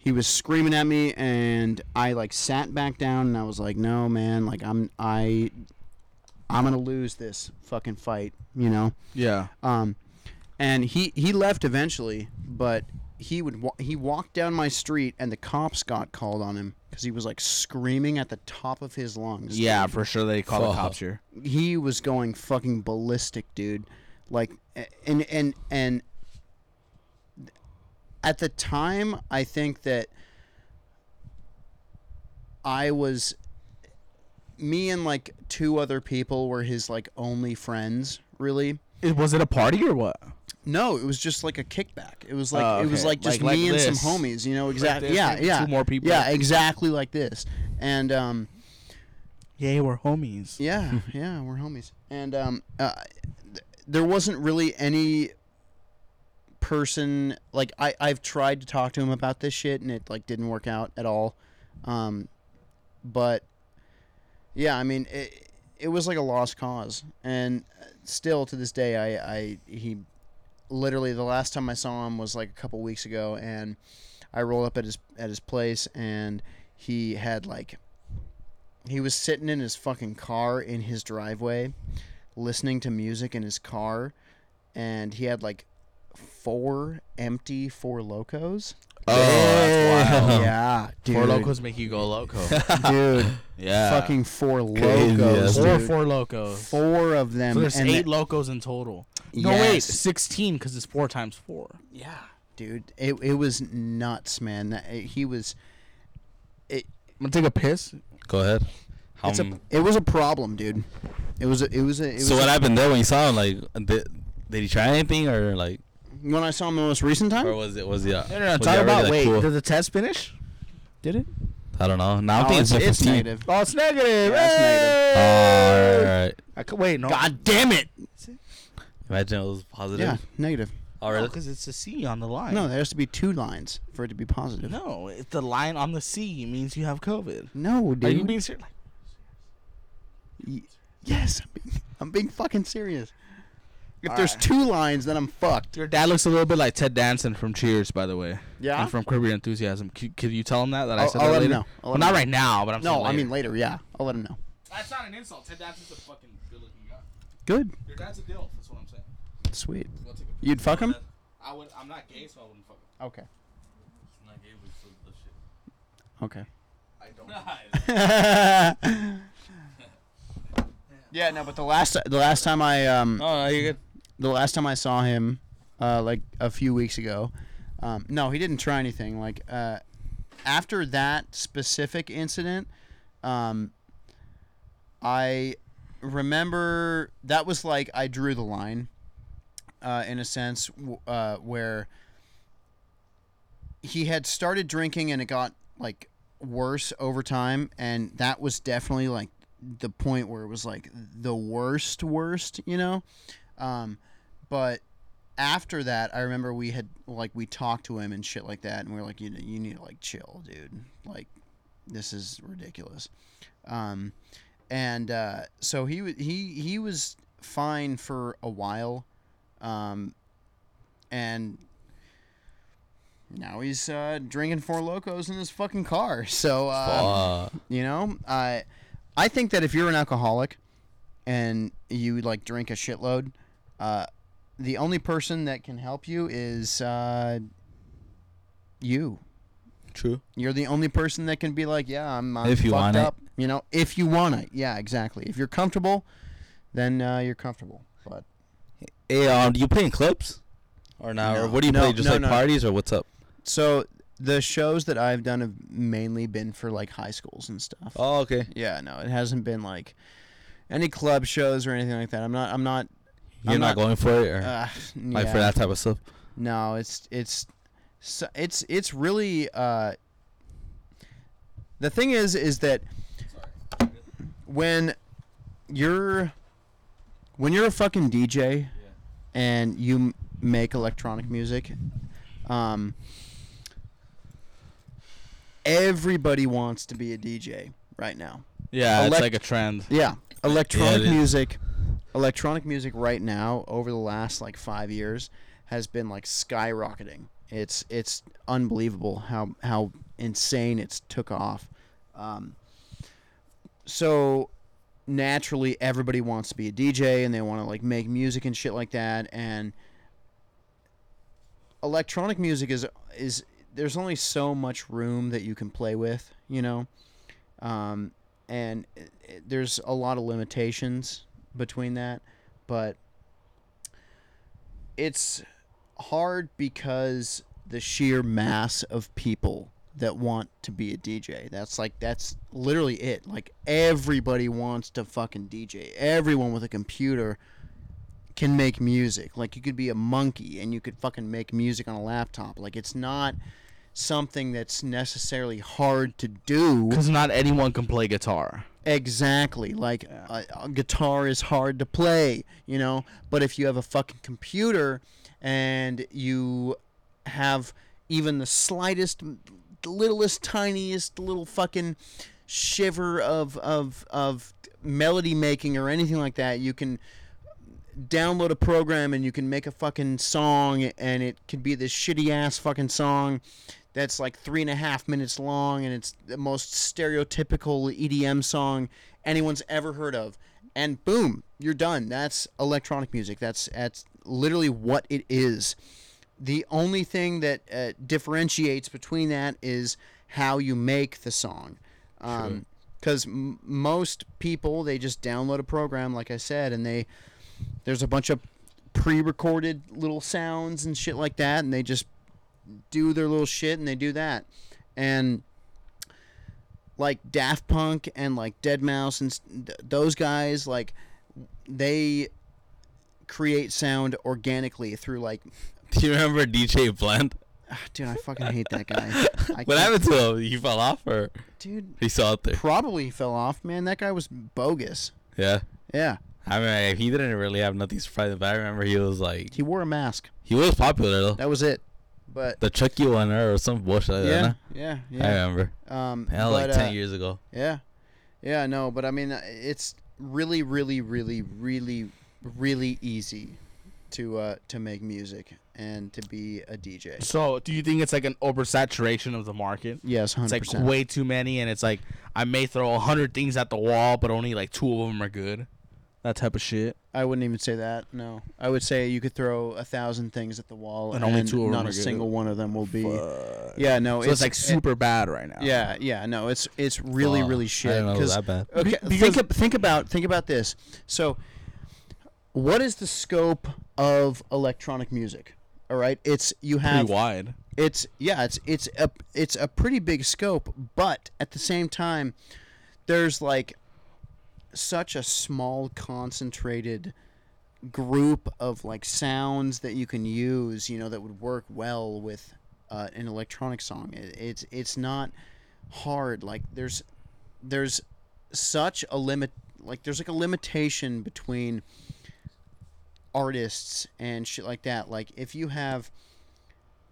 C: He was screaming at me, and I like sat back down, and I was like, "No, man, like I'm I, I'm gonna lose this fucking fight," you know.
A: Yeah.
C: Um, and he he left eventually, but he would wa- he walked down my street, and the cops got called on him because he was like screaming at the top of his lungs.
A: Yeah, for sure they call the
B: Fuck.
A: cops here.
C: he was going fucking ballistic, dude. Like, a- and and and at the time, I think that I was me and like two other people were his like only friends, really.
A: It, was it a party or what?
C: No, it was just like a kickback. It was like
A: Oh,
C: it was
A: okay.
C: like just
A: Like- like
C: me and
A: this.
C: some homies, you know, exactly.
A: this,
C: yeah,
A: maybe
C: yeah.
A: two more people.
C: Yeah, exactly like this. And um
A: Yeah, we're homies.
C: yeah, yeah, we're homies. And um, uh, th- there wasn't really any person like I I've tried to talk to him about this shit and it like didn't work out at all. Um, but yeah, I mean it it was like a lost cause, and uh, still to this day I I he literally the last time I saw him was like a couple weeks ago, and I rolled up at his at his place and he had like he was sitting in his fucking car in his driveway listening to music in his car and he had like four empty four locos
B: Oh, that's wild.
C: yeah dude
A: Four locos make you go loco.
C: dude
B: Yeah.
C: fucking four
B: Crazy
C: locos
B: ass
A: four
C: dude.
A: four locos.
C: four of them
A: So there's
C: and
A: eight
C: the-
A: locos in total. No wait,
C: Yes.
A: sixteen because it's four times four.
C: yeah dude it, it was nuts man That- he was
A: I'm gonna take a piss.
B: Go ahead.
F: How
C: it's a,
F: m-
C: it was a problem dude it was a, it was a, it was
B: Um, so
C: a-
B: what happened there when you saw him? Like, did, did he try anything or like,
C: when i saw him the most recent time
B: or was it was he? Uh,
A: No, no, no.
B: was he
A: Talk
B: already,
A: about
B: like,
A: wait.
B: cool?
A: Did the test finish? Did it?
B: I don't know. Now I
C: Oh,
B: think
C: it's,
B: it's, like
C: it's
B: 15.
C: negative
A: Oh, it's negative.
C: it's negative.
B: Oh, all right, all right.
A: I c- wait, no.
C: god damn it
B: Imagine it was positive. Oh,
C: yeah negative
B: All right.
A: because it's a C on the line.
C: No, there has to be two lines for it to be positive.
A: no, it's the line on the C means you have COVID.
C: No,
A: Are
C: dude.
A: you being serious? Like,
C: Y- yes, I'm being, I'm being fucking serious. If there's two lines, then I'm fucked.
A: Your dad looks a little bit like Ted Danson from Cheers, by the way.
C: Yeah?
A: And from Curb Your Enthusiasm. C- could you tell him that? That I
C: I'll-
A: said
C: I'll
A: that
C: let him
A: later?
C: know. I'll
A: Well,
C: let him
A: not
C: know.
A: right now, but I'm
C: No,
A: saying
C: I
A: later.
C: mean later. Yeah, I'll let him know.
A: That's not an insult. Ted Danson's a fucking good-looking guy.
C: Good,
A: Your dad's a deal. That's what I'm saying.
C: sweet.
A: Go take a
C: You'd fuck him?
A: I would. I'm not gay, so I wouldn't fuck him.
C: Okay.
F: Nah,
C: Okay.
A: I don't.
C: yeah, no, but the last the last time I um
F: Oh, no, you're good.
C: the last time I saw him, uh, like a few weeks ago, um, no, he didn't try anything. Like, uh, after that specific incident, um, I remember that was like I drew the line, uh, in a sense, w- uh, where he had started drinking and it got like worse over time, and that was definitely like the point where it was like the worst, worst, you know. Um, but after that, I remember we had like we talked to him and shit like that, and we were like, you you need to like chill, dude. Like, this is ridiculous. Um, and uh, so he wa- he he was fine for a while, um, and now he's uh, drinking four locos in his fucking car. So uh,
B: Uh,
C: you know, I I think that if you're an alcoholic and you like drink a shitload, uh, the only person that can help you is uh, you.
B: True.
C: You're the only person that can be like, yeah, I'm, I'm
B: If you
C: fucked
B: want it.
C: up. You know, if you want it, yeah, exactly. If you're comfortable, then uh, you're comfortable. But
B: Hey, um, do you play in clubs or not?
C: No.
B: Or what do you
C: No,
B: play? Just
C: no,
B: like
C: no.
B: parties or what's up?
C: so the shows that I've done have mainly been for like high schools and stuff.
B: Oh, okay.
C: Yeah, no, it hasn't been like any club shows or anything like that. I'm not. I'm not.
B: You're
C: I'm
B: not, going for it, or
C: Uh,
B: like for
C: yeah.
B: that type of stuff.
C: No, it's it's so- it's it's really uh, the thing is is that when you're when you're a fucking DJ and you m- make electronic music, um, everybody wants to be a DJ right now.
A: Yeah, it's
C: Elec-
A: like a trend.
C: Yeah, electronic
B: is.
C: music. Electronic music right now over the last like five years has been like skyrocketing. It's it's unbelievable how how insane it's took off. Um, so naturally, everybody wants to be a DJ and they want to like make music and shit like that. And electronic music is is there's only so much room that you can play with, you know. Um, and it- it- there's a lot of limitations between that, but it's hard because the sheer mass of people that want to be a DJ. That's like that's literally it. Like everybody wants to fucking DJ. Everyone with a computer can make music. Like you could be a monkey and you could fucking make music on a laptop. Like it's not something that's necessarily hard to do.
A: Because not anyone can play guitar.
C: Exactly. Like a, a guitar is hard to play, you know, but if you have a fucking computer and you have even the slightest littlest tiniest little fucking shiver of of of melody making or anything like that, you can download a program and you can make a fucking song and it could be this shitty ass fucking song that's like three and a half minutes long and it's the most stereotypical EDM song anyone's ever heard of. And boom, you're done. That's electronic music. That's that's literally what it is. The only thing that uh, differentiates between that is how you make the song. Because m- most people, they just download a program, like I said, and they there's a bunch of pre-recorded little sounds and shit like that and they just do their little shit and they do that and like daft punk and like dead mouse and s- th- those guys like they create sound organically through like ah,
B: Do you remember DJ Bland?
C: dude i fucking hate that guy I
B: What
C: can't-
B: happened to him? He fell off, or
C: dude
B: he's still out there?
C: probably fell off man that guy was bogus
B: Yeah.
C: yeah
B: I mean, he didn't really have nothing surprising, but I remember he was like
C: he wore a mask
B: he was popular though.
C: that was it but
B: The Chucky one or some bullshit like
C: yeah
B: that.
C: yeah
B: huh? I
C: yeah
B: remember.
C: um
B: Yeah, like
C: but, uh,
B: ten years ago.
C: Yeah. Yeah, no, but I mean uh, it's really really really really really easy to uh to make music and to be a DJ.
A: So, do you think it's like an oversaturation of the market?
C: Yes, 100%.
A: It's like way too many, and it's like I may throw a hundred things at the wall, but only like two of them are good. That type of shit.
C: I wouldn't even say that. No. I would say you could throw a thousand things at the wall and,
A: And only two of 'em
C: not
A: are
C: a
A: good.
C: single one of them will be Yeah, no,
A: So it's, like super bad right now.
C: Yeah, yeah, no, it's it's really
B: Wow.
C: really
B: I
C: shit
B: didn't know it was
C: 'cause-
B: that bad.
C: Okay, think, ab- think about think about this. So, what is the scope of electronic music? All right, it's you
A: pretty
C: have
A: wide.
C: it's yeah, it's it's a it's a pretty big scope, but at the same time, there's like such a small concentrated group of like sounds that you can use, you know, that would work well with uh, an electronic song. It, it's it's not hard. Like there's there's such a limit. Like there's like a limitation between artists and shit like that. Like if you have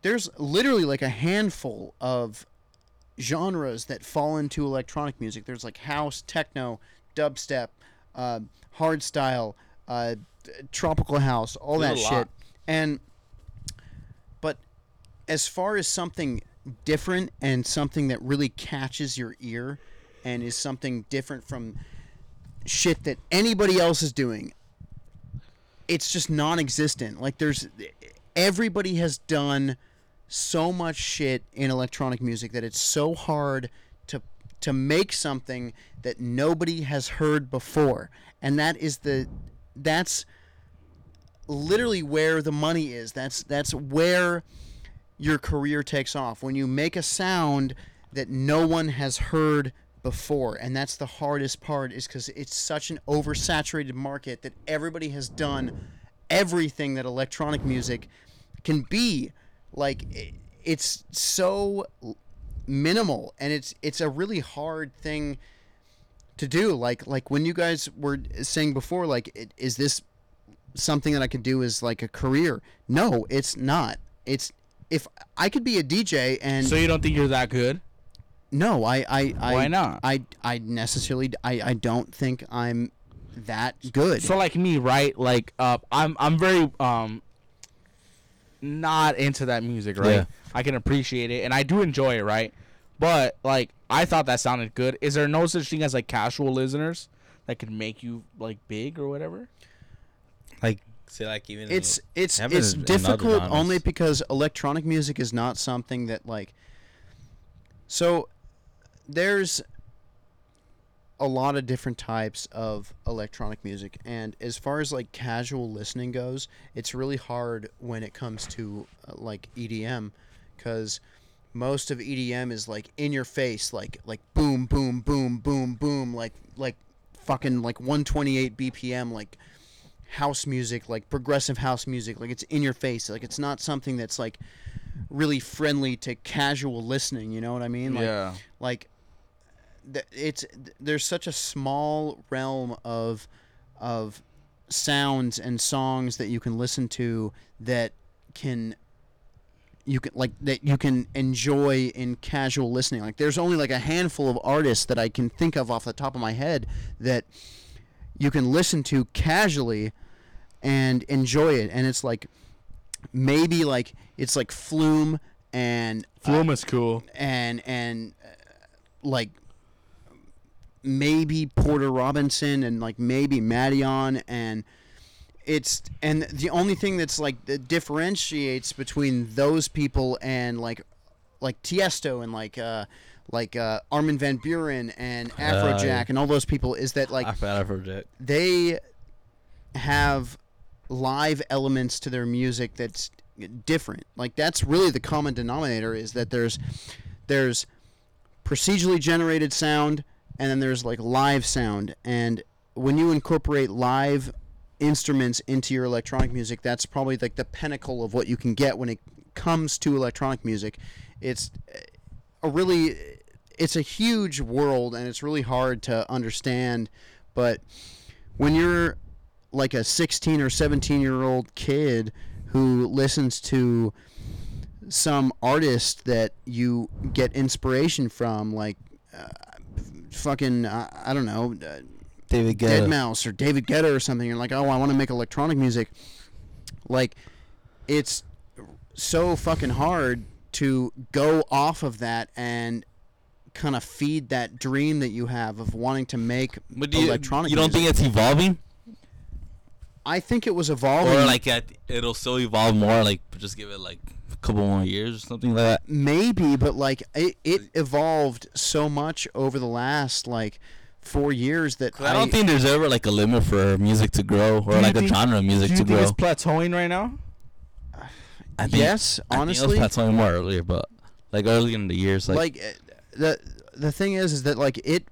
C: there's literally like a handful of genres that fall into electronic music. There's like house, techno, dubstep, uh, hardstyle, uh, t- tropical house, all that
G: a
C: shit.
G: lot.
C: And but as far as something different and something that really catches your ear and is something different from shit that anybody else is doing, it's just non-existent. Like there's everybody has done so much shit in electronic music that it's so hard to to make something that nobody has heard before. And that is the that's literally where the money is. That's that's where your career takes off when you make a sound that no one has heard before and that's the hardest part is because it's such an oversaturated market that everybody has done everything that electronic music can be like i- it's so l- minimal and it's it's a really hard thing to do like like when you guys were saying before like i- is this something that I could do is like a career. No, it's not. It's if I could be a DJ and
A: So you don't think you're that good?
C: no, I I, I
A: Why not?
C: I I necessarily I I don't think I'm that good.
A: So like me, right? Like uh, I'm I'm very um not into that music, right?
B: Yeah.
A: I can appreciate it and I do enjoy it, right? But like I thought that sounded good. Is there no such thing as like casual listeners that could make you like big or whatever?
B: Like
G: See, like even in-
C: it's it's
B: Heaven
C: it's
B: is another
C: difficult
B: Adonis.
C: only because electronic music is not something that like so there's a lot of different types of electronic music and as far as like casual listening goes it's really hard when it comes to uh, like EDM cuz most of EDM is like in your face like like boom boom boom boom boom like like fucking like 128 bpm like house music, like progressive house music, like it's in your face. Like it's not something that's like really friendly to casual listening. You know what I mean? Like,
A: Yeah.
C: Like th- it's th- there's such a small realm of of sounds and songs that you can listen to that can you can like that you can enjoy in casual listening like there's only like a handful of artists that i can think of off the top of my head that you can listen to casually and enjoy it and it's like maybe like it's like flume and uh,
A: Flume is cool.
C: and and uh, like maybe Porter Robinson and like maybe Maddion and it's and the only thing that's like that differentiates between those people and like like Tiesto and like uh like uh Armin van Buren and Afrojack and all those people is that like
B: I forgot I forget.
C: they have live elements to their music that's different. Like that's really the common denominator is that there's there's procedurally generated sound and then there's like live sound and when you incorporate live instruments into your electronic music that's probably like the pinnacle of what you can get when it comes to electronic music it's a really it's a huge world and it's really hard to understand but when you're like a 16 or 17 year old kid who listens to some artist that you get inspiration from like uh, fucking uh, i don't know uh,
B: David
C: dead mouse or david guetta or something you're like oh i want to make electronic music like it's so fucking hard to go off of that and kind of feed that dream that you have of wanting to make
B: But do you,
C: electronic
B: you don't
C: music.
B: think it's evolving,
C: I think it was evolving.
B: or like at, it'll still evolve more? Like just give it like a couple more years or something like that.
C: maybe, but like it, it evolved so much over the last like four years that
B: 'Cause I don't think there's ever like a limit for music to grow or
A: you
B: like a
A: think-
B: genre of
A: Do you
B: music to
A: think
B: grow.
A: it's plateauing right now?
B: I
C: Yes,
B: I think
C: honestly.
B: I was talking more earlier, but like early in the years, like,
C: like, uh, the the thing is is that like it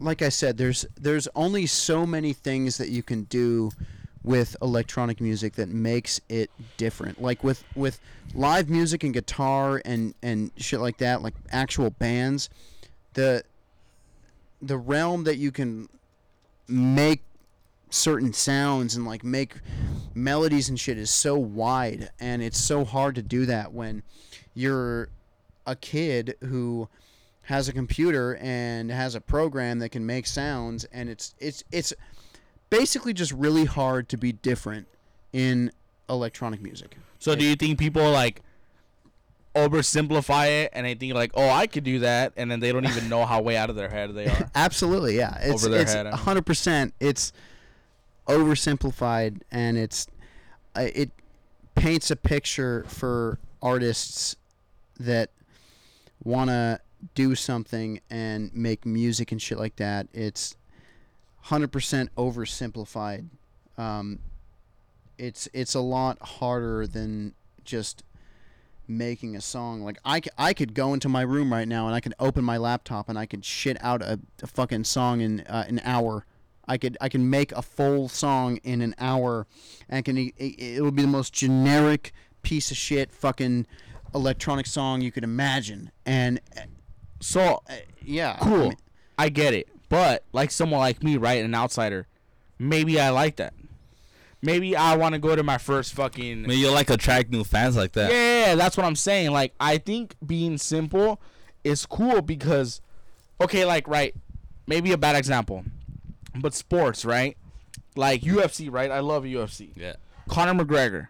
C: like I said there's there's only so many things that you can do with electronic music that makes it different like with with live music and guitar and and shit like that like actual bands the the realm that you can make certain sounds and like make melodies and shit is so wide and it's so hard to do that when you're a kid who has a computer and has a program that can make sounds and it's it's it's basically just really hard to be different in electronic music.
A: So do you think people like oversimplify it and they think like, oh, I could do that, and then they don't even know how way out of their head they are?
C: Absolutely, yeah. It's
A: Over their
C: it's
A: head, I mean.
C: 100% it's oversimplified and it's I- it paints a picture for artists that want to do something and make music and shit like that. It's 100% oversimplified. Um, it's it's a lot harder than just making a song. Like I, c- I could go into my room right now and I could open my laptop and I could shit out a, a fucking song in uh, an hour. I could I can make a full song in an hour, and I can it, it will be the most generic piece of shit fucking electronic song you could imagine. And uh,
A: So
C: yeah, I
A: cool,
C: mean-
A: I get it, but like someone like me, right, an outsider, maybe I like that. Maybe I want to go to my first fucking
B: maybe you'll like attract new fans like that.
A: Yeah, that's what I'm saying. Like, I think being simple is cool because, okay, like, right, maybe a bad example, but sports, right? Like UFC, right? I love UFC.
B: Yeah.
A: Conor McGregor.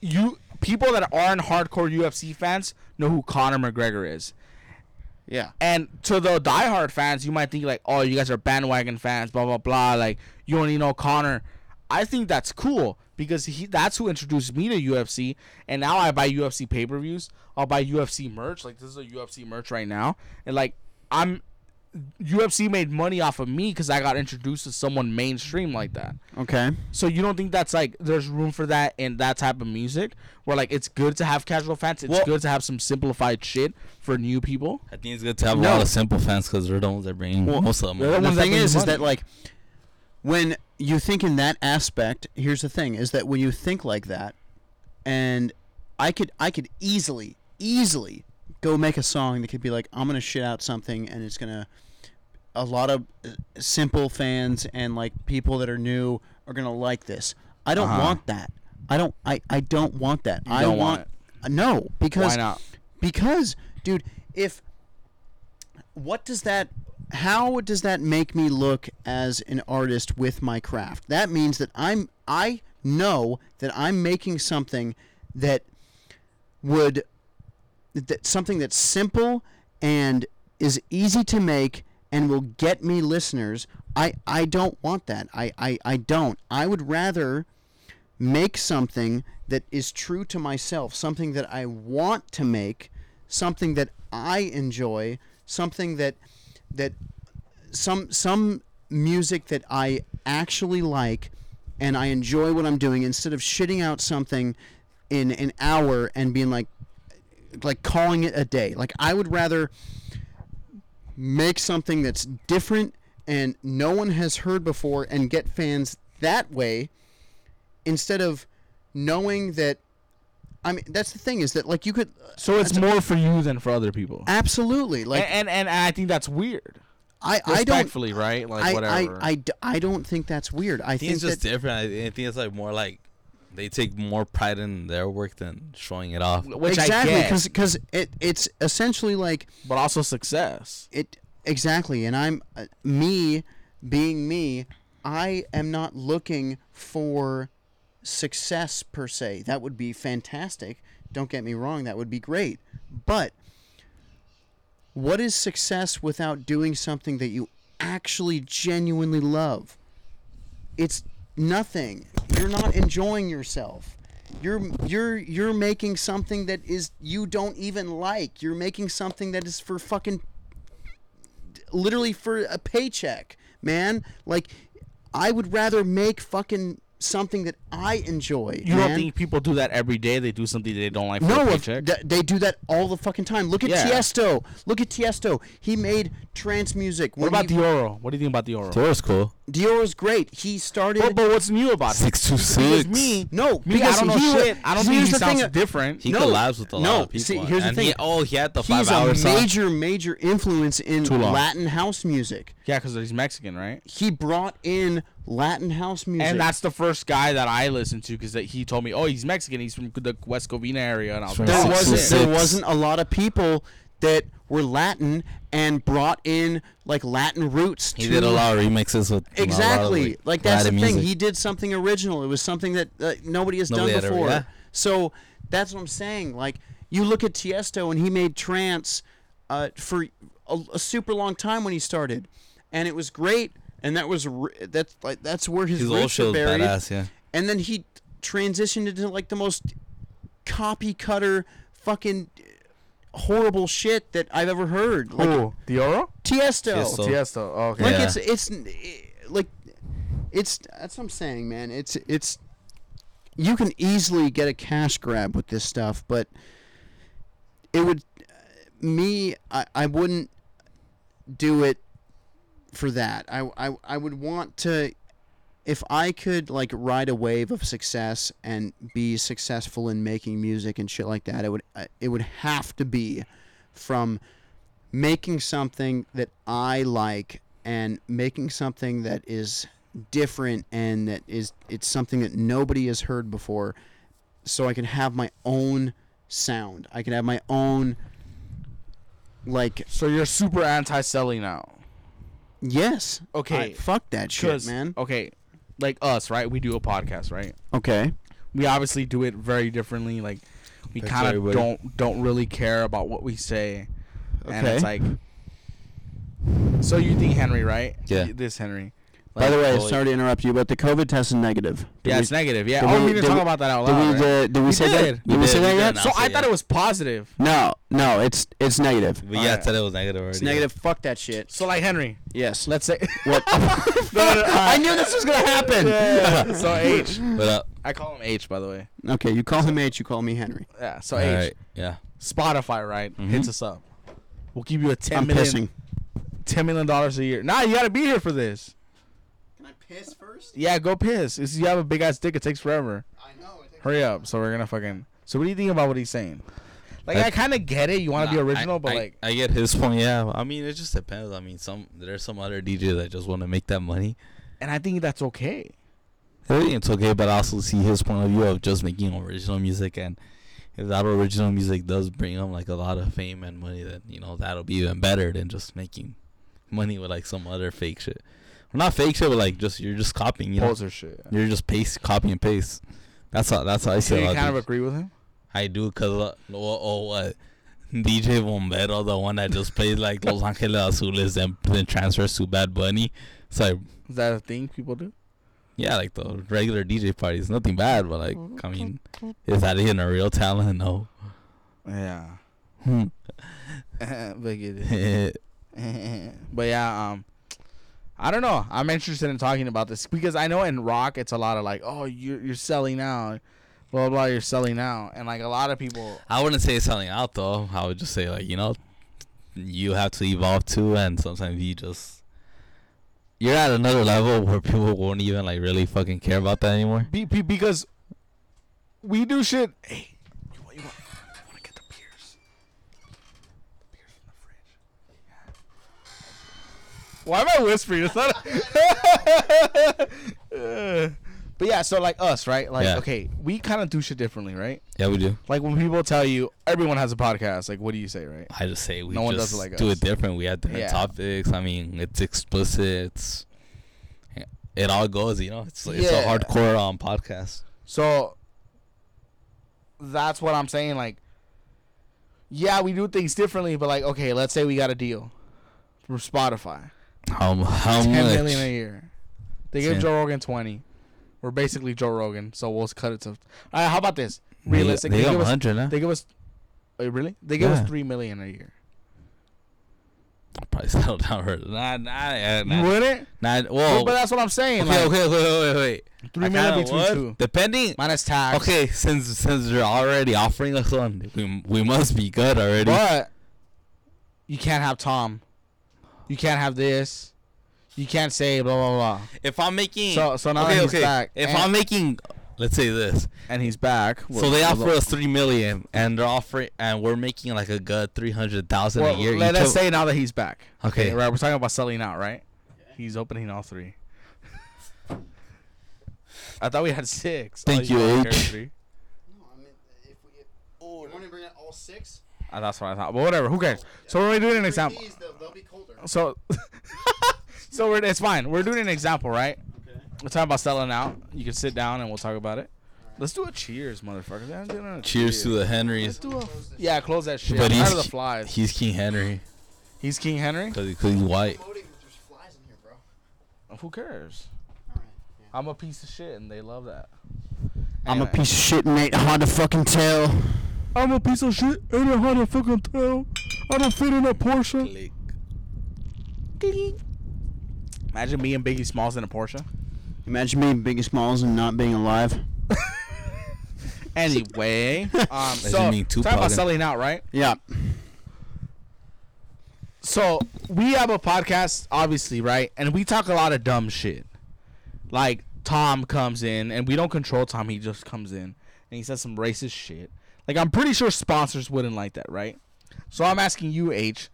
A: You people that aren't hardcore UFC fans know who Conor McGregor is.
C: yeah,
A: And to the diehard fans, you might think like, "Oh, you guys are bandwagon fans, blah blah blah." Like you only know Connor. I think that's cool because he that's who introduced me to UFC, and now I buy UFC pay per views. I'll buy UFC merch. Like this is a UFC merch right now, and like I'm. UFC made money off of me because I got introduced to someone mainstream like that.
C: okay,
A: So you don't think that's like there's room for that in that type of music where like it's good to have casual fans. It's
B: Well-
A: good to have some simplified shit for new people.
B: I think it's good to have a lot of simple fans because they're the ones that bring most of them.
A: they're the
C: the
A: ones that
C: thing
A: bring
C: is,
A: money.
C: is that like when you think in that aspect, here's the thing: is that when you think like that, and I could, I could easily, easily go make a song that could be like, I'm gonna shit out something, and it's gonna a lot of uh, simple fans and like people that are new are gonna like this. I don't want that. I don't. I, I don't want that. I
A: Uh-huh. don't want
C: want. Uh, No, because
A: Why not?
C: because, dude, if what does that how does that make me look as an artist with my craft? That means that I'm I know that I'm making something that would that something that's simple and is easy to make and will get me listeners. I I don't want that. I I, I don't. I would rather make something that is true to myself, something that I want to make, something that I enjoy, something that that some some music that I actually like and I enjoy what I'm doing instead of shitting out something in an hour and being like like calling it a day. Like I would rather make something that's different and no one has heard before and get fans that way instead of knowing that I mean that's the thing is that like you could
A: So it's more for you than for other people.
C: absolutely like
A: And and, and I think that's weird.
C: I I don't
A: Eh, Respectfully, right? Like
C: I, I,
A: whatever.
C: I, d- I don't think that's weird. I
B: I think
C: think
B: it's just
C: that,
B: different. I, I think it's like more like they take more pride in their work than showing it off.
A: Which I
C: exactly
A: get,
C: because it it's essentially like
A: but also success.
C: it exactly and i'm uh, me being me i am not looking for success per se that would be fantastic don't get me wrong that would be great but what is success without doing something that you actually genuinely love it's nothing you're not enjoying yourself you're you're you're making something that is you don't even like you're making something that is for fucking literally for a paycheck, man. Like, I would rather make fucking something that I enjoy.
A: You
C: man.
A: don't think people do that every day? They do something they don't like for
C: No,
A: a
C: of-
A: paycheck.
C: th- they do that all the fucking time. Look at
A: Yeah.
C: Tiesto. Look at Tiesto. He made trance music.
A: what about Dioro? What do you think about Dioro?
B: Dora's cool.
C: Dior's great. He started.
A: But, but what's new about it?
B: Six two
A: Because
B: six.
A: me,
C: no,
A: me,
C: because
A: I don't know
C: he wa-
A: shit. I don't think
C: here's
A: he
C: the
A: sounds
C: thing,
A: different.
B: He
C: No,
B: collabs with a
C: no,
B: lot of people.
C: see, here's the
B: and
C: thing.
B: He, oh, he had the
C: He's
B: five
C: a
B: hour song.
C: major, major influence in
A: Too long.
C: Latin house music.
A: yeah, because he's Mexican, right?
C: He brought in Latin house music.
A: And that's the first guy that I listened to because he told me, oh, he's Mexican. He's from the West Covina area, and I was like,
C: there
A: "Oh,
B: Six to
C: wasn't
A: shit."
C: there
B: six.
C: wasn't a lot of people that were Latin and brought in like Latin roots.
B: He
C: to,
B: did a lot of remixes with a lot of,
C: Exactly, like that's the
B: Latin
C: thing.
B: music.
C: He did something original. It was something that uh, nobody has
B: Nobody
C: done
B: had ever-
C: before.
B: yeah.
C: So that's what I'm saying. Like you look at Tiesto and he made trance uh, for a, a super long time when he started, and it was great. And that was r that's like that's where his,
B: His old
C: roots
B: shit
C: are
B: was
C: buried
B: badass. Yeah.
C: and then he transitioned into like the most copy cutter fucking horrible shit that I've ever heard. Like
A: Who? Dioro?
C: Tiesto.
B: Tiesto.
A: Tiesto. Oh, okay.
C: Like
B: Yeah.
C: it's it's like it's that's what I'm saying, man. It's it's you can easily get a cash grab with this stuff, but it would me I, I wouldn't do it for that. I, I I would want to if I could like ride a wave of success and be successful in making music and shit like that, it would uh, it would have to be from making something that I like and making something that is different and that is it's something that nobody has heard before so I can have my own sound. I can have my own like
A: So you're super anti-selling now.
C: yes.
A: Okay,
C: I- fuck that shit,
A: 'Cause, Oh.
C: man.
A: Okay, like us, right? We do a podcast, right?
C: Okay.
A: we obviously do it very differently. Like we
B: That's
A: kind of
B: everybody.
A: don't don't really care about what we say, and
C: Okay.
A: it's like. So you think Henry, right?
B: Yeah.
A: This Henry.
C: By the way,
B: Holy-
C: sorry to interrupt you, but the COVID test is negative. Did
A: Yeah,
C: we-
A: it's negative. Yeah.
C: did
A: Oh,
C: we-
A: we didn't
C: did
A: talk
C: we-
A: about that out
C: Did
A: loud.
C: we,
A: right?
C: uh, did we, say
A: did.
C: that? Did we,
B: did,
C: say
B: we
C: that
B: did
C: yet?
B: now.
A: So
B: I'll
A: I
B: say
A: thought
B: yeah.
A: it was positive.
C: No, no, it's it's negative.
B: But yeah,
A: Alright.
B: today was negative already.
C: It's negative. Fuck that shit.
A: So like Henry,
C: Yes.
A: let's say.
C: what? I knew this was gonna happen.
A: Yeah. so H.
B: But uh,
A: I call him H, by the way.
C: Okay, you call him H, you call me Henry.
A: Yeah. So
B: all
A: H.
B: right. Yeah.
A: Spotify, right? Hits us up. We'll give you a ten
C: I'm
A: million-
C: pissing.
A: ten million dollars a year. Nah, you gotta be here for this.
C: Can I piss first?
A: Yeah, go piss. It's, you have a big ass dick. It takes forever.
C: I know.
A: Hurry up. So we're gonna fucking. So what do you think about what he's saying? Like
B: I-
A: I, kind of get it. You want to be
B: Nah,
A: original,
B: I,
A: but
B: I-
A: like
B: I get his point. Yeah. I mean, it just depends. I mean, some there's some other DJ that just want to make that money.
A: and I think that's okay.
B: I think It's okay, but I also see his point of view of just making original music, and if that original music does bring him like a lot of fame and money, then you know that'll be even better than just making money with like some other fake shit. Well, not fake shit, but like just you're just copying. You know,
A: Poser shit.
B: you're just paste, copy and paste. That's how that's how I
A: So
B: see
A: you
B: it.
A: kind of agree with him?
B: I do, cause uh, oh, oh what. DJ Bombero, the one that just plays like Los Angeles Azules, then then transfers to Bad Bunny. It's like,
A: Is that a thing people do?
B: yeah, like the regular DJ party is nothing bad, but like, I mean, is that even a real talent? No.
A: Yeah.
B: Hmm.
A: but, get
B: yeah,
A: it. But yeah, um, I don't know. I'm interested in talking about this because I know in rock it's a lot of like, oh, you're you're selling out, blah blah, blah you're selling out, and like a lot of people.
B: I wouldn't say it's selling out though. I would just say like, you know, you have to evolve too, and sometimes you just you're at another level where people won't even like really fucking care about that anymore.
A: Be, be, because we do shit. Hey, you want, you want, you want to get the beers? The beers from the fridge. Why am I whispering? It's not. Uh, but yeah, so like us, right? Like,
B: Yeah.
A: okay, we kind of do shit differently, right?
B: Yeah, we do.
A: Like when people tell you everyone has a podcast, like, what do you say, right?
B: I just say we
A: No one does
B: just
A: it like
B: do
A: us.
B: it different. We have different
A: Yeah.
B: topics. I mean, it's explicit. It's, it all goes, you know. It's it's
A: Yeah.
B: a hardcore um podcast.
A: So that's what I'm saying. Like, yeah, we do things differently, but like, okay, let's say we got a deal from Spotify.
B: How m- how
A: Ten million a
B: much?
A: year. They give
B: Ten.
A: Joe Rogan twenty. We're basically Joe Rogan, so we'll cut it to. Uh, how about this?
B: They-
A: Realistic.
B: They,
A: They,
B: got
A: give us. oh,
B: 100 now.
A: They give us. Wait, really? They give
B: Yeah.
A: us three million a year.
B: I'll probably settle down for nah, nah, nah,
A: You
B: nah,
A: wouldn't?
B: nah.
A: Well,
B: Whoa.
A: but that's what I'm saying.
B: Oh. okay,
A: like,
B: okay, wait, wait, wait, wait.
A: Three
B: I
A: million
B: kinda
A: between
B: would.
A: two.
B: Depending.
A: Minus tax.
B: Okay, since since you're already offering us one, we we must be good already.
A: But you can't have Tom. You can't have this. You can't say blah blah blah.
B: If I'm making
A: So- so now that he's back,
B: If
A: and-
B: I'm making, let's say this.
A: And he's back.
B: so they offer us three million, and they're offering, and we're making like a good three hundred thousand
A: Well,
B: a year.
A: let
B: each
A: us
B: of-
A: say now that he's back.
B: Okay.
A: Right. We're talking about selling out, right? He's opening all three. I thought we had six.
B: Thank
A: Oh,
B: you,
A: only carry
B: H.
A: three?
C: No, I mean, if we get. Oh, you want to bring out all six?
A: Uh, that's what I thought. But whatever. Who cares? So we're doing an example.
C: they'll, be colder.
A: So, so we're, it's fine. We're doing an example, right?
C: Okay.
A: We're talking about selling out. You can sit down and we'll talk about it. Let's do a cheers, motherfuckers. I'm doing a
B: Cheers to the Henrys.
A: Do a- yeah, close that shit.
B: But
A: Out
B: he's
A: of the flies.
B: he's King Henry
A: He's King Henry.
B: because he's white.
C: There's flies in here, bro.
A: Who cares?
C: All right.
A: I'm a piece of shit, and they love that.
E: I'm a
A: Anyway.
E: piece of shit, mate. Hard to fucking tell.
A: I'm a piece of shit. Ain't it hard to fucking tell? I don't fit in a Porsche.
B: Click.
A: Imagine me and Biggie Smalls in a Porsche.
E: Imagine being Biggie Smalls and not being alive.
A: Anyway, um, so
B: Doesn't mean
A: talking
B: Tupac
A: about
B: in-
A: selling out, right?
E: Yeah.
A: so we have a podcast, obviously, right? And we talk a lot of dumb shit. Like Tom comes in, and we don't control Tom. He just comes in and he says some racist shit. Like I'm pretty sure sponsors wouldn't like that, right? So I'm asking you, H.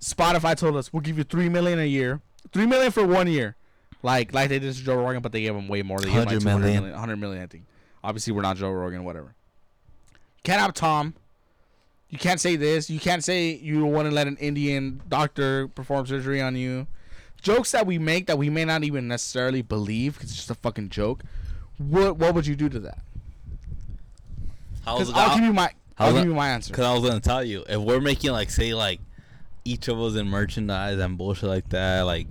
A: Spotify told us we'll give you three million a year, three million for one year, like like they did to Joe Rogan, but they gave him way more. They gave him like
B: 100
A: 200
B: million.
A: million, 100 million, I think. Obviously, we're not Joe Rogan, whatever. Can't have Tom. You can't say this. You can't say you want to let an Indian doctor perform surgery on you. Jokes that we make that we may not even necessarily believe 'cause it's just a fucking joke. What what would you do to that?
B: How
A: Because
B: was it?
A: I'll give you my I'll
B: how's
A: give
B: that-
A: you my answer.
B: Because I was gonna tell you, if we're making like say like each of us in merchandise and bullshit like that, like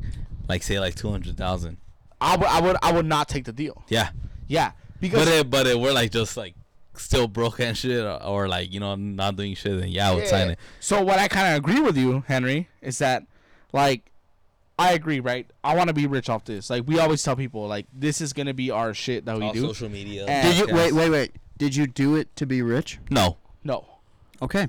B: like say like two hundred thousand.
A: I would I would I would not take the deal.
B: Yeah,
A: Yeah, because
B: but if but if we're like just like still broke and shit, or, or like you know not doing shit, then yeah, I would sign
A: Yeah.
B: it.
A: So what I kind of agree with you, Henry, is that like I agree, right? I want to be rich off this. Like we always tell people, like this is gonna be our shit that we
B: On
A: do.
B: social media.
A: And-
E: Did you
B: podcasts.
E: wait? Wait? Wait? Did you do it to be rich?
B: No,
A: No,
E: Okay.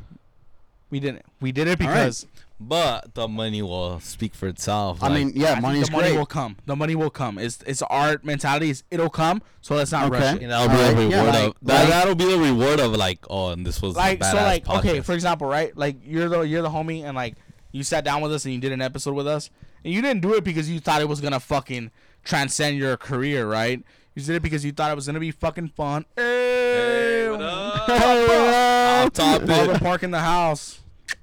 A: we didn't. We did it
E: right.
A: because
B: but the money will speak for itself.
E: I
B: like-
E: mean, yeah,
A: I
E: money
A: think
E: is
A: the money
E: great.
A: will come. The money will come. It's it's our mentality. Is it'll come. So let's not rush
E: Okay.
A: it.
B: And that'll be the
E: Alright,
B: reward
E: yeah, like-
B: of that,
E: like-
B: that'll be the reward of like oh and this was
A: Like
B: a badass
A: so, like okay,
B: podcast.
A: for example, right? Like you're the you're the homie, and like you sat down with us and you did an episode with us, and you didn't do it because you thought it was gonna fucking transcend your career, right? You did it because you thought it was gonna be fucking fun. Hey,
F: what up?
B: Off topic.
A: Baldwin Park in the house.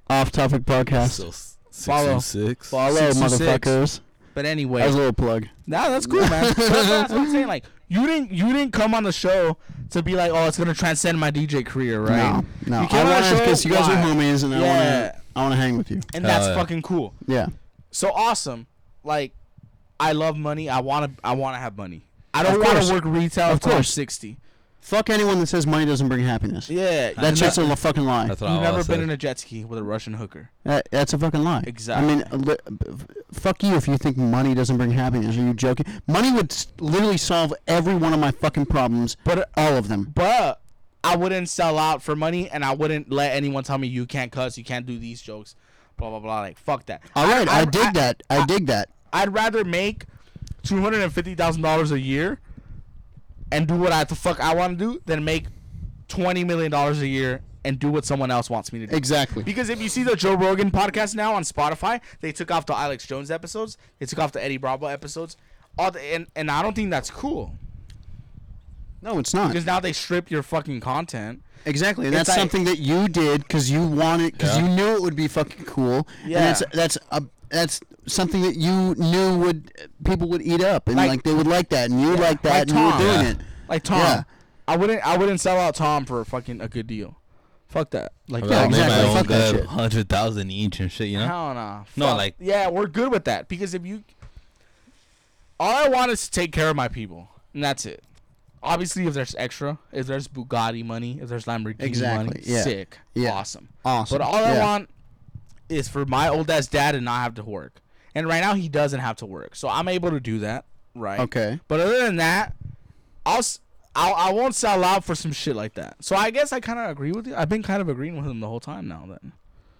E: Off topic podcast.
B: so s- six
A: Follow.
B: and six.
E: Follow,
A: Six to six.
E: motherfuckers.
A: But
E: That
A: anyway,
E: was a little plug.
A: Nah, that's cool, man. So that's, that's what I'm saying. Like, you didn't you didn't come on the show to be like, oh, it's gonna transcend my DJ career, right?
E: No, no.
A: You
E: I
A: came on
E: want
A: the
E: to
A: show,
E: because you guys are
A: why?
E: homies, and I want
A: Yeah.
E: to. I want to hang with you.
A: and that's
B: Hell yeah.
A: fucking cool.
E: Yeah.
A: So awesome. Like, I love money. I wanna I wanna have money. I don't
E: Of
A: want
E: course.
A: to work retail. Of
E: course.
A: sixty.
E: Fuck anyone that says money doesn't bring happiness.
A: Yeah,
E: That's
A: you
E: just a li- fucking lie.
B: That's what I
A: You've never
B: always
A: been
B: said.
A: in a jet ski with a Russian hooker.
E: That- that's a fucking lie.
A: Exactly.
E: I mean, uh, li- f- fuck you if you think money doesn't bring happiness. Are you joking? Money would s- literally solve every one of my fucking problems,
A: But uh,
E: all of them.
A: but I wouldn't sell out for money, and I wouldn't let anyone tell me you can't cuss, you can't do these jokes, blah blah blah. Like, fuck that.
E: All right, I,
A: I-
E: dig
A: I-
E: that. I, dig that.
A: I'd rather make two hundred and fifty thousand dollars a year and do what I the fuck I want to do than make twenty million dollars a year and do what someone else wants me to do.
E: Exactly.
A: Because if you see the Joe Rogan podcast now on Spotify, they took off the Alex Jones episodes, they took off the Eddie Bravo episodes, all the, and and I don't think that's cool
E: No, it's not.
A: because now they strip your fucking content.
E: Exactly, and
A: It's
E: that's
A: like-
E: something that you did because you wanted, because
B: Yeah.
E: you knew it would be fucking cool.
A: Yeah.
E: and that's that's a that's something that you knew would people would eat up, and
A: Like-
E: like, they would like that, and you like that,
A: like
E: and you were
A: Tom.
E: doing
B: Yeah.
E: it.
A: Like Tom,
E: Yeah.
A: I wouldn't I wouldn't sell out Tom for fucking a good deal. Fuck that. Like
B: I'll
E: Yeah,
B: make my
E: exactly.
B: own
E: Fuck that
B: good
E: shit.
B: 100,000 each and shit, you know?
A: Hell no.
B: No,
A: Fuck.
B: like-
A: yeah, we're good with that because if you, all I want is to take care of my people, and that's it. Obviously, if there's extra, if there's Bugatti money, if there's Lamborghini
E: Exactly,
A: money,
E: yeah.
A: sick,
E: Yeah.
A: awesome.
E: Awesome.
A: But all I
E: Yeah.
A: want is for my old ass dad to not have to work. And right now he doesn't have to work, so I'm able to do that, right?
H: Okay.
A: But other than that, I'll s- I'll I won't sell out for some shit like that. So I guess I kind of agree with you. I've been kind of agreeing with him the whole time now. Then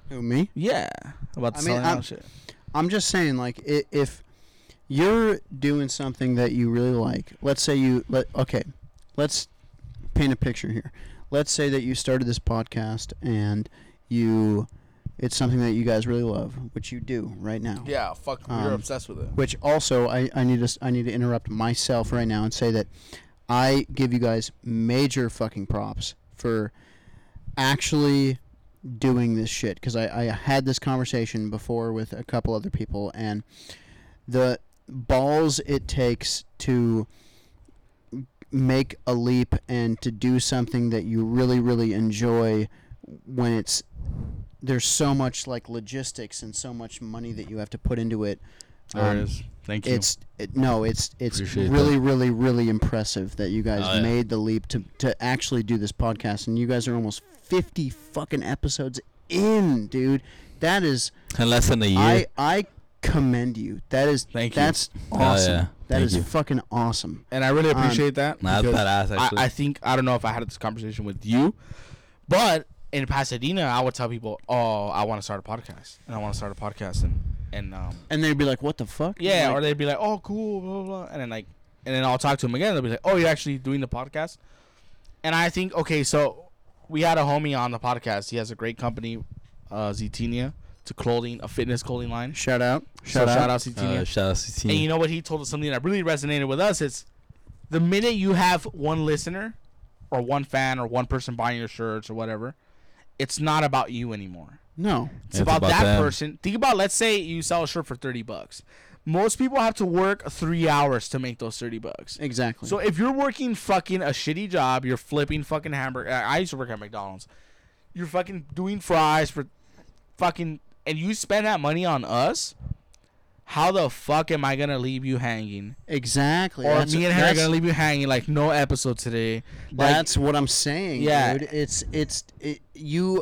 H: Who me?
A: yeah, about the
H: I mean,
A: selling
H: I'm-
A: out shit.
H: I'm just saying, like, i- if you're
C: doing something that you really like. Let's say you let okay, let's paint a picture here. Let's say that you started this podcast and you it's something that you guys really love, which you do right now.
A: Yeah, fuck,
C: Um,
A: you're obsessed with it.
C: Which also I, I need to s- I need to interrupt myself right now and say that I give you guys major fucking props for actually doing this shit because I, I had this conversation before with a couple other people and the balls it takes to make a leap and to do something that you really really enjoy when it's there's so much like logistics and so much money that you have to put into it um,
A: Thank you.
C: it's it, no it's it's
B: Appreciate
C: really really really impressive that you guys
I: Oh, yeah.
C: made the leap to to actually do this podcast and you guys are almost 50 fucking episodes in dude that is
B: In less than a year.
C: I I commend you. That is
A: Thank you.
C: that's
B: Oh,
C: awesome.
B: yeah.
C: That
B: Thank
C: is
B: you.
C: fucking awesome.
A: and I really
C: um,
A: appreciate that.
B: Nah, that's
A: because
B: badass,
A: I,
B: actually.
A: I think I don't know if I had this conversation with you, but in Pasadena, I would tell people, "Oh, I want to start a podcast, and I want to start a podcast," and and um,
C: And they'd be like, "What the fuck?"
A: yeah,
C: Like,
A: or they'd be like, "Oh, cool," blah blah, blah. and then like, and then I'll talk to them again. They'll be like, "Oh, you're actually doing the podcast," and I think okay, so we had a homie on the podcast. He has a great company, uh, Zetinia, to clothing, a fitness clothing line.
C: shout out.
A: Shout,
C: Shout
A: so
C: out.
A: shout out Zetinia.
B: uh, shout out to
A: And you
B: team.
A: know what he told us something that really resonated with us. It's the minute you have one listener or one fan or one person buying your shirts or whatever, it's not about you anymore.
C: No.
A: It's,
B: It's
A: about,
B: about
A: that
B: them.
A: person. Think about let's say you sell a shirt for 30 bucks. Most people have to work 3 hours to make those 30 bucks.
C: Exactly.
A: So if you're working fucking a shitty job, you're flipping fucking hamburger. I I used to work at McDonald's. You're fucking doing fries for fucking, and you spend that money on us. How the fuck am I gonna leave you hanging?
C: exactly.
A: Or
C: that's,
A: me and her are
C: that's,
A: gonna leave you hanging? Like no episode today. Like,
C: that's what I'm saying,
A: Yeah.
C: dude. It's it's it, you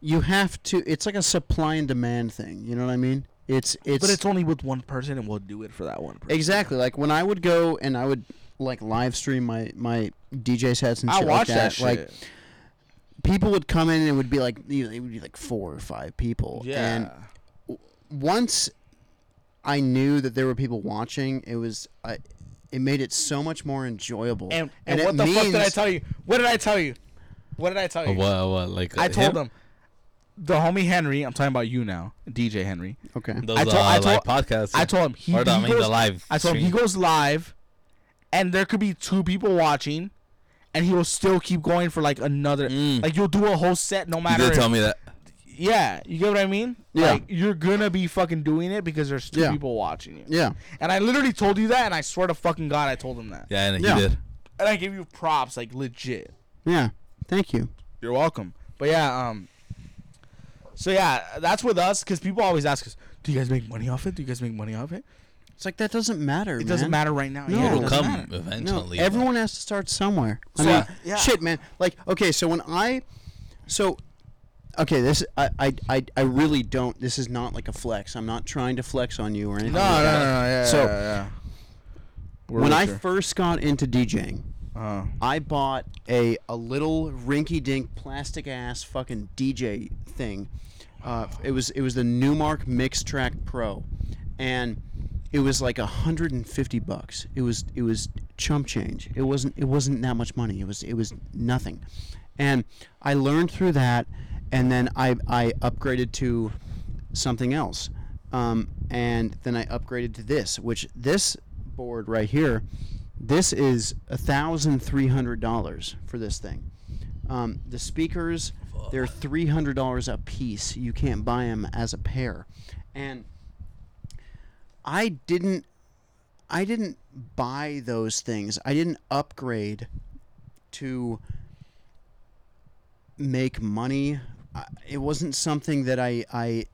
C: you have to it's like a supply and demand thing, you know what I mean? It's it's
A: but it's only with one person, and we'll do it for that one. Person.
C: exactly like when I would go and I would like live stream my my DJ sets and
A: I
C: shit
A: watch that,
C: like that.
A: shit.
C: Like people would come in and it would be like you know, it would be like four or five people.
A: yeah.
C: And once I knew that there were people watching, it was I, it made it so much more enjoyable.
A: and and, what the fuck did I tell you? What did I tell you? What did I tell you?
B: What, what, like,
A: I told
B: him?
A: them. The homie Henry, I'm talking about you now, DJ Henry.
C: Okay.
B: Those
A: I
B: I
A: told-
B: uh,
A: I
B: live
A: told-
B: podcasts.
A: I told him he,
B: Or the-
A: he
B: I mean,
A: goes,
B: the live
A: I told him he
B: stream.
A: goes live, and there could be two people watching, and he will still keep going for like another.
B: Mm.
A: Like you'll do a whole set no
B: You
A: matter.
B: did
A: if-
B: tell me that.
A: Yeah, you get what I mean.
C: Yeah.
A: like, you're gonna be fucking doing it because there's two
C: Yeah.
A: people watching you.
C: Yeah.
A: and I literally told you that, and I swear to fucking god, I told him that,
B: Yeah, and
C: Yeah.
B: he did.
A: and I gave you props, like legit.
C: Yeah. Thank you.
A: You're welcome. But yeah, um. So yeah, that's with us because people always ask us, "Do you guys make money off it? Do you guys make money off it?"
C: It's like that doesn't matter.
A: It doesn't matter right now. Yeah, it
C: It'll
A: doesn't
B: It'll come
A: matter.
C: No,
B: eventually. but-
C: everyone has to start somewhere. I
A: So-
C: mean,
A: Yeah.
C: shit, man. Like, okay, so when I, so, okay, this I, I I I really don't. This is not like a flex. I'm not trying to flex on you or anything.
A: No,
C: like
A: no, no,
C: that.
A: no, yeah,
C: So-
A: yeah, yeah. We're
C: when
A: with
C: I
A: you.
C: first got into DJing,
A: Uh,
C: I bought a a little rinky dink plastic ass fucking DJ thing. Uh, it was it was the Newmark Mixtrack Pro, and it was like hundred and fifty bucks. It was it was chump change. It wasn't it wasn't that much money. It was it was nothing, and I learned through that, and then I I upgraded to something else, um, and then I upgraded to this, which this board right here this is thousand three hundred dollars for this thing. Um, the speakers, they're three hundred dollars a piece. You can't buy them as a pair, and I didn't, I didn't buy those things. I didn't upgrade to make money. I- It wasn't something that I I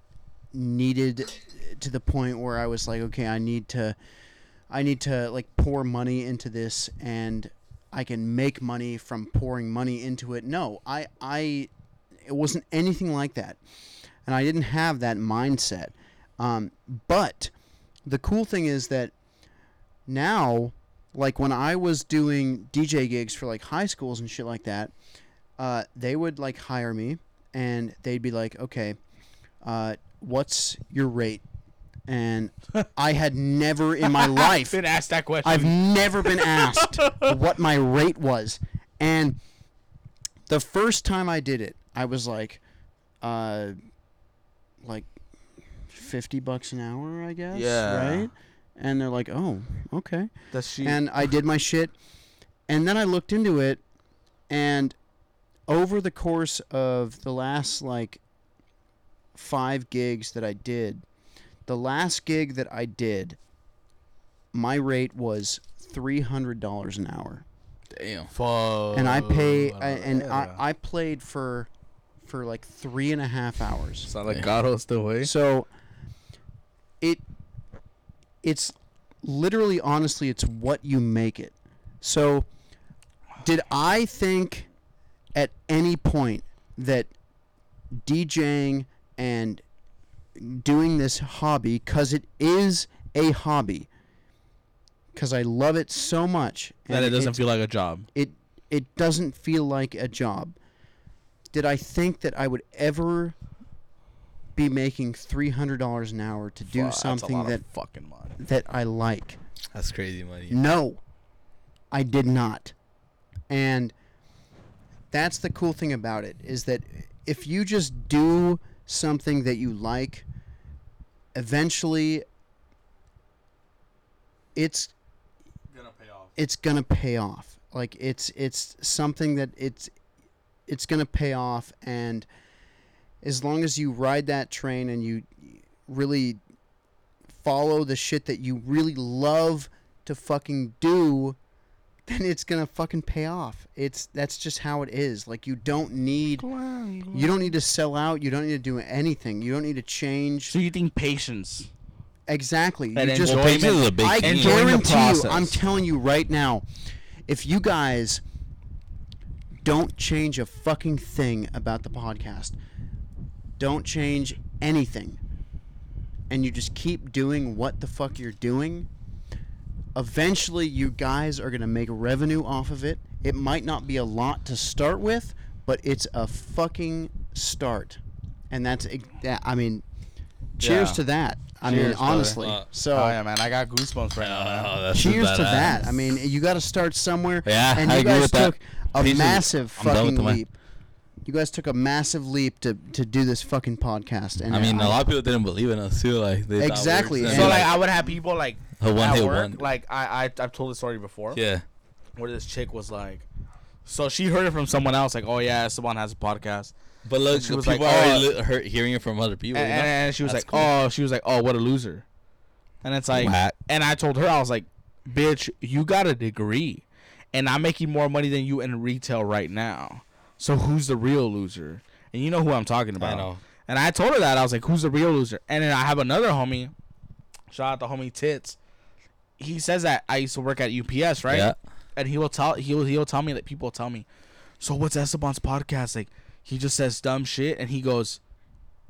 C: needed to the point where I was like, okay, I need to. I need to like pour money into this and I can make money from pouring money into it. No, I I it wasn't anything like that. and I didn't have that mindset. Um, but the cool thing is that now, like when I was doing DJ gigs for like high schools and shit like that, uh, they would like hire me and they'd be like, okay, uh, what's your rate? And I had never in my life
A: Been asked that question.
C: I've never been asked what my rate was. And the first time I did it, I was like, uh, like 50 bucks an hour, I guess.
A: Yeah.
C: Right? And they're like, oh, okay.
A: That's she.
C: And I did my shit. And then I looked into it. And over the course of the last, like, five gigs that I did, the last gig that I did, my rate was $300 an hour.
F: Damn.
A: Fuck.
C: and I pay,
A: Oh,
C: I, and I, I played for, for like three and a half hours.
A: Sound like Gato still way.
C: So it it's literally honestly it's what you make it. So did I think at any point that DJing and doing this hobby cuz it is a hobby cuz I love it so much
A: That it doesn't
C: it's-
A: feel like a job.
C: it it doesn't feel like a job. Did I think that I would ever be making three hundred dollars an hour to do
A: Fuck, that's a
C: something
A: lot
C: that
A: of fucking money.
C: that I like?
F: That's crazy money.
C: No, I did not. And that's the cool thing about it is that if you just do something that you like, eventually it's
A: Gonna pay off.
C: it's gonna pay off. Like it's it's something that it's it's gonna pay off, and as long as you ride that train and you really follow the shit that you really love to fucking do, then it's gonna fucking pay off. It's that's just how it is. Like you don't need you don't need to sell out. You don't need to do anything. You don't need to change.
A: So you think patience?
C: Exactly. You
A: And
C: just
A: enjoy-
B: Well,
A: Payment-
B: payment is a big
C: I
B: thing.
A: Enjoying the
C: guarantee you,
A: process.
C: I'm telling you right now, if you guys don't change a fucking thing about the podcast, don't change anything, and you just keep doing what the fuck you're doing, eventually you guys are going to make revenue off of it. It might not be a lot to start with, but it's a fucking start. And that's, ex- that- I mean, cheers
A: Yeah.
C: to that. I mean,
A: Cheers, brother.
C: honestly.
F: Uh,
C: so,
A: Oh yeah, man, I got goosebumps right now. Man.
B: Oh, that's
C: cheers
B: badass.
C: to that. I mean, you got to start somewhere.
B: Yeah,
C: and
B: I
C: you
B: agree
C: guys
B: with that.
C: took a
B: Peace is-
C: massive
B: I'm done with
C: fucking
B: the mic.
C: leap. You guys took a massive leap to, to do this fucking podcast. And
B: I mean, a lot of people didn't believe in us too. Like they thought we were
C: Exactly,
B: just
C: and-
A: So
B: gonna
A: like,
B: be
A: I would have people like
B: A one
A: at
B: hit
A: work.
B: wonder.
A: Like I, I I've told the story before.
B: yeah,
A: Where this chick was like, so she heard it from someone else. Like, oh yeah, someone has a podcast.
B: but look,
A: she was
B: people
A: like,
B: are already
A: "Oh,
B: li- hurt hearing it from other people.
A: and,
B: you know?
A: and, and she was
B: That's
A: like, "Oh, she was like, oh, what a loser," and it's like,
B: Whack.
A: and I told her I was like, "Bitch, you got a degree, and I'm making more money than you in retail right now. So who's the real loser? And you know who I'm talking about.
B: know.
A: And I told her that I was like, "Who's the real loser?" And then I have another homie, shout out to homie Tits. He says that I used to work at UPS, right?
B: Yeah.
A: And he will tell he'll he'll tell me that people tell me, "So what's Esteban's podcast like?" He just says dumb shit, and he goes,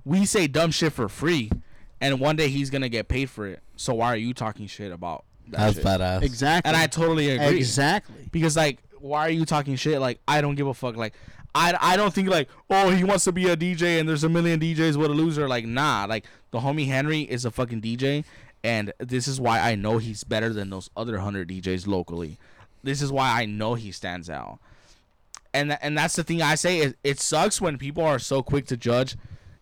A: we say dumb shit for free, and one day he's gonna get paid for it. So why are you talking shit about that
B: That's
A: shit?
B: badass.
C: exactly.
A: And I totally agree.
C: Exactly.
A: Because like, why are you talking shit? Like, I don't give a fuck. Like, I I don't think like, oh, he wants to be a DJ, and there's a million DJs. What a loser! Like, nah. Like, the homie Henry is a fucking DJ, and this is why I know he's better than those other hundred DJs locally. This is why I know he stands out and tha- and that's the thing I say is it sucks when people are so quick to judge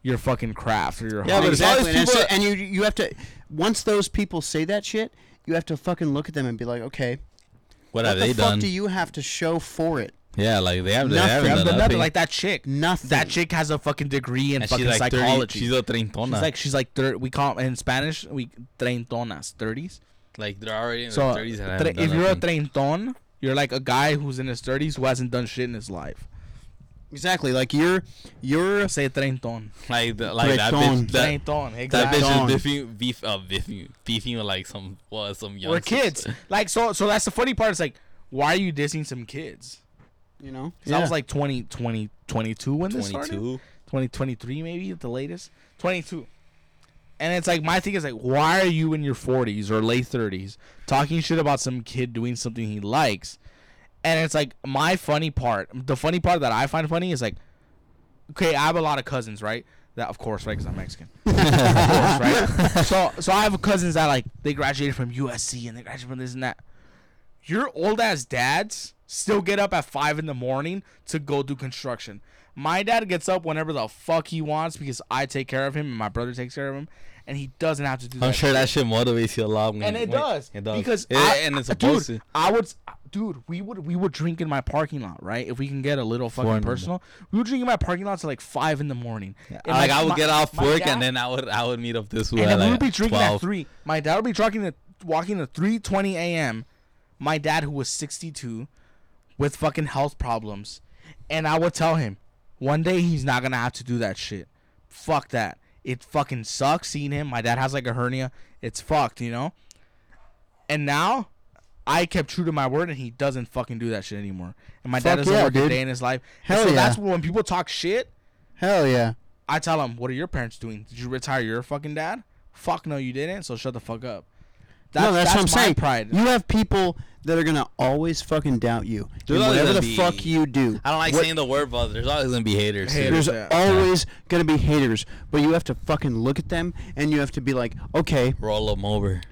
A: your fucking craft or your
B: Yeah,
A: hobby.
B: but it's all
C: exactly.
B: these
C: And, it's-
B: people-
C: and you you have to once those people say that shit, you have to fucking look at them and be like, okay,
B: what,
C: what
B: have
C: the
B: they
C: fuck
B: done?
C: do you have to show for it?
B: yeah, like they, have, they
C: Nothing.
B: haven't
A: Yeah,
B: done
A: but
B: nothing.
A: nothing like that chick.
C: Nothing.
A: That chick has a fucking degree in
B: and
A: fucking
B: she's like 30,
A: psychology.
B: she's a treintona.
A: she's like she's like thir- we call in Spanish we treintonas thirties.
B: like they're already in
A: So
B: their 30s and
A: tre-
B: haven't done
A: if you're a
B: nothing.
A: treinton, you're like a guy who's in his thirties who hasn't done shit in his life.
C: Exactly. Like you're you're
A: Say treinton.
B: like the, like that
C: Reggaeton.
B: bitch, that,
A: Treinton.
B: that
A: Exactly.
B: bitch
C: Reggaeton.
B: is beefing, beef, uh, beefing, beefing with like some what some young
A: We're kids. Like so so that's the funny part. It's like why are you dissing some kids?
C: you know.
A: 'Cause I was like 20, 20, 22 when this started.
B: 22.
A: 2023 maybe at the latest 22 and it's like my thing is like why are you in your 40s or late 30s talking shit about some kid doing something he likes and it's like my funny part the funny part that i find funny is like okay i have a lot of cousins right that of course right because i'm mexican of course right so so i have cousins that like they graduated from usc and they graduated from this and that your old ass dads still get up at five in the morning to go do construction. My dad gets up whenever the fuck he wants because I take care of him and my brother takes care of him, and he doesn't have to do that.
B: I'm sure that shit motivates you a lot. When
A: And it
B: when-
A: does.
B: It does.
A: Because
B: It-
A: I,
B: and it's
A: dude,
B: supposed to.
A: I would, s- dude. We would we would drink in my parking lot, right? If we can get a little fucking
B: Four in the mo-
A: personal, we would drink in my parking lot till like five in the morning. And,
B: like I would
A: Uh, my-
B: get off
A: my
B: work
A: dad-
B: and then I would I would meet up this way.
A: and then
B: like
A: we would be drinking
B: 12.
A: at three. My dad would be drinking at walking at three twenty a.m. My dad, who was sixty two, with fucking health problems, and I would tell him, one day he's not gonna have to do that shit. Fuck that. It fucking sucks seeing him. My dad has like a hernia. It's fucked, you know. And now, I kept true to my word, and he doesn't fucking do that shit anymore. And my dad
C: Fuck
A: doesn't
C: yeah,
A: work a
C: dude.
A: day in his life. And
C: Hell
A: so
C: yeah.
A: that's when people talk shit.
C: Hell yeah.
A: I tell them, "What are your parents doing? Did you retire your fucking dad? Fuck no, you didn't. So shut the fuck up." That's,
C: no, that's, what I'm
A: my
C: saying.
A: Pride.
C: You have people that are gonna always fucking doubt you.
B: There's
C: in
B: always
C: whatever the
B: gonna be-
C: fuck you do.
B: I don't like saying the word, but there's always gonna be haters.
A: Haters.
B: too.
C: There's
A: Yeah.
C: always gonna be haters, but you have to fucking look at them and you have to be like, okay,
B: Roll them over.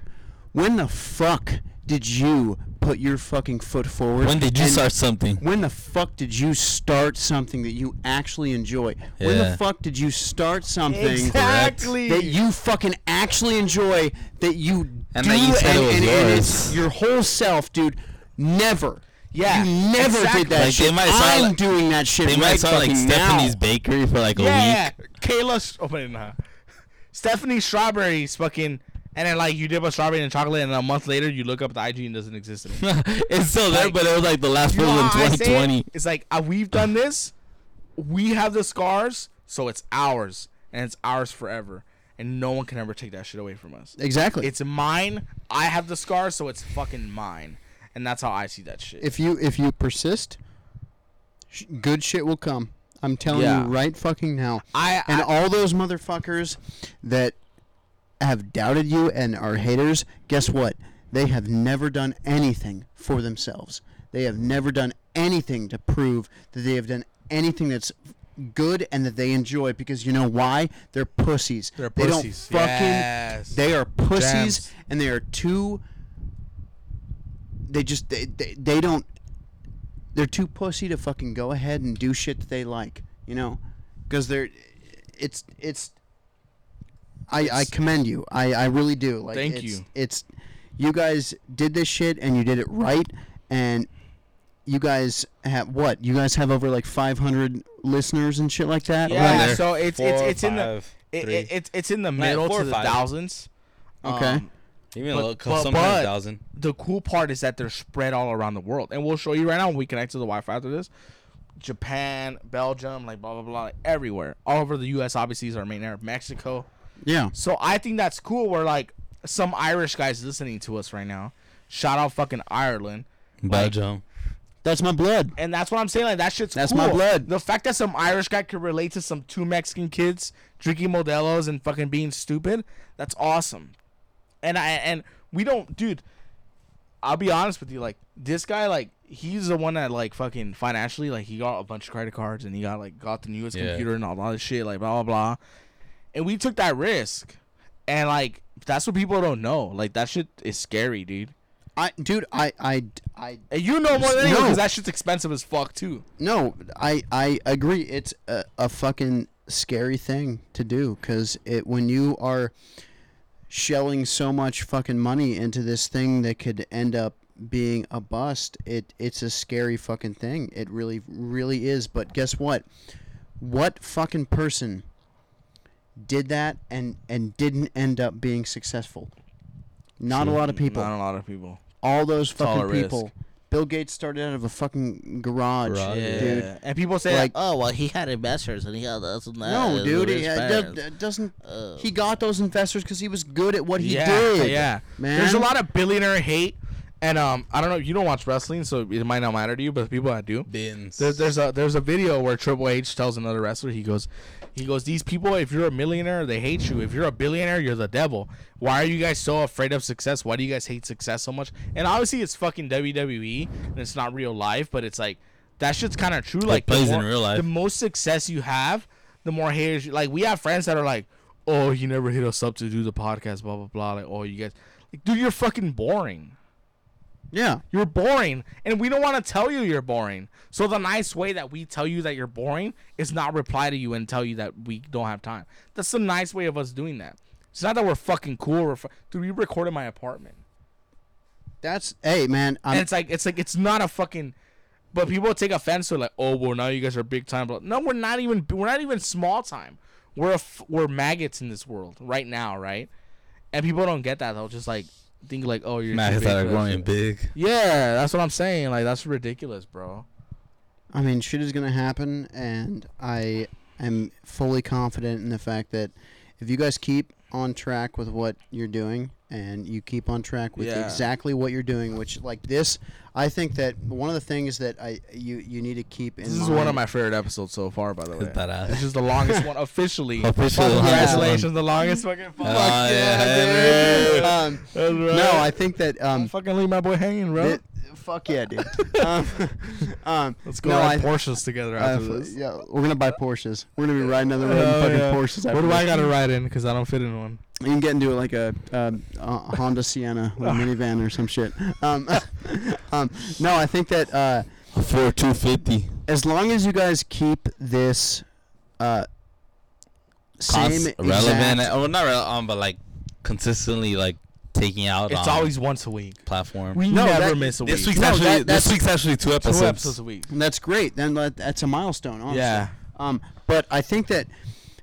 C: when the fuck did you put your fucking foot forward?
B: When did you
C: And
B: start something?
C: When the fuck did you start something that you actually enjoy? When
B: Yeah.
C: the fuck did you start something
A: Exactly.
C: that you fucking actually enjoy that you
B: And
C: do
B: that you said
C: and,
B: it was
C: and- and it's
B: yours.
C: your whole self, dude? Never.
A: Yeah,
C: You never
A: exactly.
C: did that
B: Like, they
C: shit.
B: might sound
C: I'm
B: like-
C: doing that shit
B: They
C: right
B: might sound like
C: fucking
B: Stephanie's
C: now.
B: Bakery for like a
A: yeah,
B: week.
A: Kayla. S- Oh wait, nah. Stephanie Strawberries fucking, and then like you dip a strawberry in chocolate, and a month later you look up the IG and it doesn't exist anymore.
B: it's still there,
A: Like,
B: but it was like the last
A: You know
B: one in
A: how I say it?
B: 2020.
A: It's like uh, we've done this, we have the scars, so it's ours, and it's ours forever, and no one can ever take that shit away from us.
C: Exactly.
A: It's mine. I have the scars, so it's fucking mine, and that's how I see that shit.
C: if you if you persist, sh- good shit will come. I'm telling
A: Yeah.
C: you right fucking now.
A: I-
C: and
A: I-
C: all those motherfuckers that have doubted you and are haters. Guess what? They have never done anything for themselves. They have never done anything to prove that they have done anything that's good and that they enjoy. Because you know why? They're pussies.
A: They're
C: They don't
A: pussies.
C: fucking.
A: Yes.
C: They are pussies,
A: Gems.
C: and they are too. They just they, they they don't they're too pussy to fucking go ahead and do shit that they like, you know, because they're, it's it's. I I commend you. I I really do. Like,
A: Thank
C: it's,
A: you.
C: It's, you guys did this shit and you did it right, and you guys have what? You guys have over like 500 listeners and shit like that.
A: Yeah,
B: Right there.
A: so it's it's
B: Four,
A: it's in the
B: five,
A: it,
B: three.
A: it, it's it's in the middle
B: four
A: to
B: or
A: the
B: five.
A: thousands.
C: Okay.
A: Um,
B: Even
A: but-
B: a little,
A: but-
B: sometimes
A: but-
B: thousand.
A: the cool part is that they're spread all around the world, and we'll show you right now when we connect to the Wi-Fi after this. Japan, Belgium, like blah blah blah, like, everywhere, all over the U.S. Obviously is our main area, Mexico.
C: Yeah.
A: So I think that's cool. Where like some Irish guys listening to us right now. Shout out fucking Ireland.
B: Belgium.
C: That's my blood.
A: And that's what I'm saying. Like that shit's
C: That's
A: cool.
C: my blood.
A: The fact that some Irish guy could relate to some two Mexican kids drinking Modelo's and fucking being stupid, that's awesome. And I and we don't, dude. I'll be honest with you. Like this guy, like he's the one that like fucking financially, like he got a bunch of credit cards and he got like got the newest
B: Yeah.
A: computer and all that shit, like blah blah blah. And we took that risk, and like that's what people don't know. Like that shit is scary, dude.
C: I dude, I I I
A: And you know more than anyone
C: No.
A: because that shit's expensive as fuck too.
C: No, I I agree. It's a, a fucking scary thing to do because it when you are shelling so much fucking money into this thing that could end up being a bust. It it's a scary fucking thing. It really really is. But guess what? What fucking person did that and and didn't end up being successful? Not a lot of people
A: Not a lot of people.
C: all those
A: all
C: fucking
A: a risk.
C: people. Bill Gates started out of a fucking garage,
B: Garage,
A: Yeah.
C: dude.
A: And people say like,
C: Like-
A: oh, well,
E: he had investors and he had this and that.
C: No,
E: and
C: dude,
E: his
C: he, uh,
E: parents.
C: d- d- doesn't. he got those investors because he was good at what he
A: Uh. yeah,
C: did.
A: yeah.
C: man.
A: There's a lot of billionaire hate, and um, I don't know. You don't watch wrestling, so it might not matter to you, but people that do.
B: Bins.
A: There's, there's a there's a video where Triple H tells another wrestler, he goes, He goes, These people, if you're a millionaire, they hate you. If you're a billionaire, you're the devil. Why are you guys so afraid of success? Why do you guys hate success so much? And obviously, it's fucking WWE and it's not real life, but it's like that shit's kind of true. Like, the
B: plays in
A: more-
B: real life.
A: The most success you have, the more haters. you- Like, we have friends that are like, Oh, you never hit us up to do the podcast, blah, blah, blah. Like, oh, you guys, like, dude, you're fucking boring.
C: Yeah.
A: You're boring, and we don't want to tell you you're boring. So the nice way that we tell you that you're boring is not reply to you and tell you that we don't have time. That's the nice way of us doing that. It's not that we're fucking cool. We're fu- Dude, we record in my apartment,
C: That's hey man.
A: and
C: I'm,
A: it's like it's like it's not a fucking. But people take offense to like, oh well, now you guys are big time. But no, we're not even. We're not even small time. We're a f- we're maggots in this world right now, right? And people don't get that. They'll just like think like, oh, you're too
B: Mags that
A: big
B: are
A: for that
B: growing
A: shit.
B: big.
A: Yeah, that's what I'm saying. Like that's ridiculous, bro.
C: I mean, shit is gonna happen, and I am fully confident in the fact that if you guys keep on track with what you're doing and you keep on track with
A: Yeah.
C: exactly what you're doing, which like this, I think that one of the things that I you you need to keep in
A: This is
C: mind.
A: one of my favorite episodes so far, by the way.
B: that ass.
A: This is the longest one officially.
B: Officially the longest
A: Congratulations, the longest fucking. Fuck
B: Ah,
A: yeah,
B: yeah,
A: Oh dude.
C: Um,
A: That's right.
C: no, I think that um,
A: Don't fucking leave my boy hanging, bro.
C: It- fuck yeah, dude. um, um,
A: Let's go
C: no, I-
A: ride Porsches together
C: I-
A: after this.
C: yeah, we're gonna buy Porsches. We're gonna be riding down the road in
A: Oh,
C: fucking
A: yeah.
C: Porsches.
A: What
C: after
A: do I
C: this.
A: gotta ride in? Cause I don't fit in one.
C: You can get into like a, um, a Honda Sienna, with a minivan or some shit. Um, um, no, I think that uh,
B: For two fifty.
C: as long as you guys keep this uh, same
B: Same
C: exact-
B: relevant. Or not relevant, um, but like consistently like taking out.
A: It's
B: um,
A: always once a week.
B: platform.
A: We
C: No,
A: never
C: that-
A: miss a week.
B: this week's
C: No,
B: actually
C: that- that's-
B: this week's actually two
A: Two
B: episodes.
A: episodes a week.
C: That's great. Then let, that's a milestone. Honestly.
A: Yeah.
C: Um, but I think that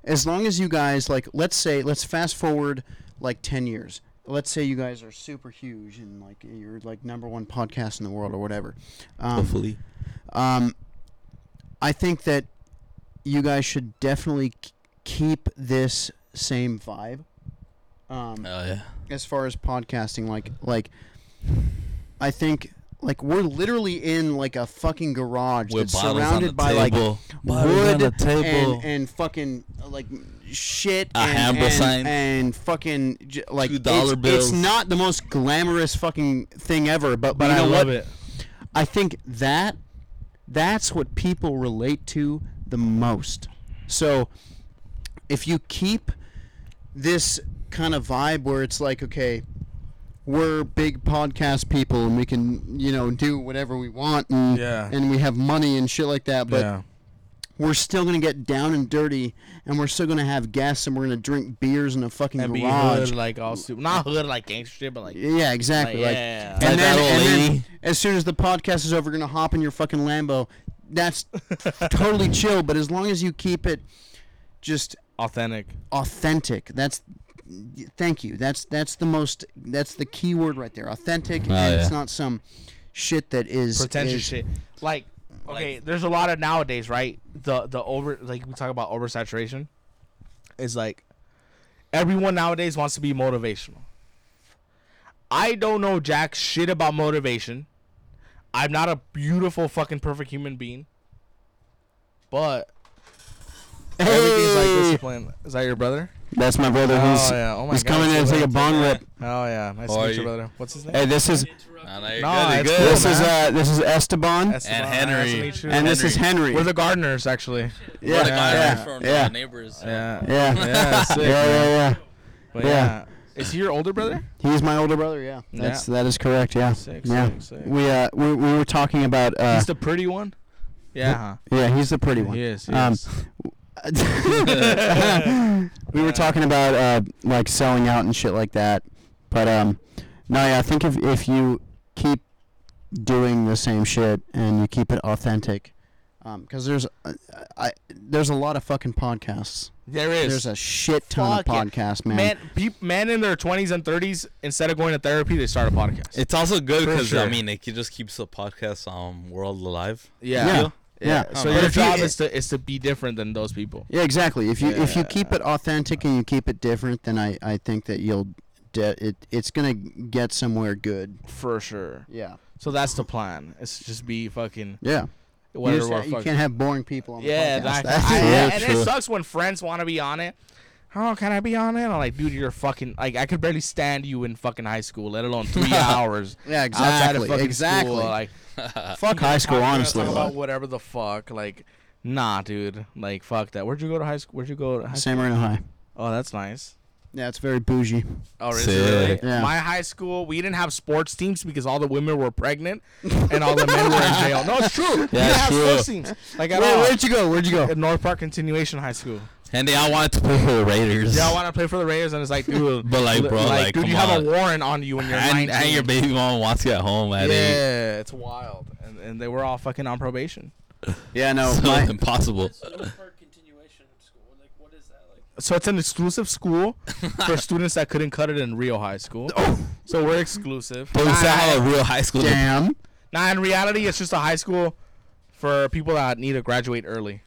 C: as long as you guys like, let's say, let's fast forward like ten years. Let's say you guys are super huge and like you're like number one podcast in the world or whatever. Um,
B: Hopefully,
C: um, I think that you guys should definitely k- keep this same vibe. Um,
B: oh yeah.
C: as far as podcasting like like i think like we're literally in like a fucking garage
B: With
C: that's
B: bottles on
C: surrounded
B: the
C: by
B: table.
C: like
B: Bottles on
C: wood
B: the table.
C: And, and fucking like shit
B: A
C: and,
B: Hamburg
C: and,
B: sign.
C: and fucking j- like
B: Two dollar
C: it's, it's
B: bills.
C: not the most glamorous fucking thing ever but, but
A: But
C: you know
A: I love
C: what
A: it.
C: i think that that's what people relate to the most so if you keep this kind of vibe where it's like, okay, we're big podcast people and we can, you know, do whatever we want and
A: Yeah.
C: and we have money and shit like that, but
A: yeah.
C: we're still gonna get down and dirty and we're still gonna have guests and we're gonna drink beers in a fucking
A: And be
C: garage.
A: hood like all super. Not hood like gangster shit, but like.
C: yeah, exactly.
A: Like,
C: Like,
A: yeah.
C: and,
B: Like
C: then,
B: that old
C: and then
B: lady.
C: as soon as the podcast is over, we're gonna hop in your fucking Lambo. That's totally chill, but as long as you keep it just
A: Authentic.
C: authentic. That's thank you. That's that's the most that's the key word right there. Authentic
E: Oh,
C: and it's
B: yeah.
C: not some shit that is
A: pretentious
C: is-
A: shit. Like, okay, there's a lot of nowadays, right? The the over like we talk about oversaturation. Is like everyone nowadays wants to be motivational. I don't know jack shit about motivation. I'm not a beautiful fucking perfect human being. But everything's like discipline. Is that your brother?
E: That's my brother who's
A: yeah. Oh my
E: he's coming in to take a bong rip.
A: Oh yeah. Nice
B: How
A: to
B: are
A: meet you,
B: you?
A: brother. What's his name?
E: Hey, this is
F: No, no, you're good.
A: No,
F: You're
A: it's
F: good.
A: cool,
E: this is
A: man.
E: uh this is Esteban
A: That's
B: and
A: Devon. Nice to
B: Henry.
A: meet you.
E: and this is Henry.
A: We're the gardeners, actually.
E: yeah,
F: The guy
E: yeah,
F: from
B: uh,
E: yeah,
F: the neighbors.
A: Yeah.
E: yeah,
A: Yeah.
E: yeah,
A: sick,
E: yeah,
A: man.
E: yeah,
A: But
E: Yeah.
A: yeah. Is he your older brother?
E: He's my older.
C: older brother, yeah.
E: That's that is correct. Yeah,
A: Sick,
E: yeah.
A: sick, sick.
E: We uh we, we were talking about uh
A: He's the pretty one. Yeah.
E: yeah he's the pretty
A: huh?
E: one.
A: He is. He
E: Um,
A: is.
E: we were talking about uh, like selling out and shit like that, but um, no, yeah, I think if if you keep doing the same shit and you keep it authentic,
C: Because there's uh, I there's a lot of fucking podcasts.
A: there is.
C: There's a shit ton of
A: Fuck it.
C: podcasts, man.
A: man. peop men in their twenties and thirties, instead of going to therapy, they start a podcast.
B: It's also good
A: For
B: because
A: sure.
B: I mean it ke- just keeps the podcast um world alive.
A: yeah.
C: Yeah.
A: Yeah.
C: Yeah.
A: So
B: But
A: your
C: if you-
A: job is to is to be different than those people.
C: Yeah, exactly. If you if you keep it authentic and you keep it different, then I, I think that you'll de- it it's gonna get somewhere good.
A: For sure.
C: Yeah.
A: So that's the plan. It's just be fucking
C: Yeah.
A: whatever.
E: You, just-
A: we're
E: you
A: fucking-
E: can't have boring people on the
A: yeah,
E: podcast.
A: exactly.
E: That's
A: I-
E: it.
B: True,
A: and- and
B: true.
A: it sucks when friends want to be on it. Oh, can I be on it? I'm like, dude, you're fucking like I could barely stand you in fucking high school, let alone three hours.
E: Yeah,
A: outside of
E: exactly,
A: fucking
E: exactly.
A: School. Like,
E: Fuck high
A: talking
E: school,
A: about-
E: honestly.
A: talking about whatever the fuck. Like, nah, dude. Like, fuck that. Where'd you go to high school? Where'd you go to high school?
E: San Marino High.
A: Oh, that's nice.
E: Yeah, it's very bougie.
A: Oh, is
B: Sick.
A: it really?
E: Yeah.
A: My high school, we didn't have sports teams because all the women were pregnant and all the men were in jail. No, it's true. we didn't
B: it's
A: have
B: true.
A: sports teams. Like at
E: Wait,
A: all.
E: where'd you go? Where'd you go?
A: At North Park Continuation High School.
B: And they all wanted to play for the Raiders.
A: Yeah, I want to play for the Raiders, and it's like, dude,
B: But, like,
A: li-
B: bro, like,
A: dude, you
B: come
A: have
B: on.
A: a warrant on you when you're
B: and,
A: 19.
B: and your baby mom wants you at home at eight.
A: yeah, it's wild, and, and they were all fucking on probation.
E: Yeah, no.
B: So
E: my-
B: impossible.
D: continuation of school. Like, what is that? Like,
A: So it's an exclusive school for students that couldn't cut it in Rio High School.
B: Oh.
A: So we're exclusive.
B: But is that how
A: Nah,
B: a real high school?
E: damn.
A: nah, in reality, it's just a high school for people that need to graduate early.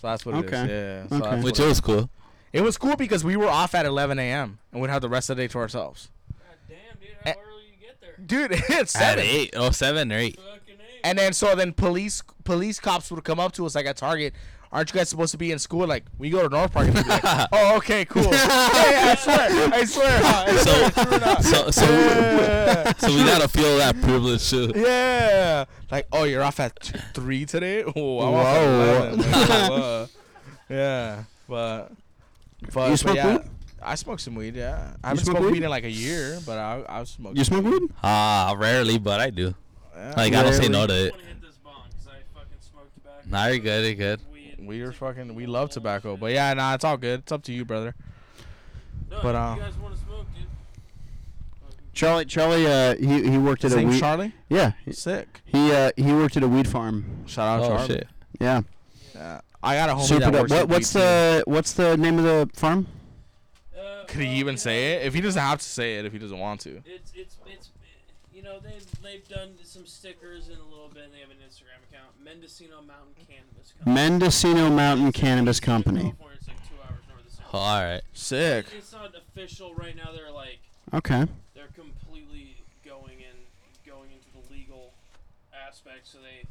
A: So that's what it
E: Okay.
A: is. Yeah. So
E: Okay.
A: that's
B: Which
A: what it,
B: was cool.
A: it was cool because we were off at 11 a.m. and we'd have the rest of the day to ourselves.
D: God damn, dude,
B: Eh.
D: how early you get there?
A: Dude, it's
B: At
A: seven.
B: eight, oh seven or eight.
D: Fucking A.
B: Eh.
A: And then so then police police cops would come up to us like at Target. Aren't you guys supposed to be in school? Like we go to North Park. And we'd be like, oh, okay, cool. hey, I swear, I swear. I
B: So,
A: swear, true enough.
B: so, so,
A: yeah.
B: so we gotta feel that privilege too.
A: yeah. Like oh, you're off at t- three today. Oh, I'm off at 11. Like, whoa. yeah, but but,
E: You
A: but
E: smoke
A: yeah,
E: weed?
A: I smoke some weed. Yeah, I haven't
E: smoke
A: smoked
E: weed?
A: weed in like a year, but I I smoke.
E: You smoke weed?
B: Ah, rarely, but I do.
A: Yeah.
B: Like I don't say no to
D: I
B: it.
D: want to hit this bond 'cause I fucking smoked tobacco.
B: Nah, you're good. You're good.
D: Weed.
A: We are
D: It's
A: fucking. We
D: all
A: love
D: bullshit.
A: tobacco, but yeah, nah, it's all good. It's up to you, brother.
D: No,
A: but,
D: if
A: uh,
D: you guys want to smoke, dude?
E: Charlie, Charlie, uh, he he worked at a
A: Same
E: weed.
A: Charlie.
E: yeah,
A: Sick.
E: he uh, he worked at a weed farm.
A: Shout out
B: Oh
A: Charlie.
B: shit.
E: Yeah,
A: Yeah. I got a homie
E: super
A: that
E: dope.
A: works
E: What,
A: at
E: what's
A: BT.
E: the what's the name of the farm?
D: Uh,
A: Could
D: well,
A: he even
D: you
A: say it? If he doesn't have to say it, if he doesn't want to.
D: It's it's it's you know they've they've done some stickers and a little bit. and They have an Instagram account, Mendocino Mountain Cannabis Company.
E: Mendocino Mountain Cannabis Company.
D: California, it's like two hours north of San
B: Oh, all right.
A: Sick.
D: Francisco. It's not official right now. They're like
E: Okay.
D: they're completely going in going into the legal aspect, so they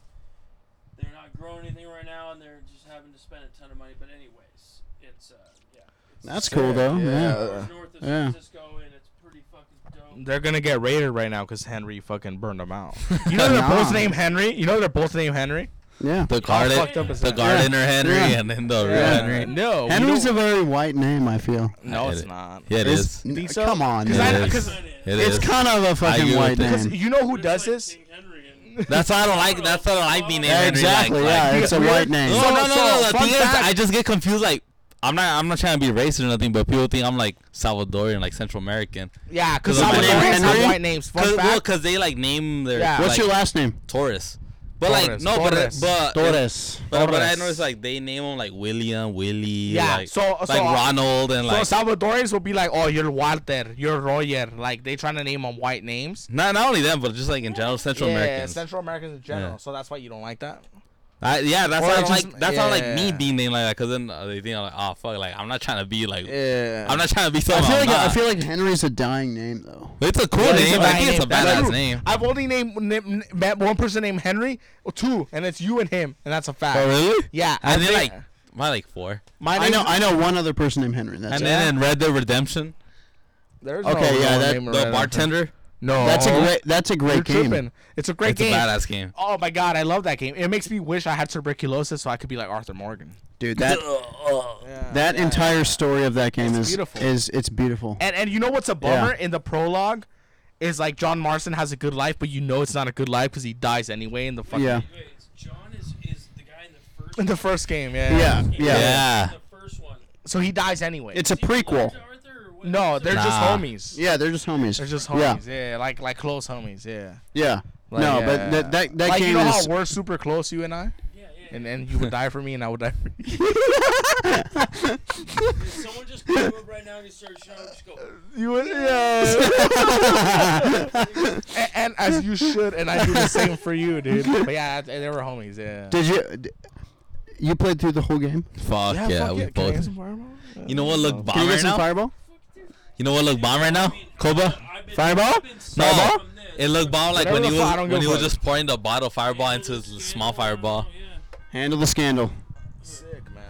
D: they're not growing anything right now, and they're just having to spend a ton of money. But anyways, it's uh yeah. It's
E: That's cool though. Yeah.
D: two hours north of
E: yeah.
D: San Francisco, and it's pretty fucking dope.
A: They're gonna get raided right now because Henry fucking burned them out. You know they're both
E: Nah.
A: named Henry. You know they're both named Henry.
E: Yeah.
B: The
A: How
B: garden,
A: fucked up is
B: the
A: that?
B: gardener Henry,
E: Yeah.
B: and then the real
A: Yeah.
B: Henry.
A: No. we
E: Henry's a
A: don't-
E: very white name. I feel.
A: no, it's
B: It-
A: not.
B: Yeah, it
E: It's-
B: is.
E: n-
A: Think so?
E: Come on.
A: Because
E: dude.
B: It
A: I,
B: is.
A: because
D: It is.
B: It
E: it's
B: is.
E: kind of a fucking
B: agree
E: white
B: with that.
A: because
E: name.
A: you know who
D: It's
A: does
D: like
A: this?
D: King Henry and-
B: That's why I don't like. That's why I don't like being named
E: Yeah,
B: Henry. like-
E: exactly.
B: like-
E: yeah, it's a
A: because
E: white
A: we're-
E: name.
B: No,
A: So-
B: no, no,
A: so,
B: no. The
A: fun
B: thing is,
A: fact-
B: I just get confused. Like, I'm not, I'm not trying to be racist or nothing, but people think I'm like Salvadorian, like Central American.
A: Yeah, because
B: 'Cause
A: some
B: my
A: of the
B: name
A: rest have
E: Henry?
A: white names. Fun
B: Cause,
A: fact.
B: well, 'cause they like name their
A: Yeah.
E: What's
B: like,
E: your last name?
B: Taurus. But like
A: Torres,
B: no,
A: Torres,
B: but but
E: Torres.
B: But, but I
A: Torres.
B: noticed like they name them like William, Willie,
A: Yeah,
B: like,
A: so-
B: like
A: so-
B: Ronald and like.
A: so Salvadorians will be like, "Oh, you're Walter, you're Royer." Like they trying to name them white names.
B: not not only them, but just like in general Central
A: yeah,
B: Americans.
A: Central Americans in general.
B: Yeah.
A: So that's why you don't like that.
B: I, yeah, that's
A: Or
B: why I
A: just-
B: like that's why I like me
A: yeah.
B: being named like that because then uh, they think I'm like oh fuck like I'm not trying to be like
A: Yeah.
B: I'm not trying to be
E: I
B: something.
E: feel
B: I'm
E: like I
B: not.
E: feel like Henry's a dying name though.
B: it's a cool
A: Yeah, it's
B: name.
A: a
B: I
A: bad
B: think it's a
A: name. That's
B: badass
A: true.
B: name.
A: I've only named, named, met one person named Henry, or two, and it's you and him, and that's a fact.
B: Oh really?
A: Yeah,
B: I,
A: I
B: think
A: think-
B: like my like four.
A: My
E: I know. I know one other person named Henry. That's
B: And
E: it.
B: then in Red Dead Redemption,
A: There's
E: Okay,
A: no
E: yeah,
A: one
E: that-
A: named
B: the
A: Red Alert.
B: bartender,
A: No,
E: That's a great. That's a
A: You're
E: great game.
A: tripping. It's a great
B: it's
A: game.
B: a badass game.
A: Oh my god, I love that game. It makes me wish I had tuberculosis so I could be like Arthur Morgan.
E: dude. That
A: Yeah.
E: that entire story of that game
A: It's
E: is
A: beautiful.
E: is it's beautiful.
A: And and you know what's a bummer in the prologue is like John Marston has a good life, but you know it's not a good life because he dies anyway in the fucking
E: Yeah.
D: Wait, it's John is, is the guy in the first
A: in the
D: one?
A: first game. Yeah.
E: Yeah, yeah.
B: Yeah.
D: The first one.
A: So he dies anyway.
E: It's a
D: Is he related
E: prequel.
D: to Arthur or what?
A: no,
D: Is it-
A: they're just
B: Nah.
A: homies.
E: Yeah, they're just homies.
A: They're just
E: Yeah,
A: homies, yeah, like like close homies, yeah.
E: yeah.
A: Like,
E: no,
A: yeah.
E: but that that, that
A: like
E: game
A: you know
E: is.
A: how we're super close, you and I,
D: Yeah, yeah.
A: and and you would die for me, and I would die for you.
D: yeah. If someone just blew up right now and he started shouting, just go.
A: You would, yeah. and, and as you should, and I do the same for you, dude. But yeah, they they were homies, yeah.
E: Did you d- you played through the whole game?
B: Fuck
A: fuck
B: yeah, we
A: Can I get
B: both.
A: some Fireball?
B: You know what look
E: Can
B: bomb
E: you get
B: right
E: some
B: now?
E: fireball?
B: You know what look bomb right now?
D: I mean,
B: Cobra.
D: I've been,
E: Fireball?
D: I've been
B: Fireball?
D: From this.
B: It looked bomb like when
A: Whatever
B: he
A: the
B: was
A: fuck, I don't
B: when
A: give
B: he
A: a
B: was
A: fuck.
B: just pouring the bottle fireball into his
D: Scandal,
B: small
D: I don't
B: fireball.
D: know, yeah.
C: Handle the scandal.
A: Sick man.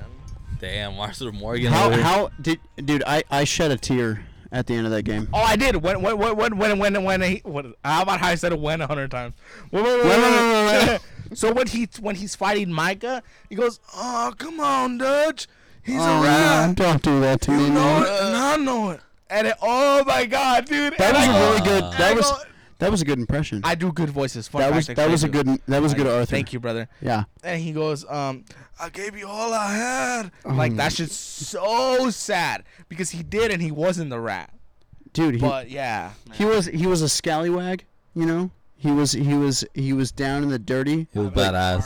B: Damn, Arthur Morgan.
C: How
B: over here.
C: how did dude? I I shed a tear at the end of that game.
A: Oh, I did. When when when when when when, when he what? How about how I said it when a hundred times? When, when, when,
C: When, when, when, when.
A: so when he when he's fighting Micah, he goes, "Oh, come on, Dutch. He's a
C: man,
A: rat.
C: don't do that to me,
A: You know
C: man.
A: it, and I know it." And it, oh my god, dude!
C: That
A: And I
C: was a
A: go-
C: really good.
A: I
C: That was
A: go-
C: that was a good impression.
A: I do good voices. Fun
C: That
A: fact,
C: was
A: I
C: that was a
A: do.
C: good that was a good
A: Like,
C: Arthur.
A: Thank you, brother.
C: Yeah.
A: And he goes, um, I gave you all I had.
C: Oh
A: like that shit's so sad because he did, and he wasn't the rat.
C: Dude, he,
A: But yeah,
C: he was he was a scallywag, you know? He was he was he was down in the dirty.
B: He was badass.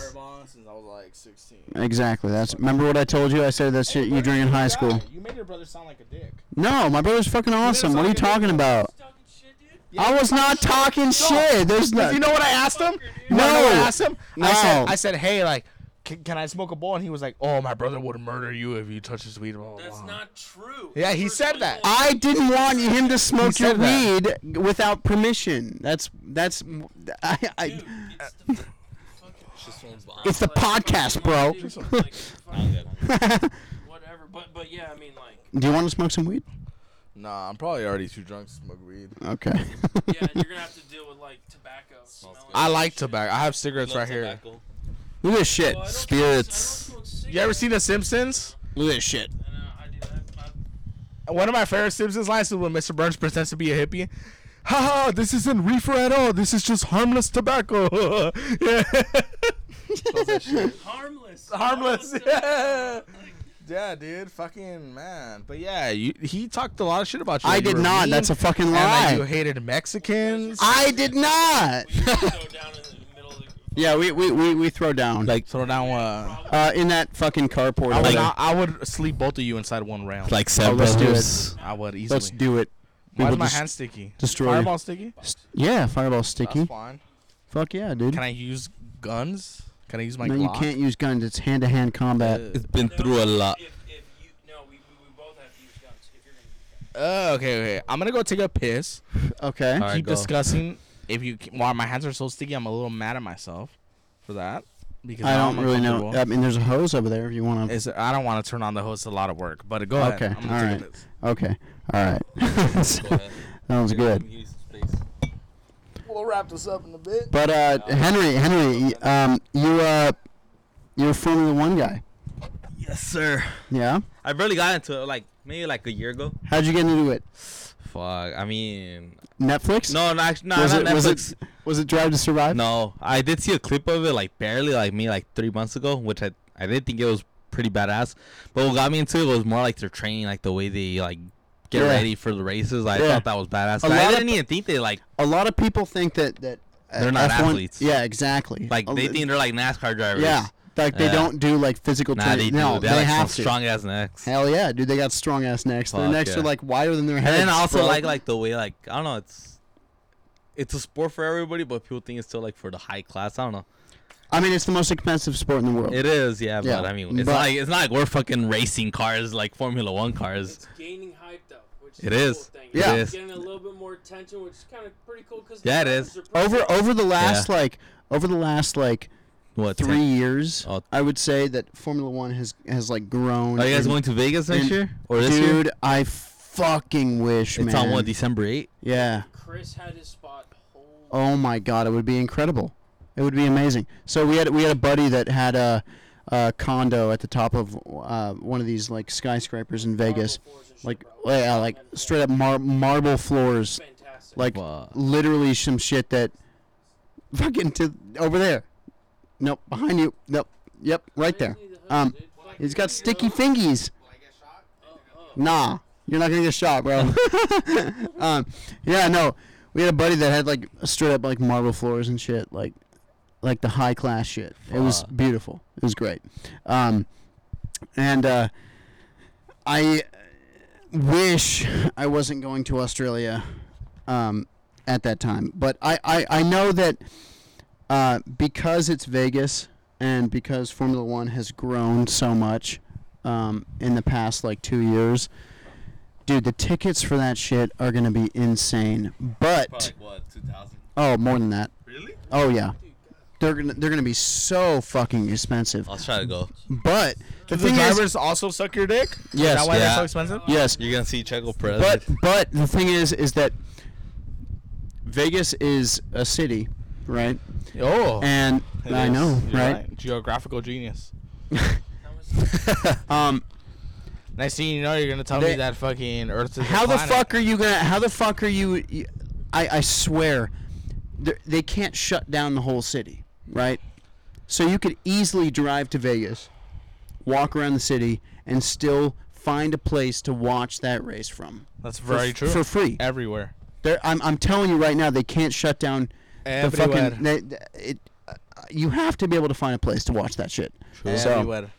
A: since I was like 16.
C: Exactly. That's remember what I told you? I said that shit you drink in high school.
A: You made your brother sound like a dick.
C: No, my brother's fucking awesome. What are you talking about?
D: Just talking shit, dude.
C: I was not talking shit. There's no
A: You know what I asked him? You
C: No.
A: wanna know what I asked him. I said,
C: No.
A: I said, hey, like, can, can I smoke a bowl? And he was like, oh, my brother would murder you if you touch his weed. Blah, blah,
D: That's
A: blah.
D: not true.
A: Yeah, he
D: First
A: said
D: of
A: that.
D: all,
B: Ah.
C: I didn't want him to smoke
A: He
C: your
A: said
C: weed without permission. That's that's I, I
D: Dude, it's the fucking
C: it's the podcast, bro.
D: dude, like, fucking whatever. But but yeah, I mean like
C: Do you want to smoke some weed?
A: Nah, I'm probably already too drunk to smoke weed.
C: Okay.
D: yeah, and you're gonna have to deal with like tobacco. smelling
F: good.
A: I
D: and
A: like
D: shit.
A: tobacco. I have cigarettes right here.
F: Tobacco.
C: Look at this shit.
D: Well, I don't smoke-
B: Spirits.
D: I don't smoke
A: You ever
D: cigarettes,
A: seen The Simpsons?
C: Look at this shit.
D: and, uh, I do that. I-
A: One of my favorite Simpsons lines is when Mr. Burns pretends to be a hippie. Haha, this isn't reefer at all. This is just harmless tobacco. yeah.
D: Harmless.
A: harmless. Yeah.
D: tobacco. Like,
A: yeah, dude. Fucking man. But yeah, you, he talked a lot of shit about you.
C: I
A: that you
C: did
A: were
C: not.
A: mean
C: That's a fucking
A: and that you
C: lie.
A: hated Mexicans.
C: I did not.
D: we used to go down in the middle of the
C: Yeah, we we, we, we throw down.
B: Like
A: Throw down one.
C: uh, in that fucking carport.
A: I would,
C: Like,
A: not, I would sleep both of you inside one round.
B: like seven
C: let's do
B: brothers.
A: I would easily.
C: let's do it.
A: Why is
C: People
A: my
C: just-
A: hand sticky?
C: destroy you.
A: Fireball sticky?
C: Yeah, fireball
A: That's
C: sticky.
A: fine.
C: Fuck yeah, dude.
A: Can I use guns? Can I use my
C: no, you
A: Glock?
C: can't use guns. It's hand to hand combat.
B: It's been through a lot.
D: If, if you, no, we, we we both have to use guns. If you're gonna use guns.
A: Oh, okay, okay. I'm gonna go take a piss.
C: okay.
B: All right,
A: Keep
B: go.
A: discussing. If you, c- why my hands are so sticky, I'm a little mad at myself for that. Because
C: I
A: now
C: don't
A: I'm
C: really know.
A: uncomfortable.
C: I mean, there's a hose over there if you want to.
A: Is I don't want to turn on the host. It's a lot of work, but go
C: Okay,
A: ahead. I'm gonna
C: all
A: take a
C: right.
A: piss.
C: Okay. All right. that was good.
A: We'll wrap this up in a bit.
C: But uh, Henry, Henry, y- um, you uh, you're a Formula One guy.
B: Yes, sir.
C: Yeah.
B: I barely got into it like maybe like a year ago.
C: How'd you get into it?
B: Fuck. I mean,
C: Netflix?
B: no, no, actually, no,
C: Was
B: not
C: it
B: Netflix.
C: was it was it Drive to Survive?
B: No, I did see a clip of it, like barely, like me, like three months ago, which I I did think it was pretty badass. But what got me into it was more like their training, like the way they like get
C: Yeah.
B: ready for the races. I
C: Yeah.
B: thought that was badass.
C: A
B: I
C: lot of
B: didn't even think they like
C: A lot of people think that that uh,
B: They're not
C: F1
B: athletes.
C: Yeah, exactly.
B: like
C: A
B: they
C: li-
B: think they're like NASCAR drivers.
C: Oh, Yeah, like they
B: Yeah.
C: don't do like physical
B: nah, they
C: training.
B: do.
C: no,
B: they,
C: they,
B: have like,
C: have to.
B: strong ass necks.
C: Hell yeah, dude! They got strong ass necks. Their
B: Fuck
C: necks
B: yeah.
C: are like wider than their
B: And
C: heads.
B: then also
C: bro.
B: like like the way like I don't know, it's it's a sport for everybody, but people think it's still like for the high class. I don't know.
C: I mean, it's the most expensive sport in the world.
B: It is, yeah,
C: Yeah,
B: but I mean, it's
C: but-
B: not like it's not like we're fucking racing cars like Formula One cars.
D: It's gaining hype though, which is
B: It
D: a cool
B: is.
D: thing.
C: It
D: It's
B: is.
D: Getting a little bit more attention, which is kind of pretty cool because
B: Yeah, it is.
C: over oh over the last like over the last like
B: What
C: three
B: ten-
C: years,
B: Oh.
C: I would say that Formula One has has like grown.
B: Are you guys
C: in-
B: going to Vegas
C: in-
B: next year or this year?
C: Dude, I fucking wish, man.
B: It's on what December 8th?
C: Yeah.
D: Chris had his spot. Holy
C: Oh my god, it would be incredible. It would be amazing. So we had we had a buddy that had a, a condo at the top of uh, one of these like skyscrapers in Vegas,
D: floors and shit,
C: like
D: bro.
C: yeah, like straight up mar- marble floors,
D: fantastic.
C: like
B: Wow.
C: literally some shit that fucking to over there. Nope, behind you. Nope. Yep, right there. Um, he's got sticky fingies.
D: oh,
C: Nah, you're not gonna get shot, bro. um, yeah, no, we had a buddy that had like straight up like marble floors and shit, like like the high class shit. It was
B: Fuck.
C: beautiful. It was great. Um, and uh, I uh, wish I wasn't going to Australia um, at that time, but I I, I know that uh, because it's Vegas and because Formula One has grown so much um, in the past like two years, dude, the tickets for that shit are gonna be insane. But
F: Probably like, what, 2000?
C: Oh, more than that.
A: Really?
C: Oh yeah. They're gonna they're gonna be so fucking expensive.
B: I'll try to go.
C: But the
A: Did the
C: thing is,
A: drivers also suck your dick? Is
C: Yes,
A: that why
B: yeah.
A: they're so expensive?
C: yes,
B: You're gonna see Checo Perez.
C: but but the thing is, is that Vegas is a city, right?
A: Oh.
C: And
A: It
C: I
A: is.
C: know,
A: You're
C: right?
A: Geographical genius.
C: Um,
A: Next thing you know, you're gonna tell
C: They-
A: me that fucking Earth is.
C: how
A: a
C: the
A: planet.
C: fuck are you gonna? How the fuck are you? you- I I swear, they're- they can't shut down the whole city, right? So you could easily drive to Vegas, walk around the city, and still find a place to watch that race from
A: That's very
C: for,
A: true.
C: for free.
A: Everywhere.
C: They're, I'm I'm telling you right now, they can't shut down the
A: Everywhere.
C: fucking. They, they- it, uh, you have to be able to find a place to watch that shit. So,
A: Everywhere.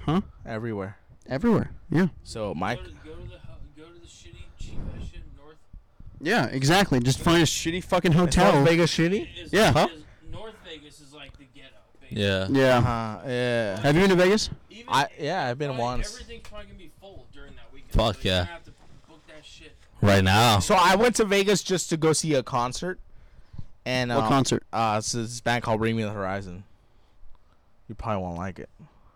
C: huh?
A: Everywhere.
C: Everywhere. Yeah.
A: So Mike,
D: Go to, go to the hu- go to the shitty cheap ass shit north.
C: Yeah, exactly. Just find a shitty fucking
A: Is
C: hotel.
A: Vegas shitty?
D: Is,
C: Yeah. Huh?
D: Is, North Vegas is like the ghetto. Basically.
B: yeah.
C: Yeah.
A: Uh, yeah.
C: Have you been to Vegas?
D: Even
A: I yeah, I've been
D: probably
A: once.
D: Everything's probably gonna be full during that weekend.
B: Fuck
D: so you're
B: yeah.
D: gonna have to book that shit.
B: Right now.
A: So I went to Vegas just to go see a concert. And
C: What
A: um,
C: concert?
A: Uh, it's this band called Bring Me the Horizon. You probably won't like it.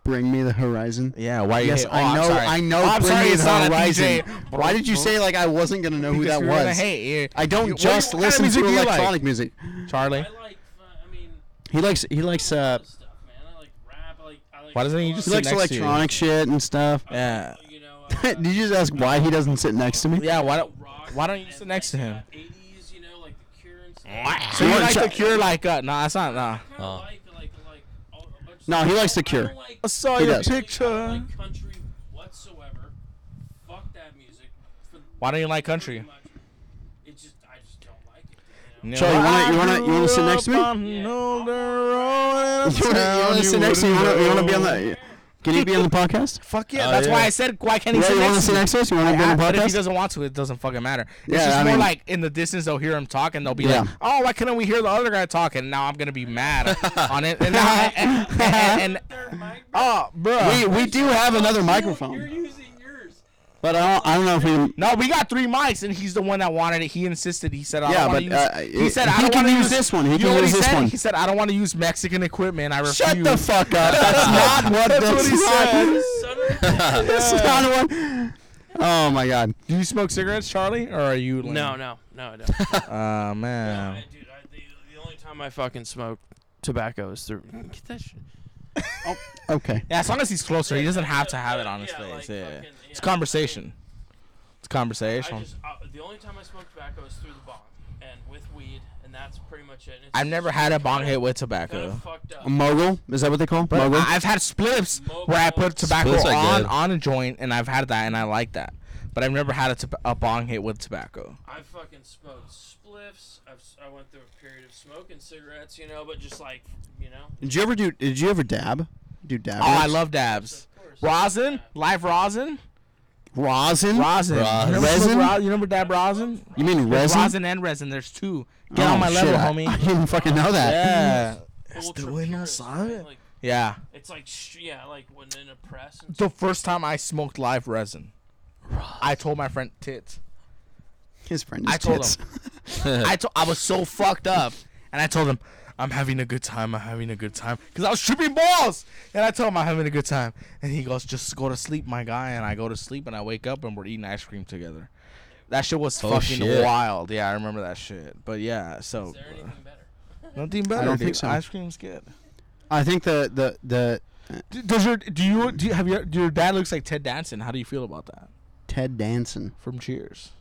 C: Bring me the horizon.
A: Yeah, why?
C: Yes,
A: you hate- oh,
C: I
A: I'm
C: know.
A: sorry.
C: I know.
A: Oh, I'm
C: Bring
A: sorry,
C: me
A: it's
C: the
A: not a
C: horizon.
A: DJ.
C: Why did you say like I wasn't gonna know who that was?
A: Hey,
C: I don't
A: You- what
C: just
A: do you- what kind
C: listen
A: of
C: to
A: music do you like?
C: electronic music.
A: Charlie.
D: I like. fu- I mean.
C: He likes he likes uh
D: all this stuff, man. I like rap. I like. I like
A: Why doesn't he just
C: he
A: Sit
C: likes
A: next to you.
C: electronic shit and stuff.
D: I like,
A: Yeah.
D: You know. Uh,
C: Did you just ask why he doesn't sit next to me?
A: Yeah, why don't
D: rock
A: why don't you
D: and,
A: sit next to
D: like,
A: him?
D: uh, 80s, you know, like the Cure and stuff.
A: So you
C: What,
A: like
C: Char-
A: the Cure? Like, uh, nah, that's not nah.
D: I kinda
B: Oh.
D: like, like, like, all- a bunch of
C: No,
D: stuff.
C: he likes
D: I don't-
C: The Cure.
D: I, don't like
A: I saw
C: He
A: your
C: does.
A: picture.
D: I don't like country whatsoever. Fuck that music. For
A: Why don't you like
D: pretty
A: country?
D: much. It just, I just don't like it. You
A: No.
D: know?
C: Charlie, you wanna- you wanna- you wanna sit next to me?
A: I grew up on an older road in
C: You wanna- you wanna
A: town
C: sit next to you? You wanna- you wanna be on
A: wouldn't
C: the? Can he be on the podcast?
A: Fuck yeah,
B: Oh,
A: that's
B: yeah.
A: why I said why can't he
C: Yeah,
A: sit
C: you want to
A: next
C: sit
A: to me?
C: next to us? You want to be on the
A: but if he
C: podcast?
A: doesn't want to, it doesn't fucking matter. It's
C: Yeah,
A: just
C: I
A: more
C: mean-
A: like in the distance they'll hear him talk and they'll be like,
C: Yeah.
A: "Oh, why couldn't we hear the other guy talking?" Now I'm gonna be mad on it. And, and, and, and, and-
D: Third mic, bro.
A: oh, bro,
C: We we do have another
D: You're
C: microphone,
D: using yours.
C: but I don't I don't know if we.
A: no, we got three mics, and he's the one that wanted it. He insisted. He said, "I
C: Yeah,
A: don't
C: but
A: want to use."
C: uh,
A: he said, "I don't
C: can
A: want to
C: use this one. He
A: You know
C: can
A: what he
C: use this
A: said?
C: one.
A: He said, "I don't want to use Mexican equipment. I refuse."
C: Shut the fuck up. That's not what
A: That's
C: that's
A: what he said.
D: Son
C: That's not
D: of a
C: what. Oh my god.
A: Do you smoke cigarettes, Charlie, or are you? lame?
D: No, no, no, I don't.
A: Oh man.
D: I, dude, I, the, the only time I fucking smoke tobacco is through. Get that shit.
C: Okay.
A: Yeah, as long as he's closer, he doesn't have to have it on his
D: Yeah, like,
A: face. Yeah,
D: fucking-
A: it's
D: yeah,
A: conversation. It's
D: I
A: conversation.
D: just uh, the only time I smoke tobacco is through the bomb and with weed, and that's pretty much it. And it's
A: I've never had a bong hit with tobacco.
D: Kind of fucked up.
C: A mogul? Is that what they call?
A: But
C: mogul?
A: I- I've had spliffs where I put tobacco
B: Spliffs are
A: on
B: good.
A: on a joint, and I've had that, and I like that. But I've never had a, tob- a bong hit with tobacco.
D: I fucking smoked spliffs. I've, s- I went through a period of smoking cigarettes, you know, but just like you know.
C: did you ever do? Did you ever dab? Do dab?
A: Oh, I
C: ribs?
A: love dabs.
D: Of course.
A: Rosin, live rosin,
C: rosin.
A: rosin. You remember
C: Resin?
A: ro- you remember dab rosin?
C: you mean
A: There's
C: resin?
A: rosin and resin. There's two. Get
C: Oh,
A: on my
C: shit,
A: level,
C: I- I,
A: homie.
C: didn't fucking know that.
A: Yeah,
D: Ultra
A: the way no
D: purist,
A: sign.
D: right? Like,
A: yeah.
D: it's like sh- yeah, like when in a press. And
A: The first time I smoked live resin, I told my friend tits.
C: His friend is
A: I told
C: tits.
A: him. I to- I was so fucked up, and I told him I'm having a good time. I'm having a good time because I was tripping balls, and I told him I'm having a good time, and he goes, "Just go to sleep, my guy." And I go to sleep, and I wake up, and we're eating ice cream together. That shit was
B: Oh,
A: fucking
B: shit.
A: wild. Yeah, I remember that shit. But yeah, so
D: is there anything better?
A: nothing better.
C: don't
A: dude.
C: think so.
A: Ice cream's good.
C: I think the the the
A: D- Does your do you do you, have your your dad looks like Ted Danson? How do you feel about that
C: Ted Danson.
A: from Cheers?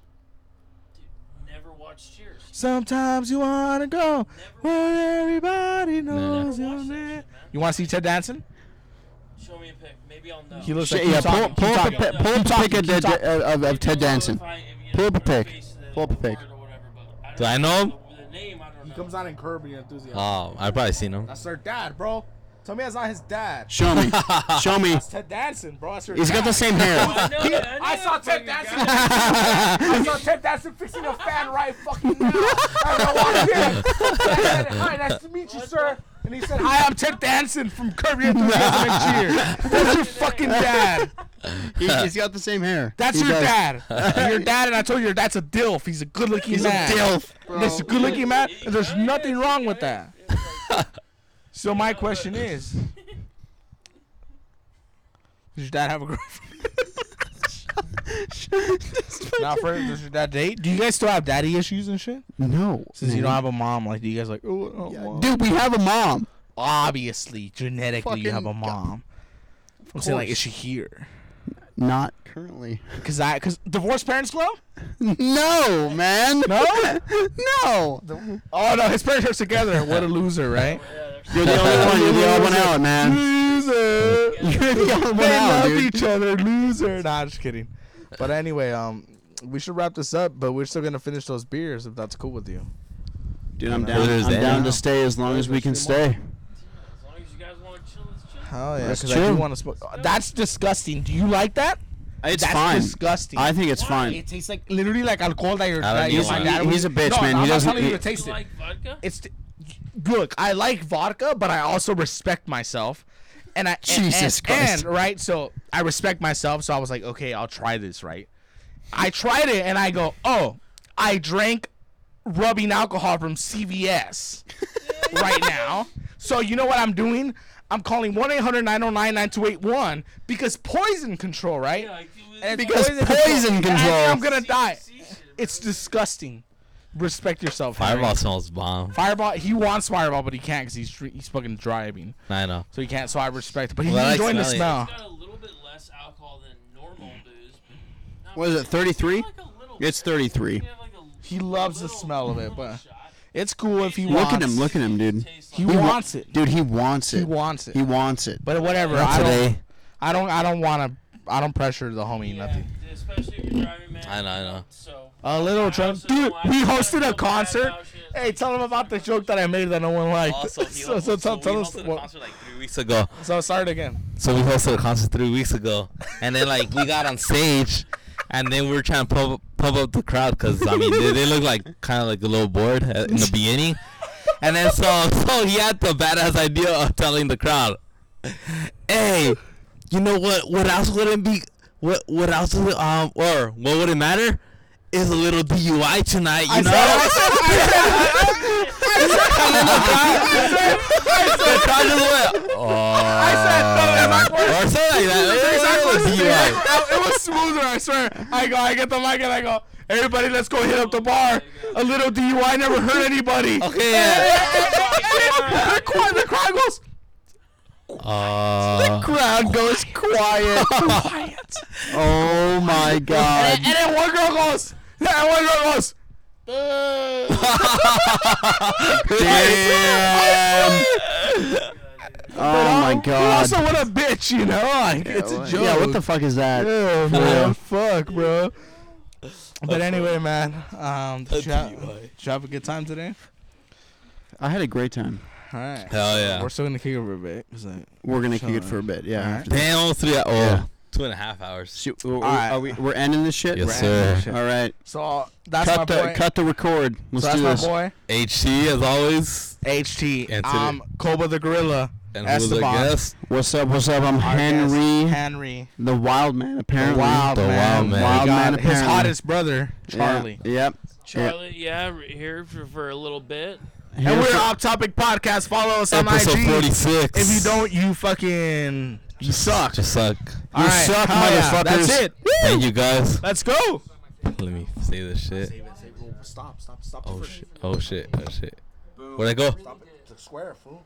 D: Never watched Cheers.
A: Sometimes you wanna go where everybody knows
D: Never
A: your
D: watched that
A: name.
D: shit,
A: You
D: man.
A: wanna see Ted Danson?
D: Show me a pic. Maybe I'll know.
A: He looks
C: Shit,
A: like
C: yeah,
A: keep
C: pull,
A: talking,
C: pull
A: keep
C: up a
A: talking.
C: pic- pull up
A: Keep
C: a pic
A: talking,
C: of,
A: keep
C: the-
A: talking.
C: uh, of, of
D: Maybe I'll
C: Ted
D: know
C: Danson.
D: if I- if, you
C: Pull
D: know,
C: up a
D: put
C: pic.
D: face to the
C: Pull up a pic.
D: word or whatever, but
B: Do I know him?
D: The, the name, I don't know.
A: on in Curb Your Enthusiasm.
B: Oh, I probably seen him.
A: that's their dad, bro. Tell me that's not his dad.
C: Show me. Show me.
A: Ted Danson, bro. That's your
C: He's got the same hair.
D: I know that- I know that fucking guy.
A: I saw Ted Danson fixing a fan right fucking now. I don't want to hear it. Hi, nice to meet you, sir. And he said, "Hi, I'm Ted Danson from Curb Your Enthusiasm and Cheer. That's your fucking dad.
C: He, has got the same hair.
A: That's
C: He
A: your
C: does.
A: dad. And your dad. And I told you, your dad's a dilf. He's a good-looking
E: He's
A: man.
E: a dilf.
A: That's a good-looking man. And there's nothing wrong with that. So my question is, does your dad have a girlfriend? Not for does your dad date? Do you guys still have daddy issues and shit?
E: No.
A: Since you
E: man.
A: don't have a mom, like, do you guys like, oh, oh, mom?"
E: Dude, we have a mom.
A: obviously genetically you have a
E: Fucking God.
A: mom. I'm saying like, is she here?
E: Not currently.
A: Cause I, cause divorced parents glow.
E: No, man.
A: No.
E: No.
A: oh no, his parents are together. What a loser, right?
E: You're the only one. You're the only one out, man.
A: Loser.
E: You're the only one
A: They
E: out,
A: love
E: dude.
A: each other. Loser. Nah, just kidding. But anyway, um, we should wrap this up. But we're still gonna finish those beers if that's cool with you.
E: Dude, I'm
B: Where
E: down.
B: is
E: I'm
B: that?
E: down to stay as long as we can stay.
D: As long as you guys want to chill, let's chill.
A: Oh yeah,
E: That's
A: because I do
E: true.
A: want to smoke. Uh, That's disgusting. Do you like that?
E: It's
A: that's
E: fine.
A: disgusting.
E: I think it's fine.
A: It tastes like literally like alcohol that you're.
B: I don't
A: that your
B: use it.
A: dad
E: He-
A: would-
E: he's a bitch,
A: no,
E: man.
A: I'm not
E: He doesn't-
A: telling you
E: he-
A: to taste
D: You
A: it.
D: like vodka?
A: It's look. I like vodka, but I also respect myself. And I and-
E: Jesus
A: and,
E: Christ.
A: and, right, so I respect myself. So I was like, okay, I'll try this. Right, I tried it, and I go, oh, I drank rubbing alcohol from CVS right now. So you know what I'm doing? I'm calling 1-800-909-9281 because poison control, right?
D: Yeah, like, it was-
A: And it's
E: Because poison
A: and I think
E: control.
A: I'm gonna die.
D: See- see shit,
A: It's disgusting. Respect yourself. Harry.
B: Fireball smells bomb.
A: Fireball. He wants Fireball, but he can't because he's dr- he's fucking driving,
B: I know.
A: so he can't. So I respect. it. But he's
B: Well, I like
A: enjoying the smell.
B: smelling
D: It's got a little bit less alcohol than normal booze. but not
E: What is it,
D: much.
E: 33?
D: Like a little
E: It's
D: bit.
E: 33.
D: You have like a-
A: He
D: a
A: loves the
D: little-
A: smell of it,
D: little
A: but-
D: shot.
A: It's cool if he
D: Look
A: wants.
E: Look at him. Look at him, dude.
D: Tastes
A: He
D: like-
E: wa-
A: wants it.
E: Dude, he wants
A: He
E: it.
A: wants it.
E: He wants it.
A: But whatever.
B: Not
A: I don't.
B: today.
A: I don't. I don't want to. I don't pressure the homie.
D: yeah,
A: Nothing.
D: Especially if you're driving, man.
B: I know, I know.
D: So.
A: A little drunk, dude. We hosted a concert. Hey, tell him about the joke that I made that no one liked.
F: Also, he
A: so, so tell, tell us.
F: hosted a
A: what-
F: concert like three weeks
B: Weeks ago.
A: so start again.
B: So we hosted a concert three weeks ago, and then like we got on stage, and then we were trying to pump, pump up the crowd because I mean they, they look like kind of like a little bored uh, in the beginning, and then so so he had the badass idea of telling the crowd, "Hey, you know what? What else wouldn't be what what else would, um or what would it matter?" Is a little DUI tonight, you know. The crowd just went, "Oh." or something like that.
A: Exactly.
B: It was a DUI.
A: It was smoother, I swear. I go, I get the mic and I go, everybody, let's go hit up the bar. A little DUI never hurt anybody.
B: Okay. Yeah.
A: the, crowd, the crowd goes,
B: Uh,
A: crowd goes quiet. quiet.
E: Oh my
A: And,
E: god.
A: and then one girl goes, and one girl goes,
B: damn.
E: Oh my god.
A: Also, what a bitch, you know? Like, it's a joke.
E: Yeah, what the fuck is that?
A: Yeah, bro.
B: Yeah.
A: Fuck, bro. But anyway, man, um, did you, have,
B: DUI.
A: did you have a good time today?
E: I had a great time.
A: All right.
B: Hell yeah.
A: We're still gonna kick it for a bit. 'cause, like,
E: We're gonna kick
A: Sure.
E: it for a bit. Yeah.
A: Alright.
E: after-
B: Damn, almost three. Oh,
E: Yeah.
B: two and a half hours.
E: Shoot, we're,
A: Alright.
E: are we, we're ending this shit.
B: Yes,
A: Random
B: sir.
A: shit.
E: All right.
A: So that's my
E: Cut the
A: boy.
E: cut the record.
A: so
E: Let's
A: that's
E: do
A: my
E: this.
A: boy.
B: HT as always,
A: HT.
B: And today-
A: um, Koba the Gorilla.
B: and who's the
A: Esteban.
B: guest?
E: What's up? What's up? I'm
A: Our guest,
E: Henry,
A: Henry.
E: the wild man. Apparently,
A: Wild
B: The
A: man.
B: Wild Man.
A: We
E: Wild
A: got
E: man.
A: His
E: Apparently,
A: hottest brother,
E: Yeah.
A: Charlie.
E: Yep.
D: Charlie, yeah, we're here for, for a little bit.
A: And
E: Here's
A: we're
E: the-
A: Off Topic Podcast. Follow us on
B: Episode
A: IG.
B: 46.
A: If you don't, you fucking you suck.
B: just suck.
A: All right.
E: suck,
A: Hell yeah.
E: motherfuckers.
A: That's it.
B: Thank you guys.
A: Let's go.
B: Let me say this shit.
A: Stop. Stop. Stop.
B: Oh shit. Oh shit. Oh shit. Where'd I go?
A: The square, fool.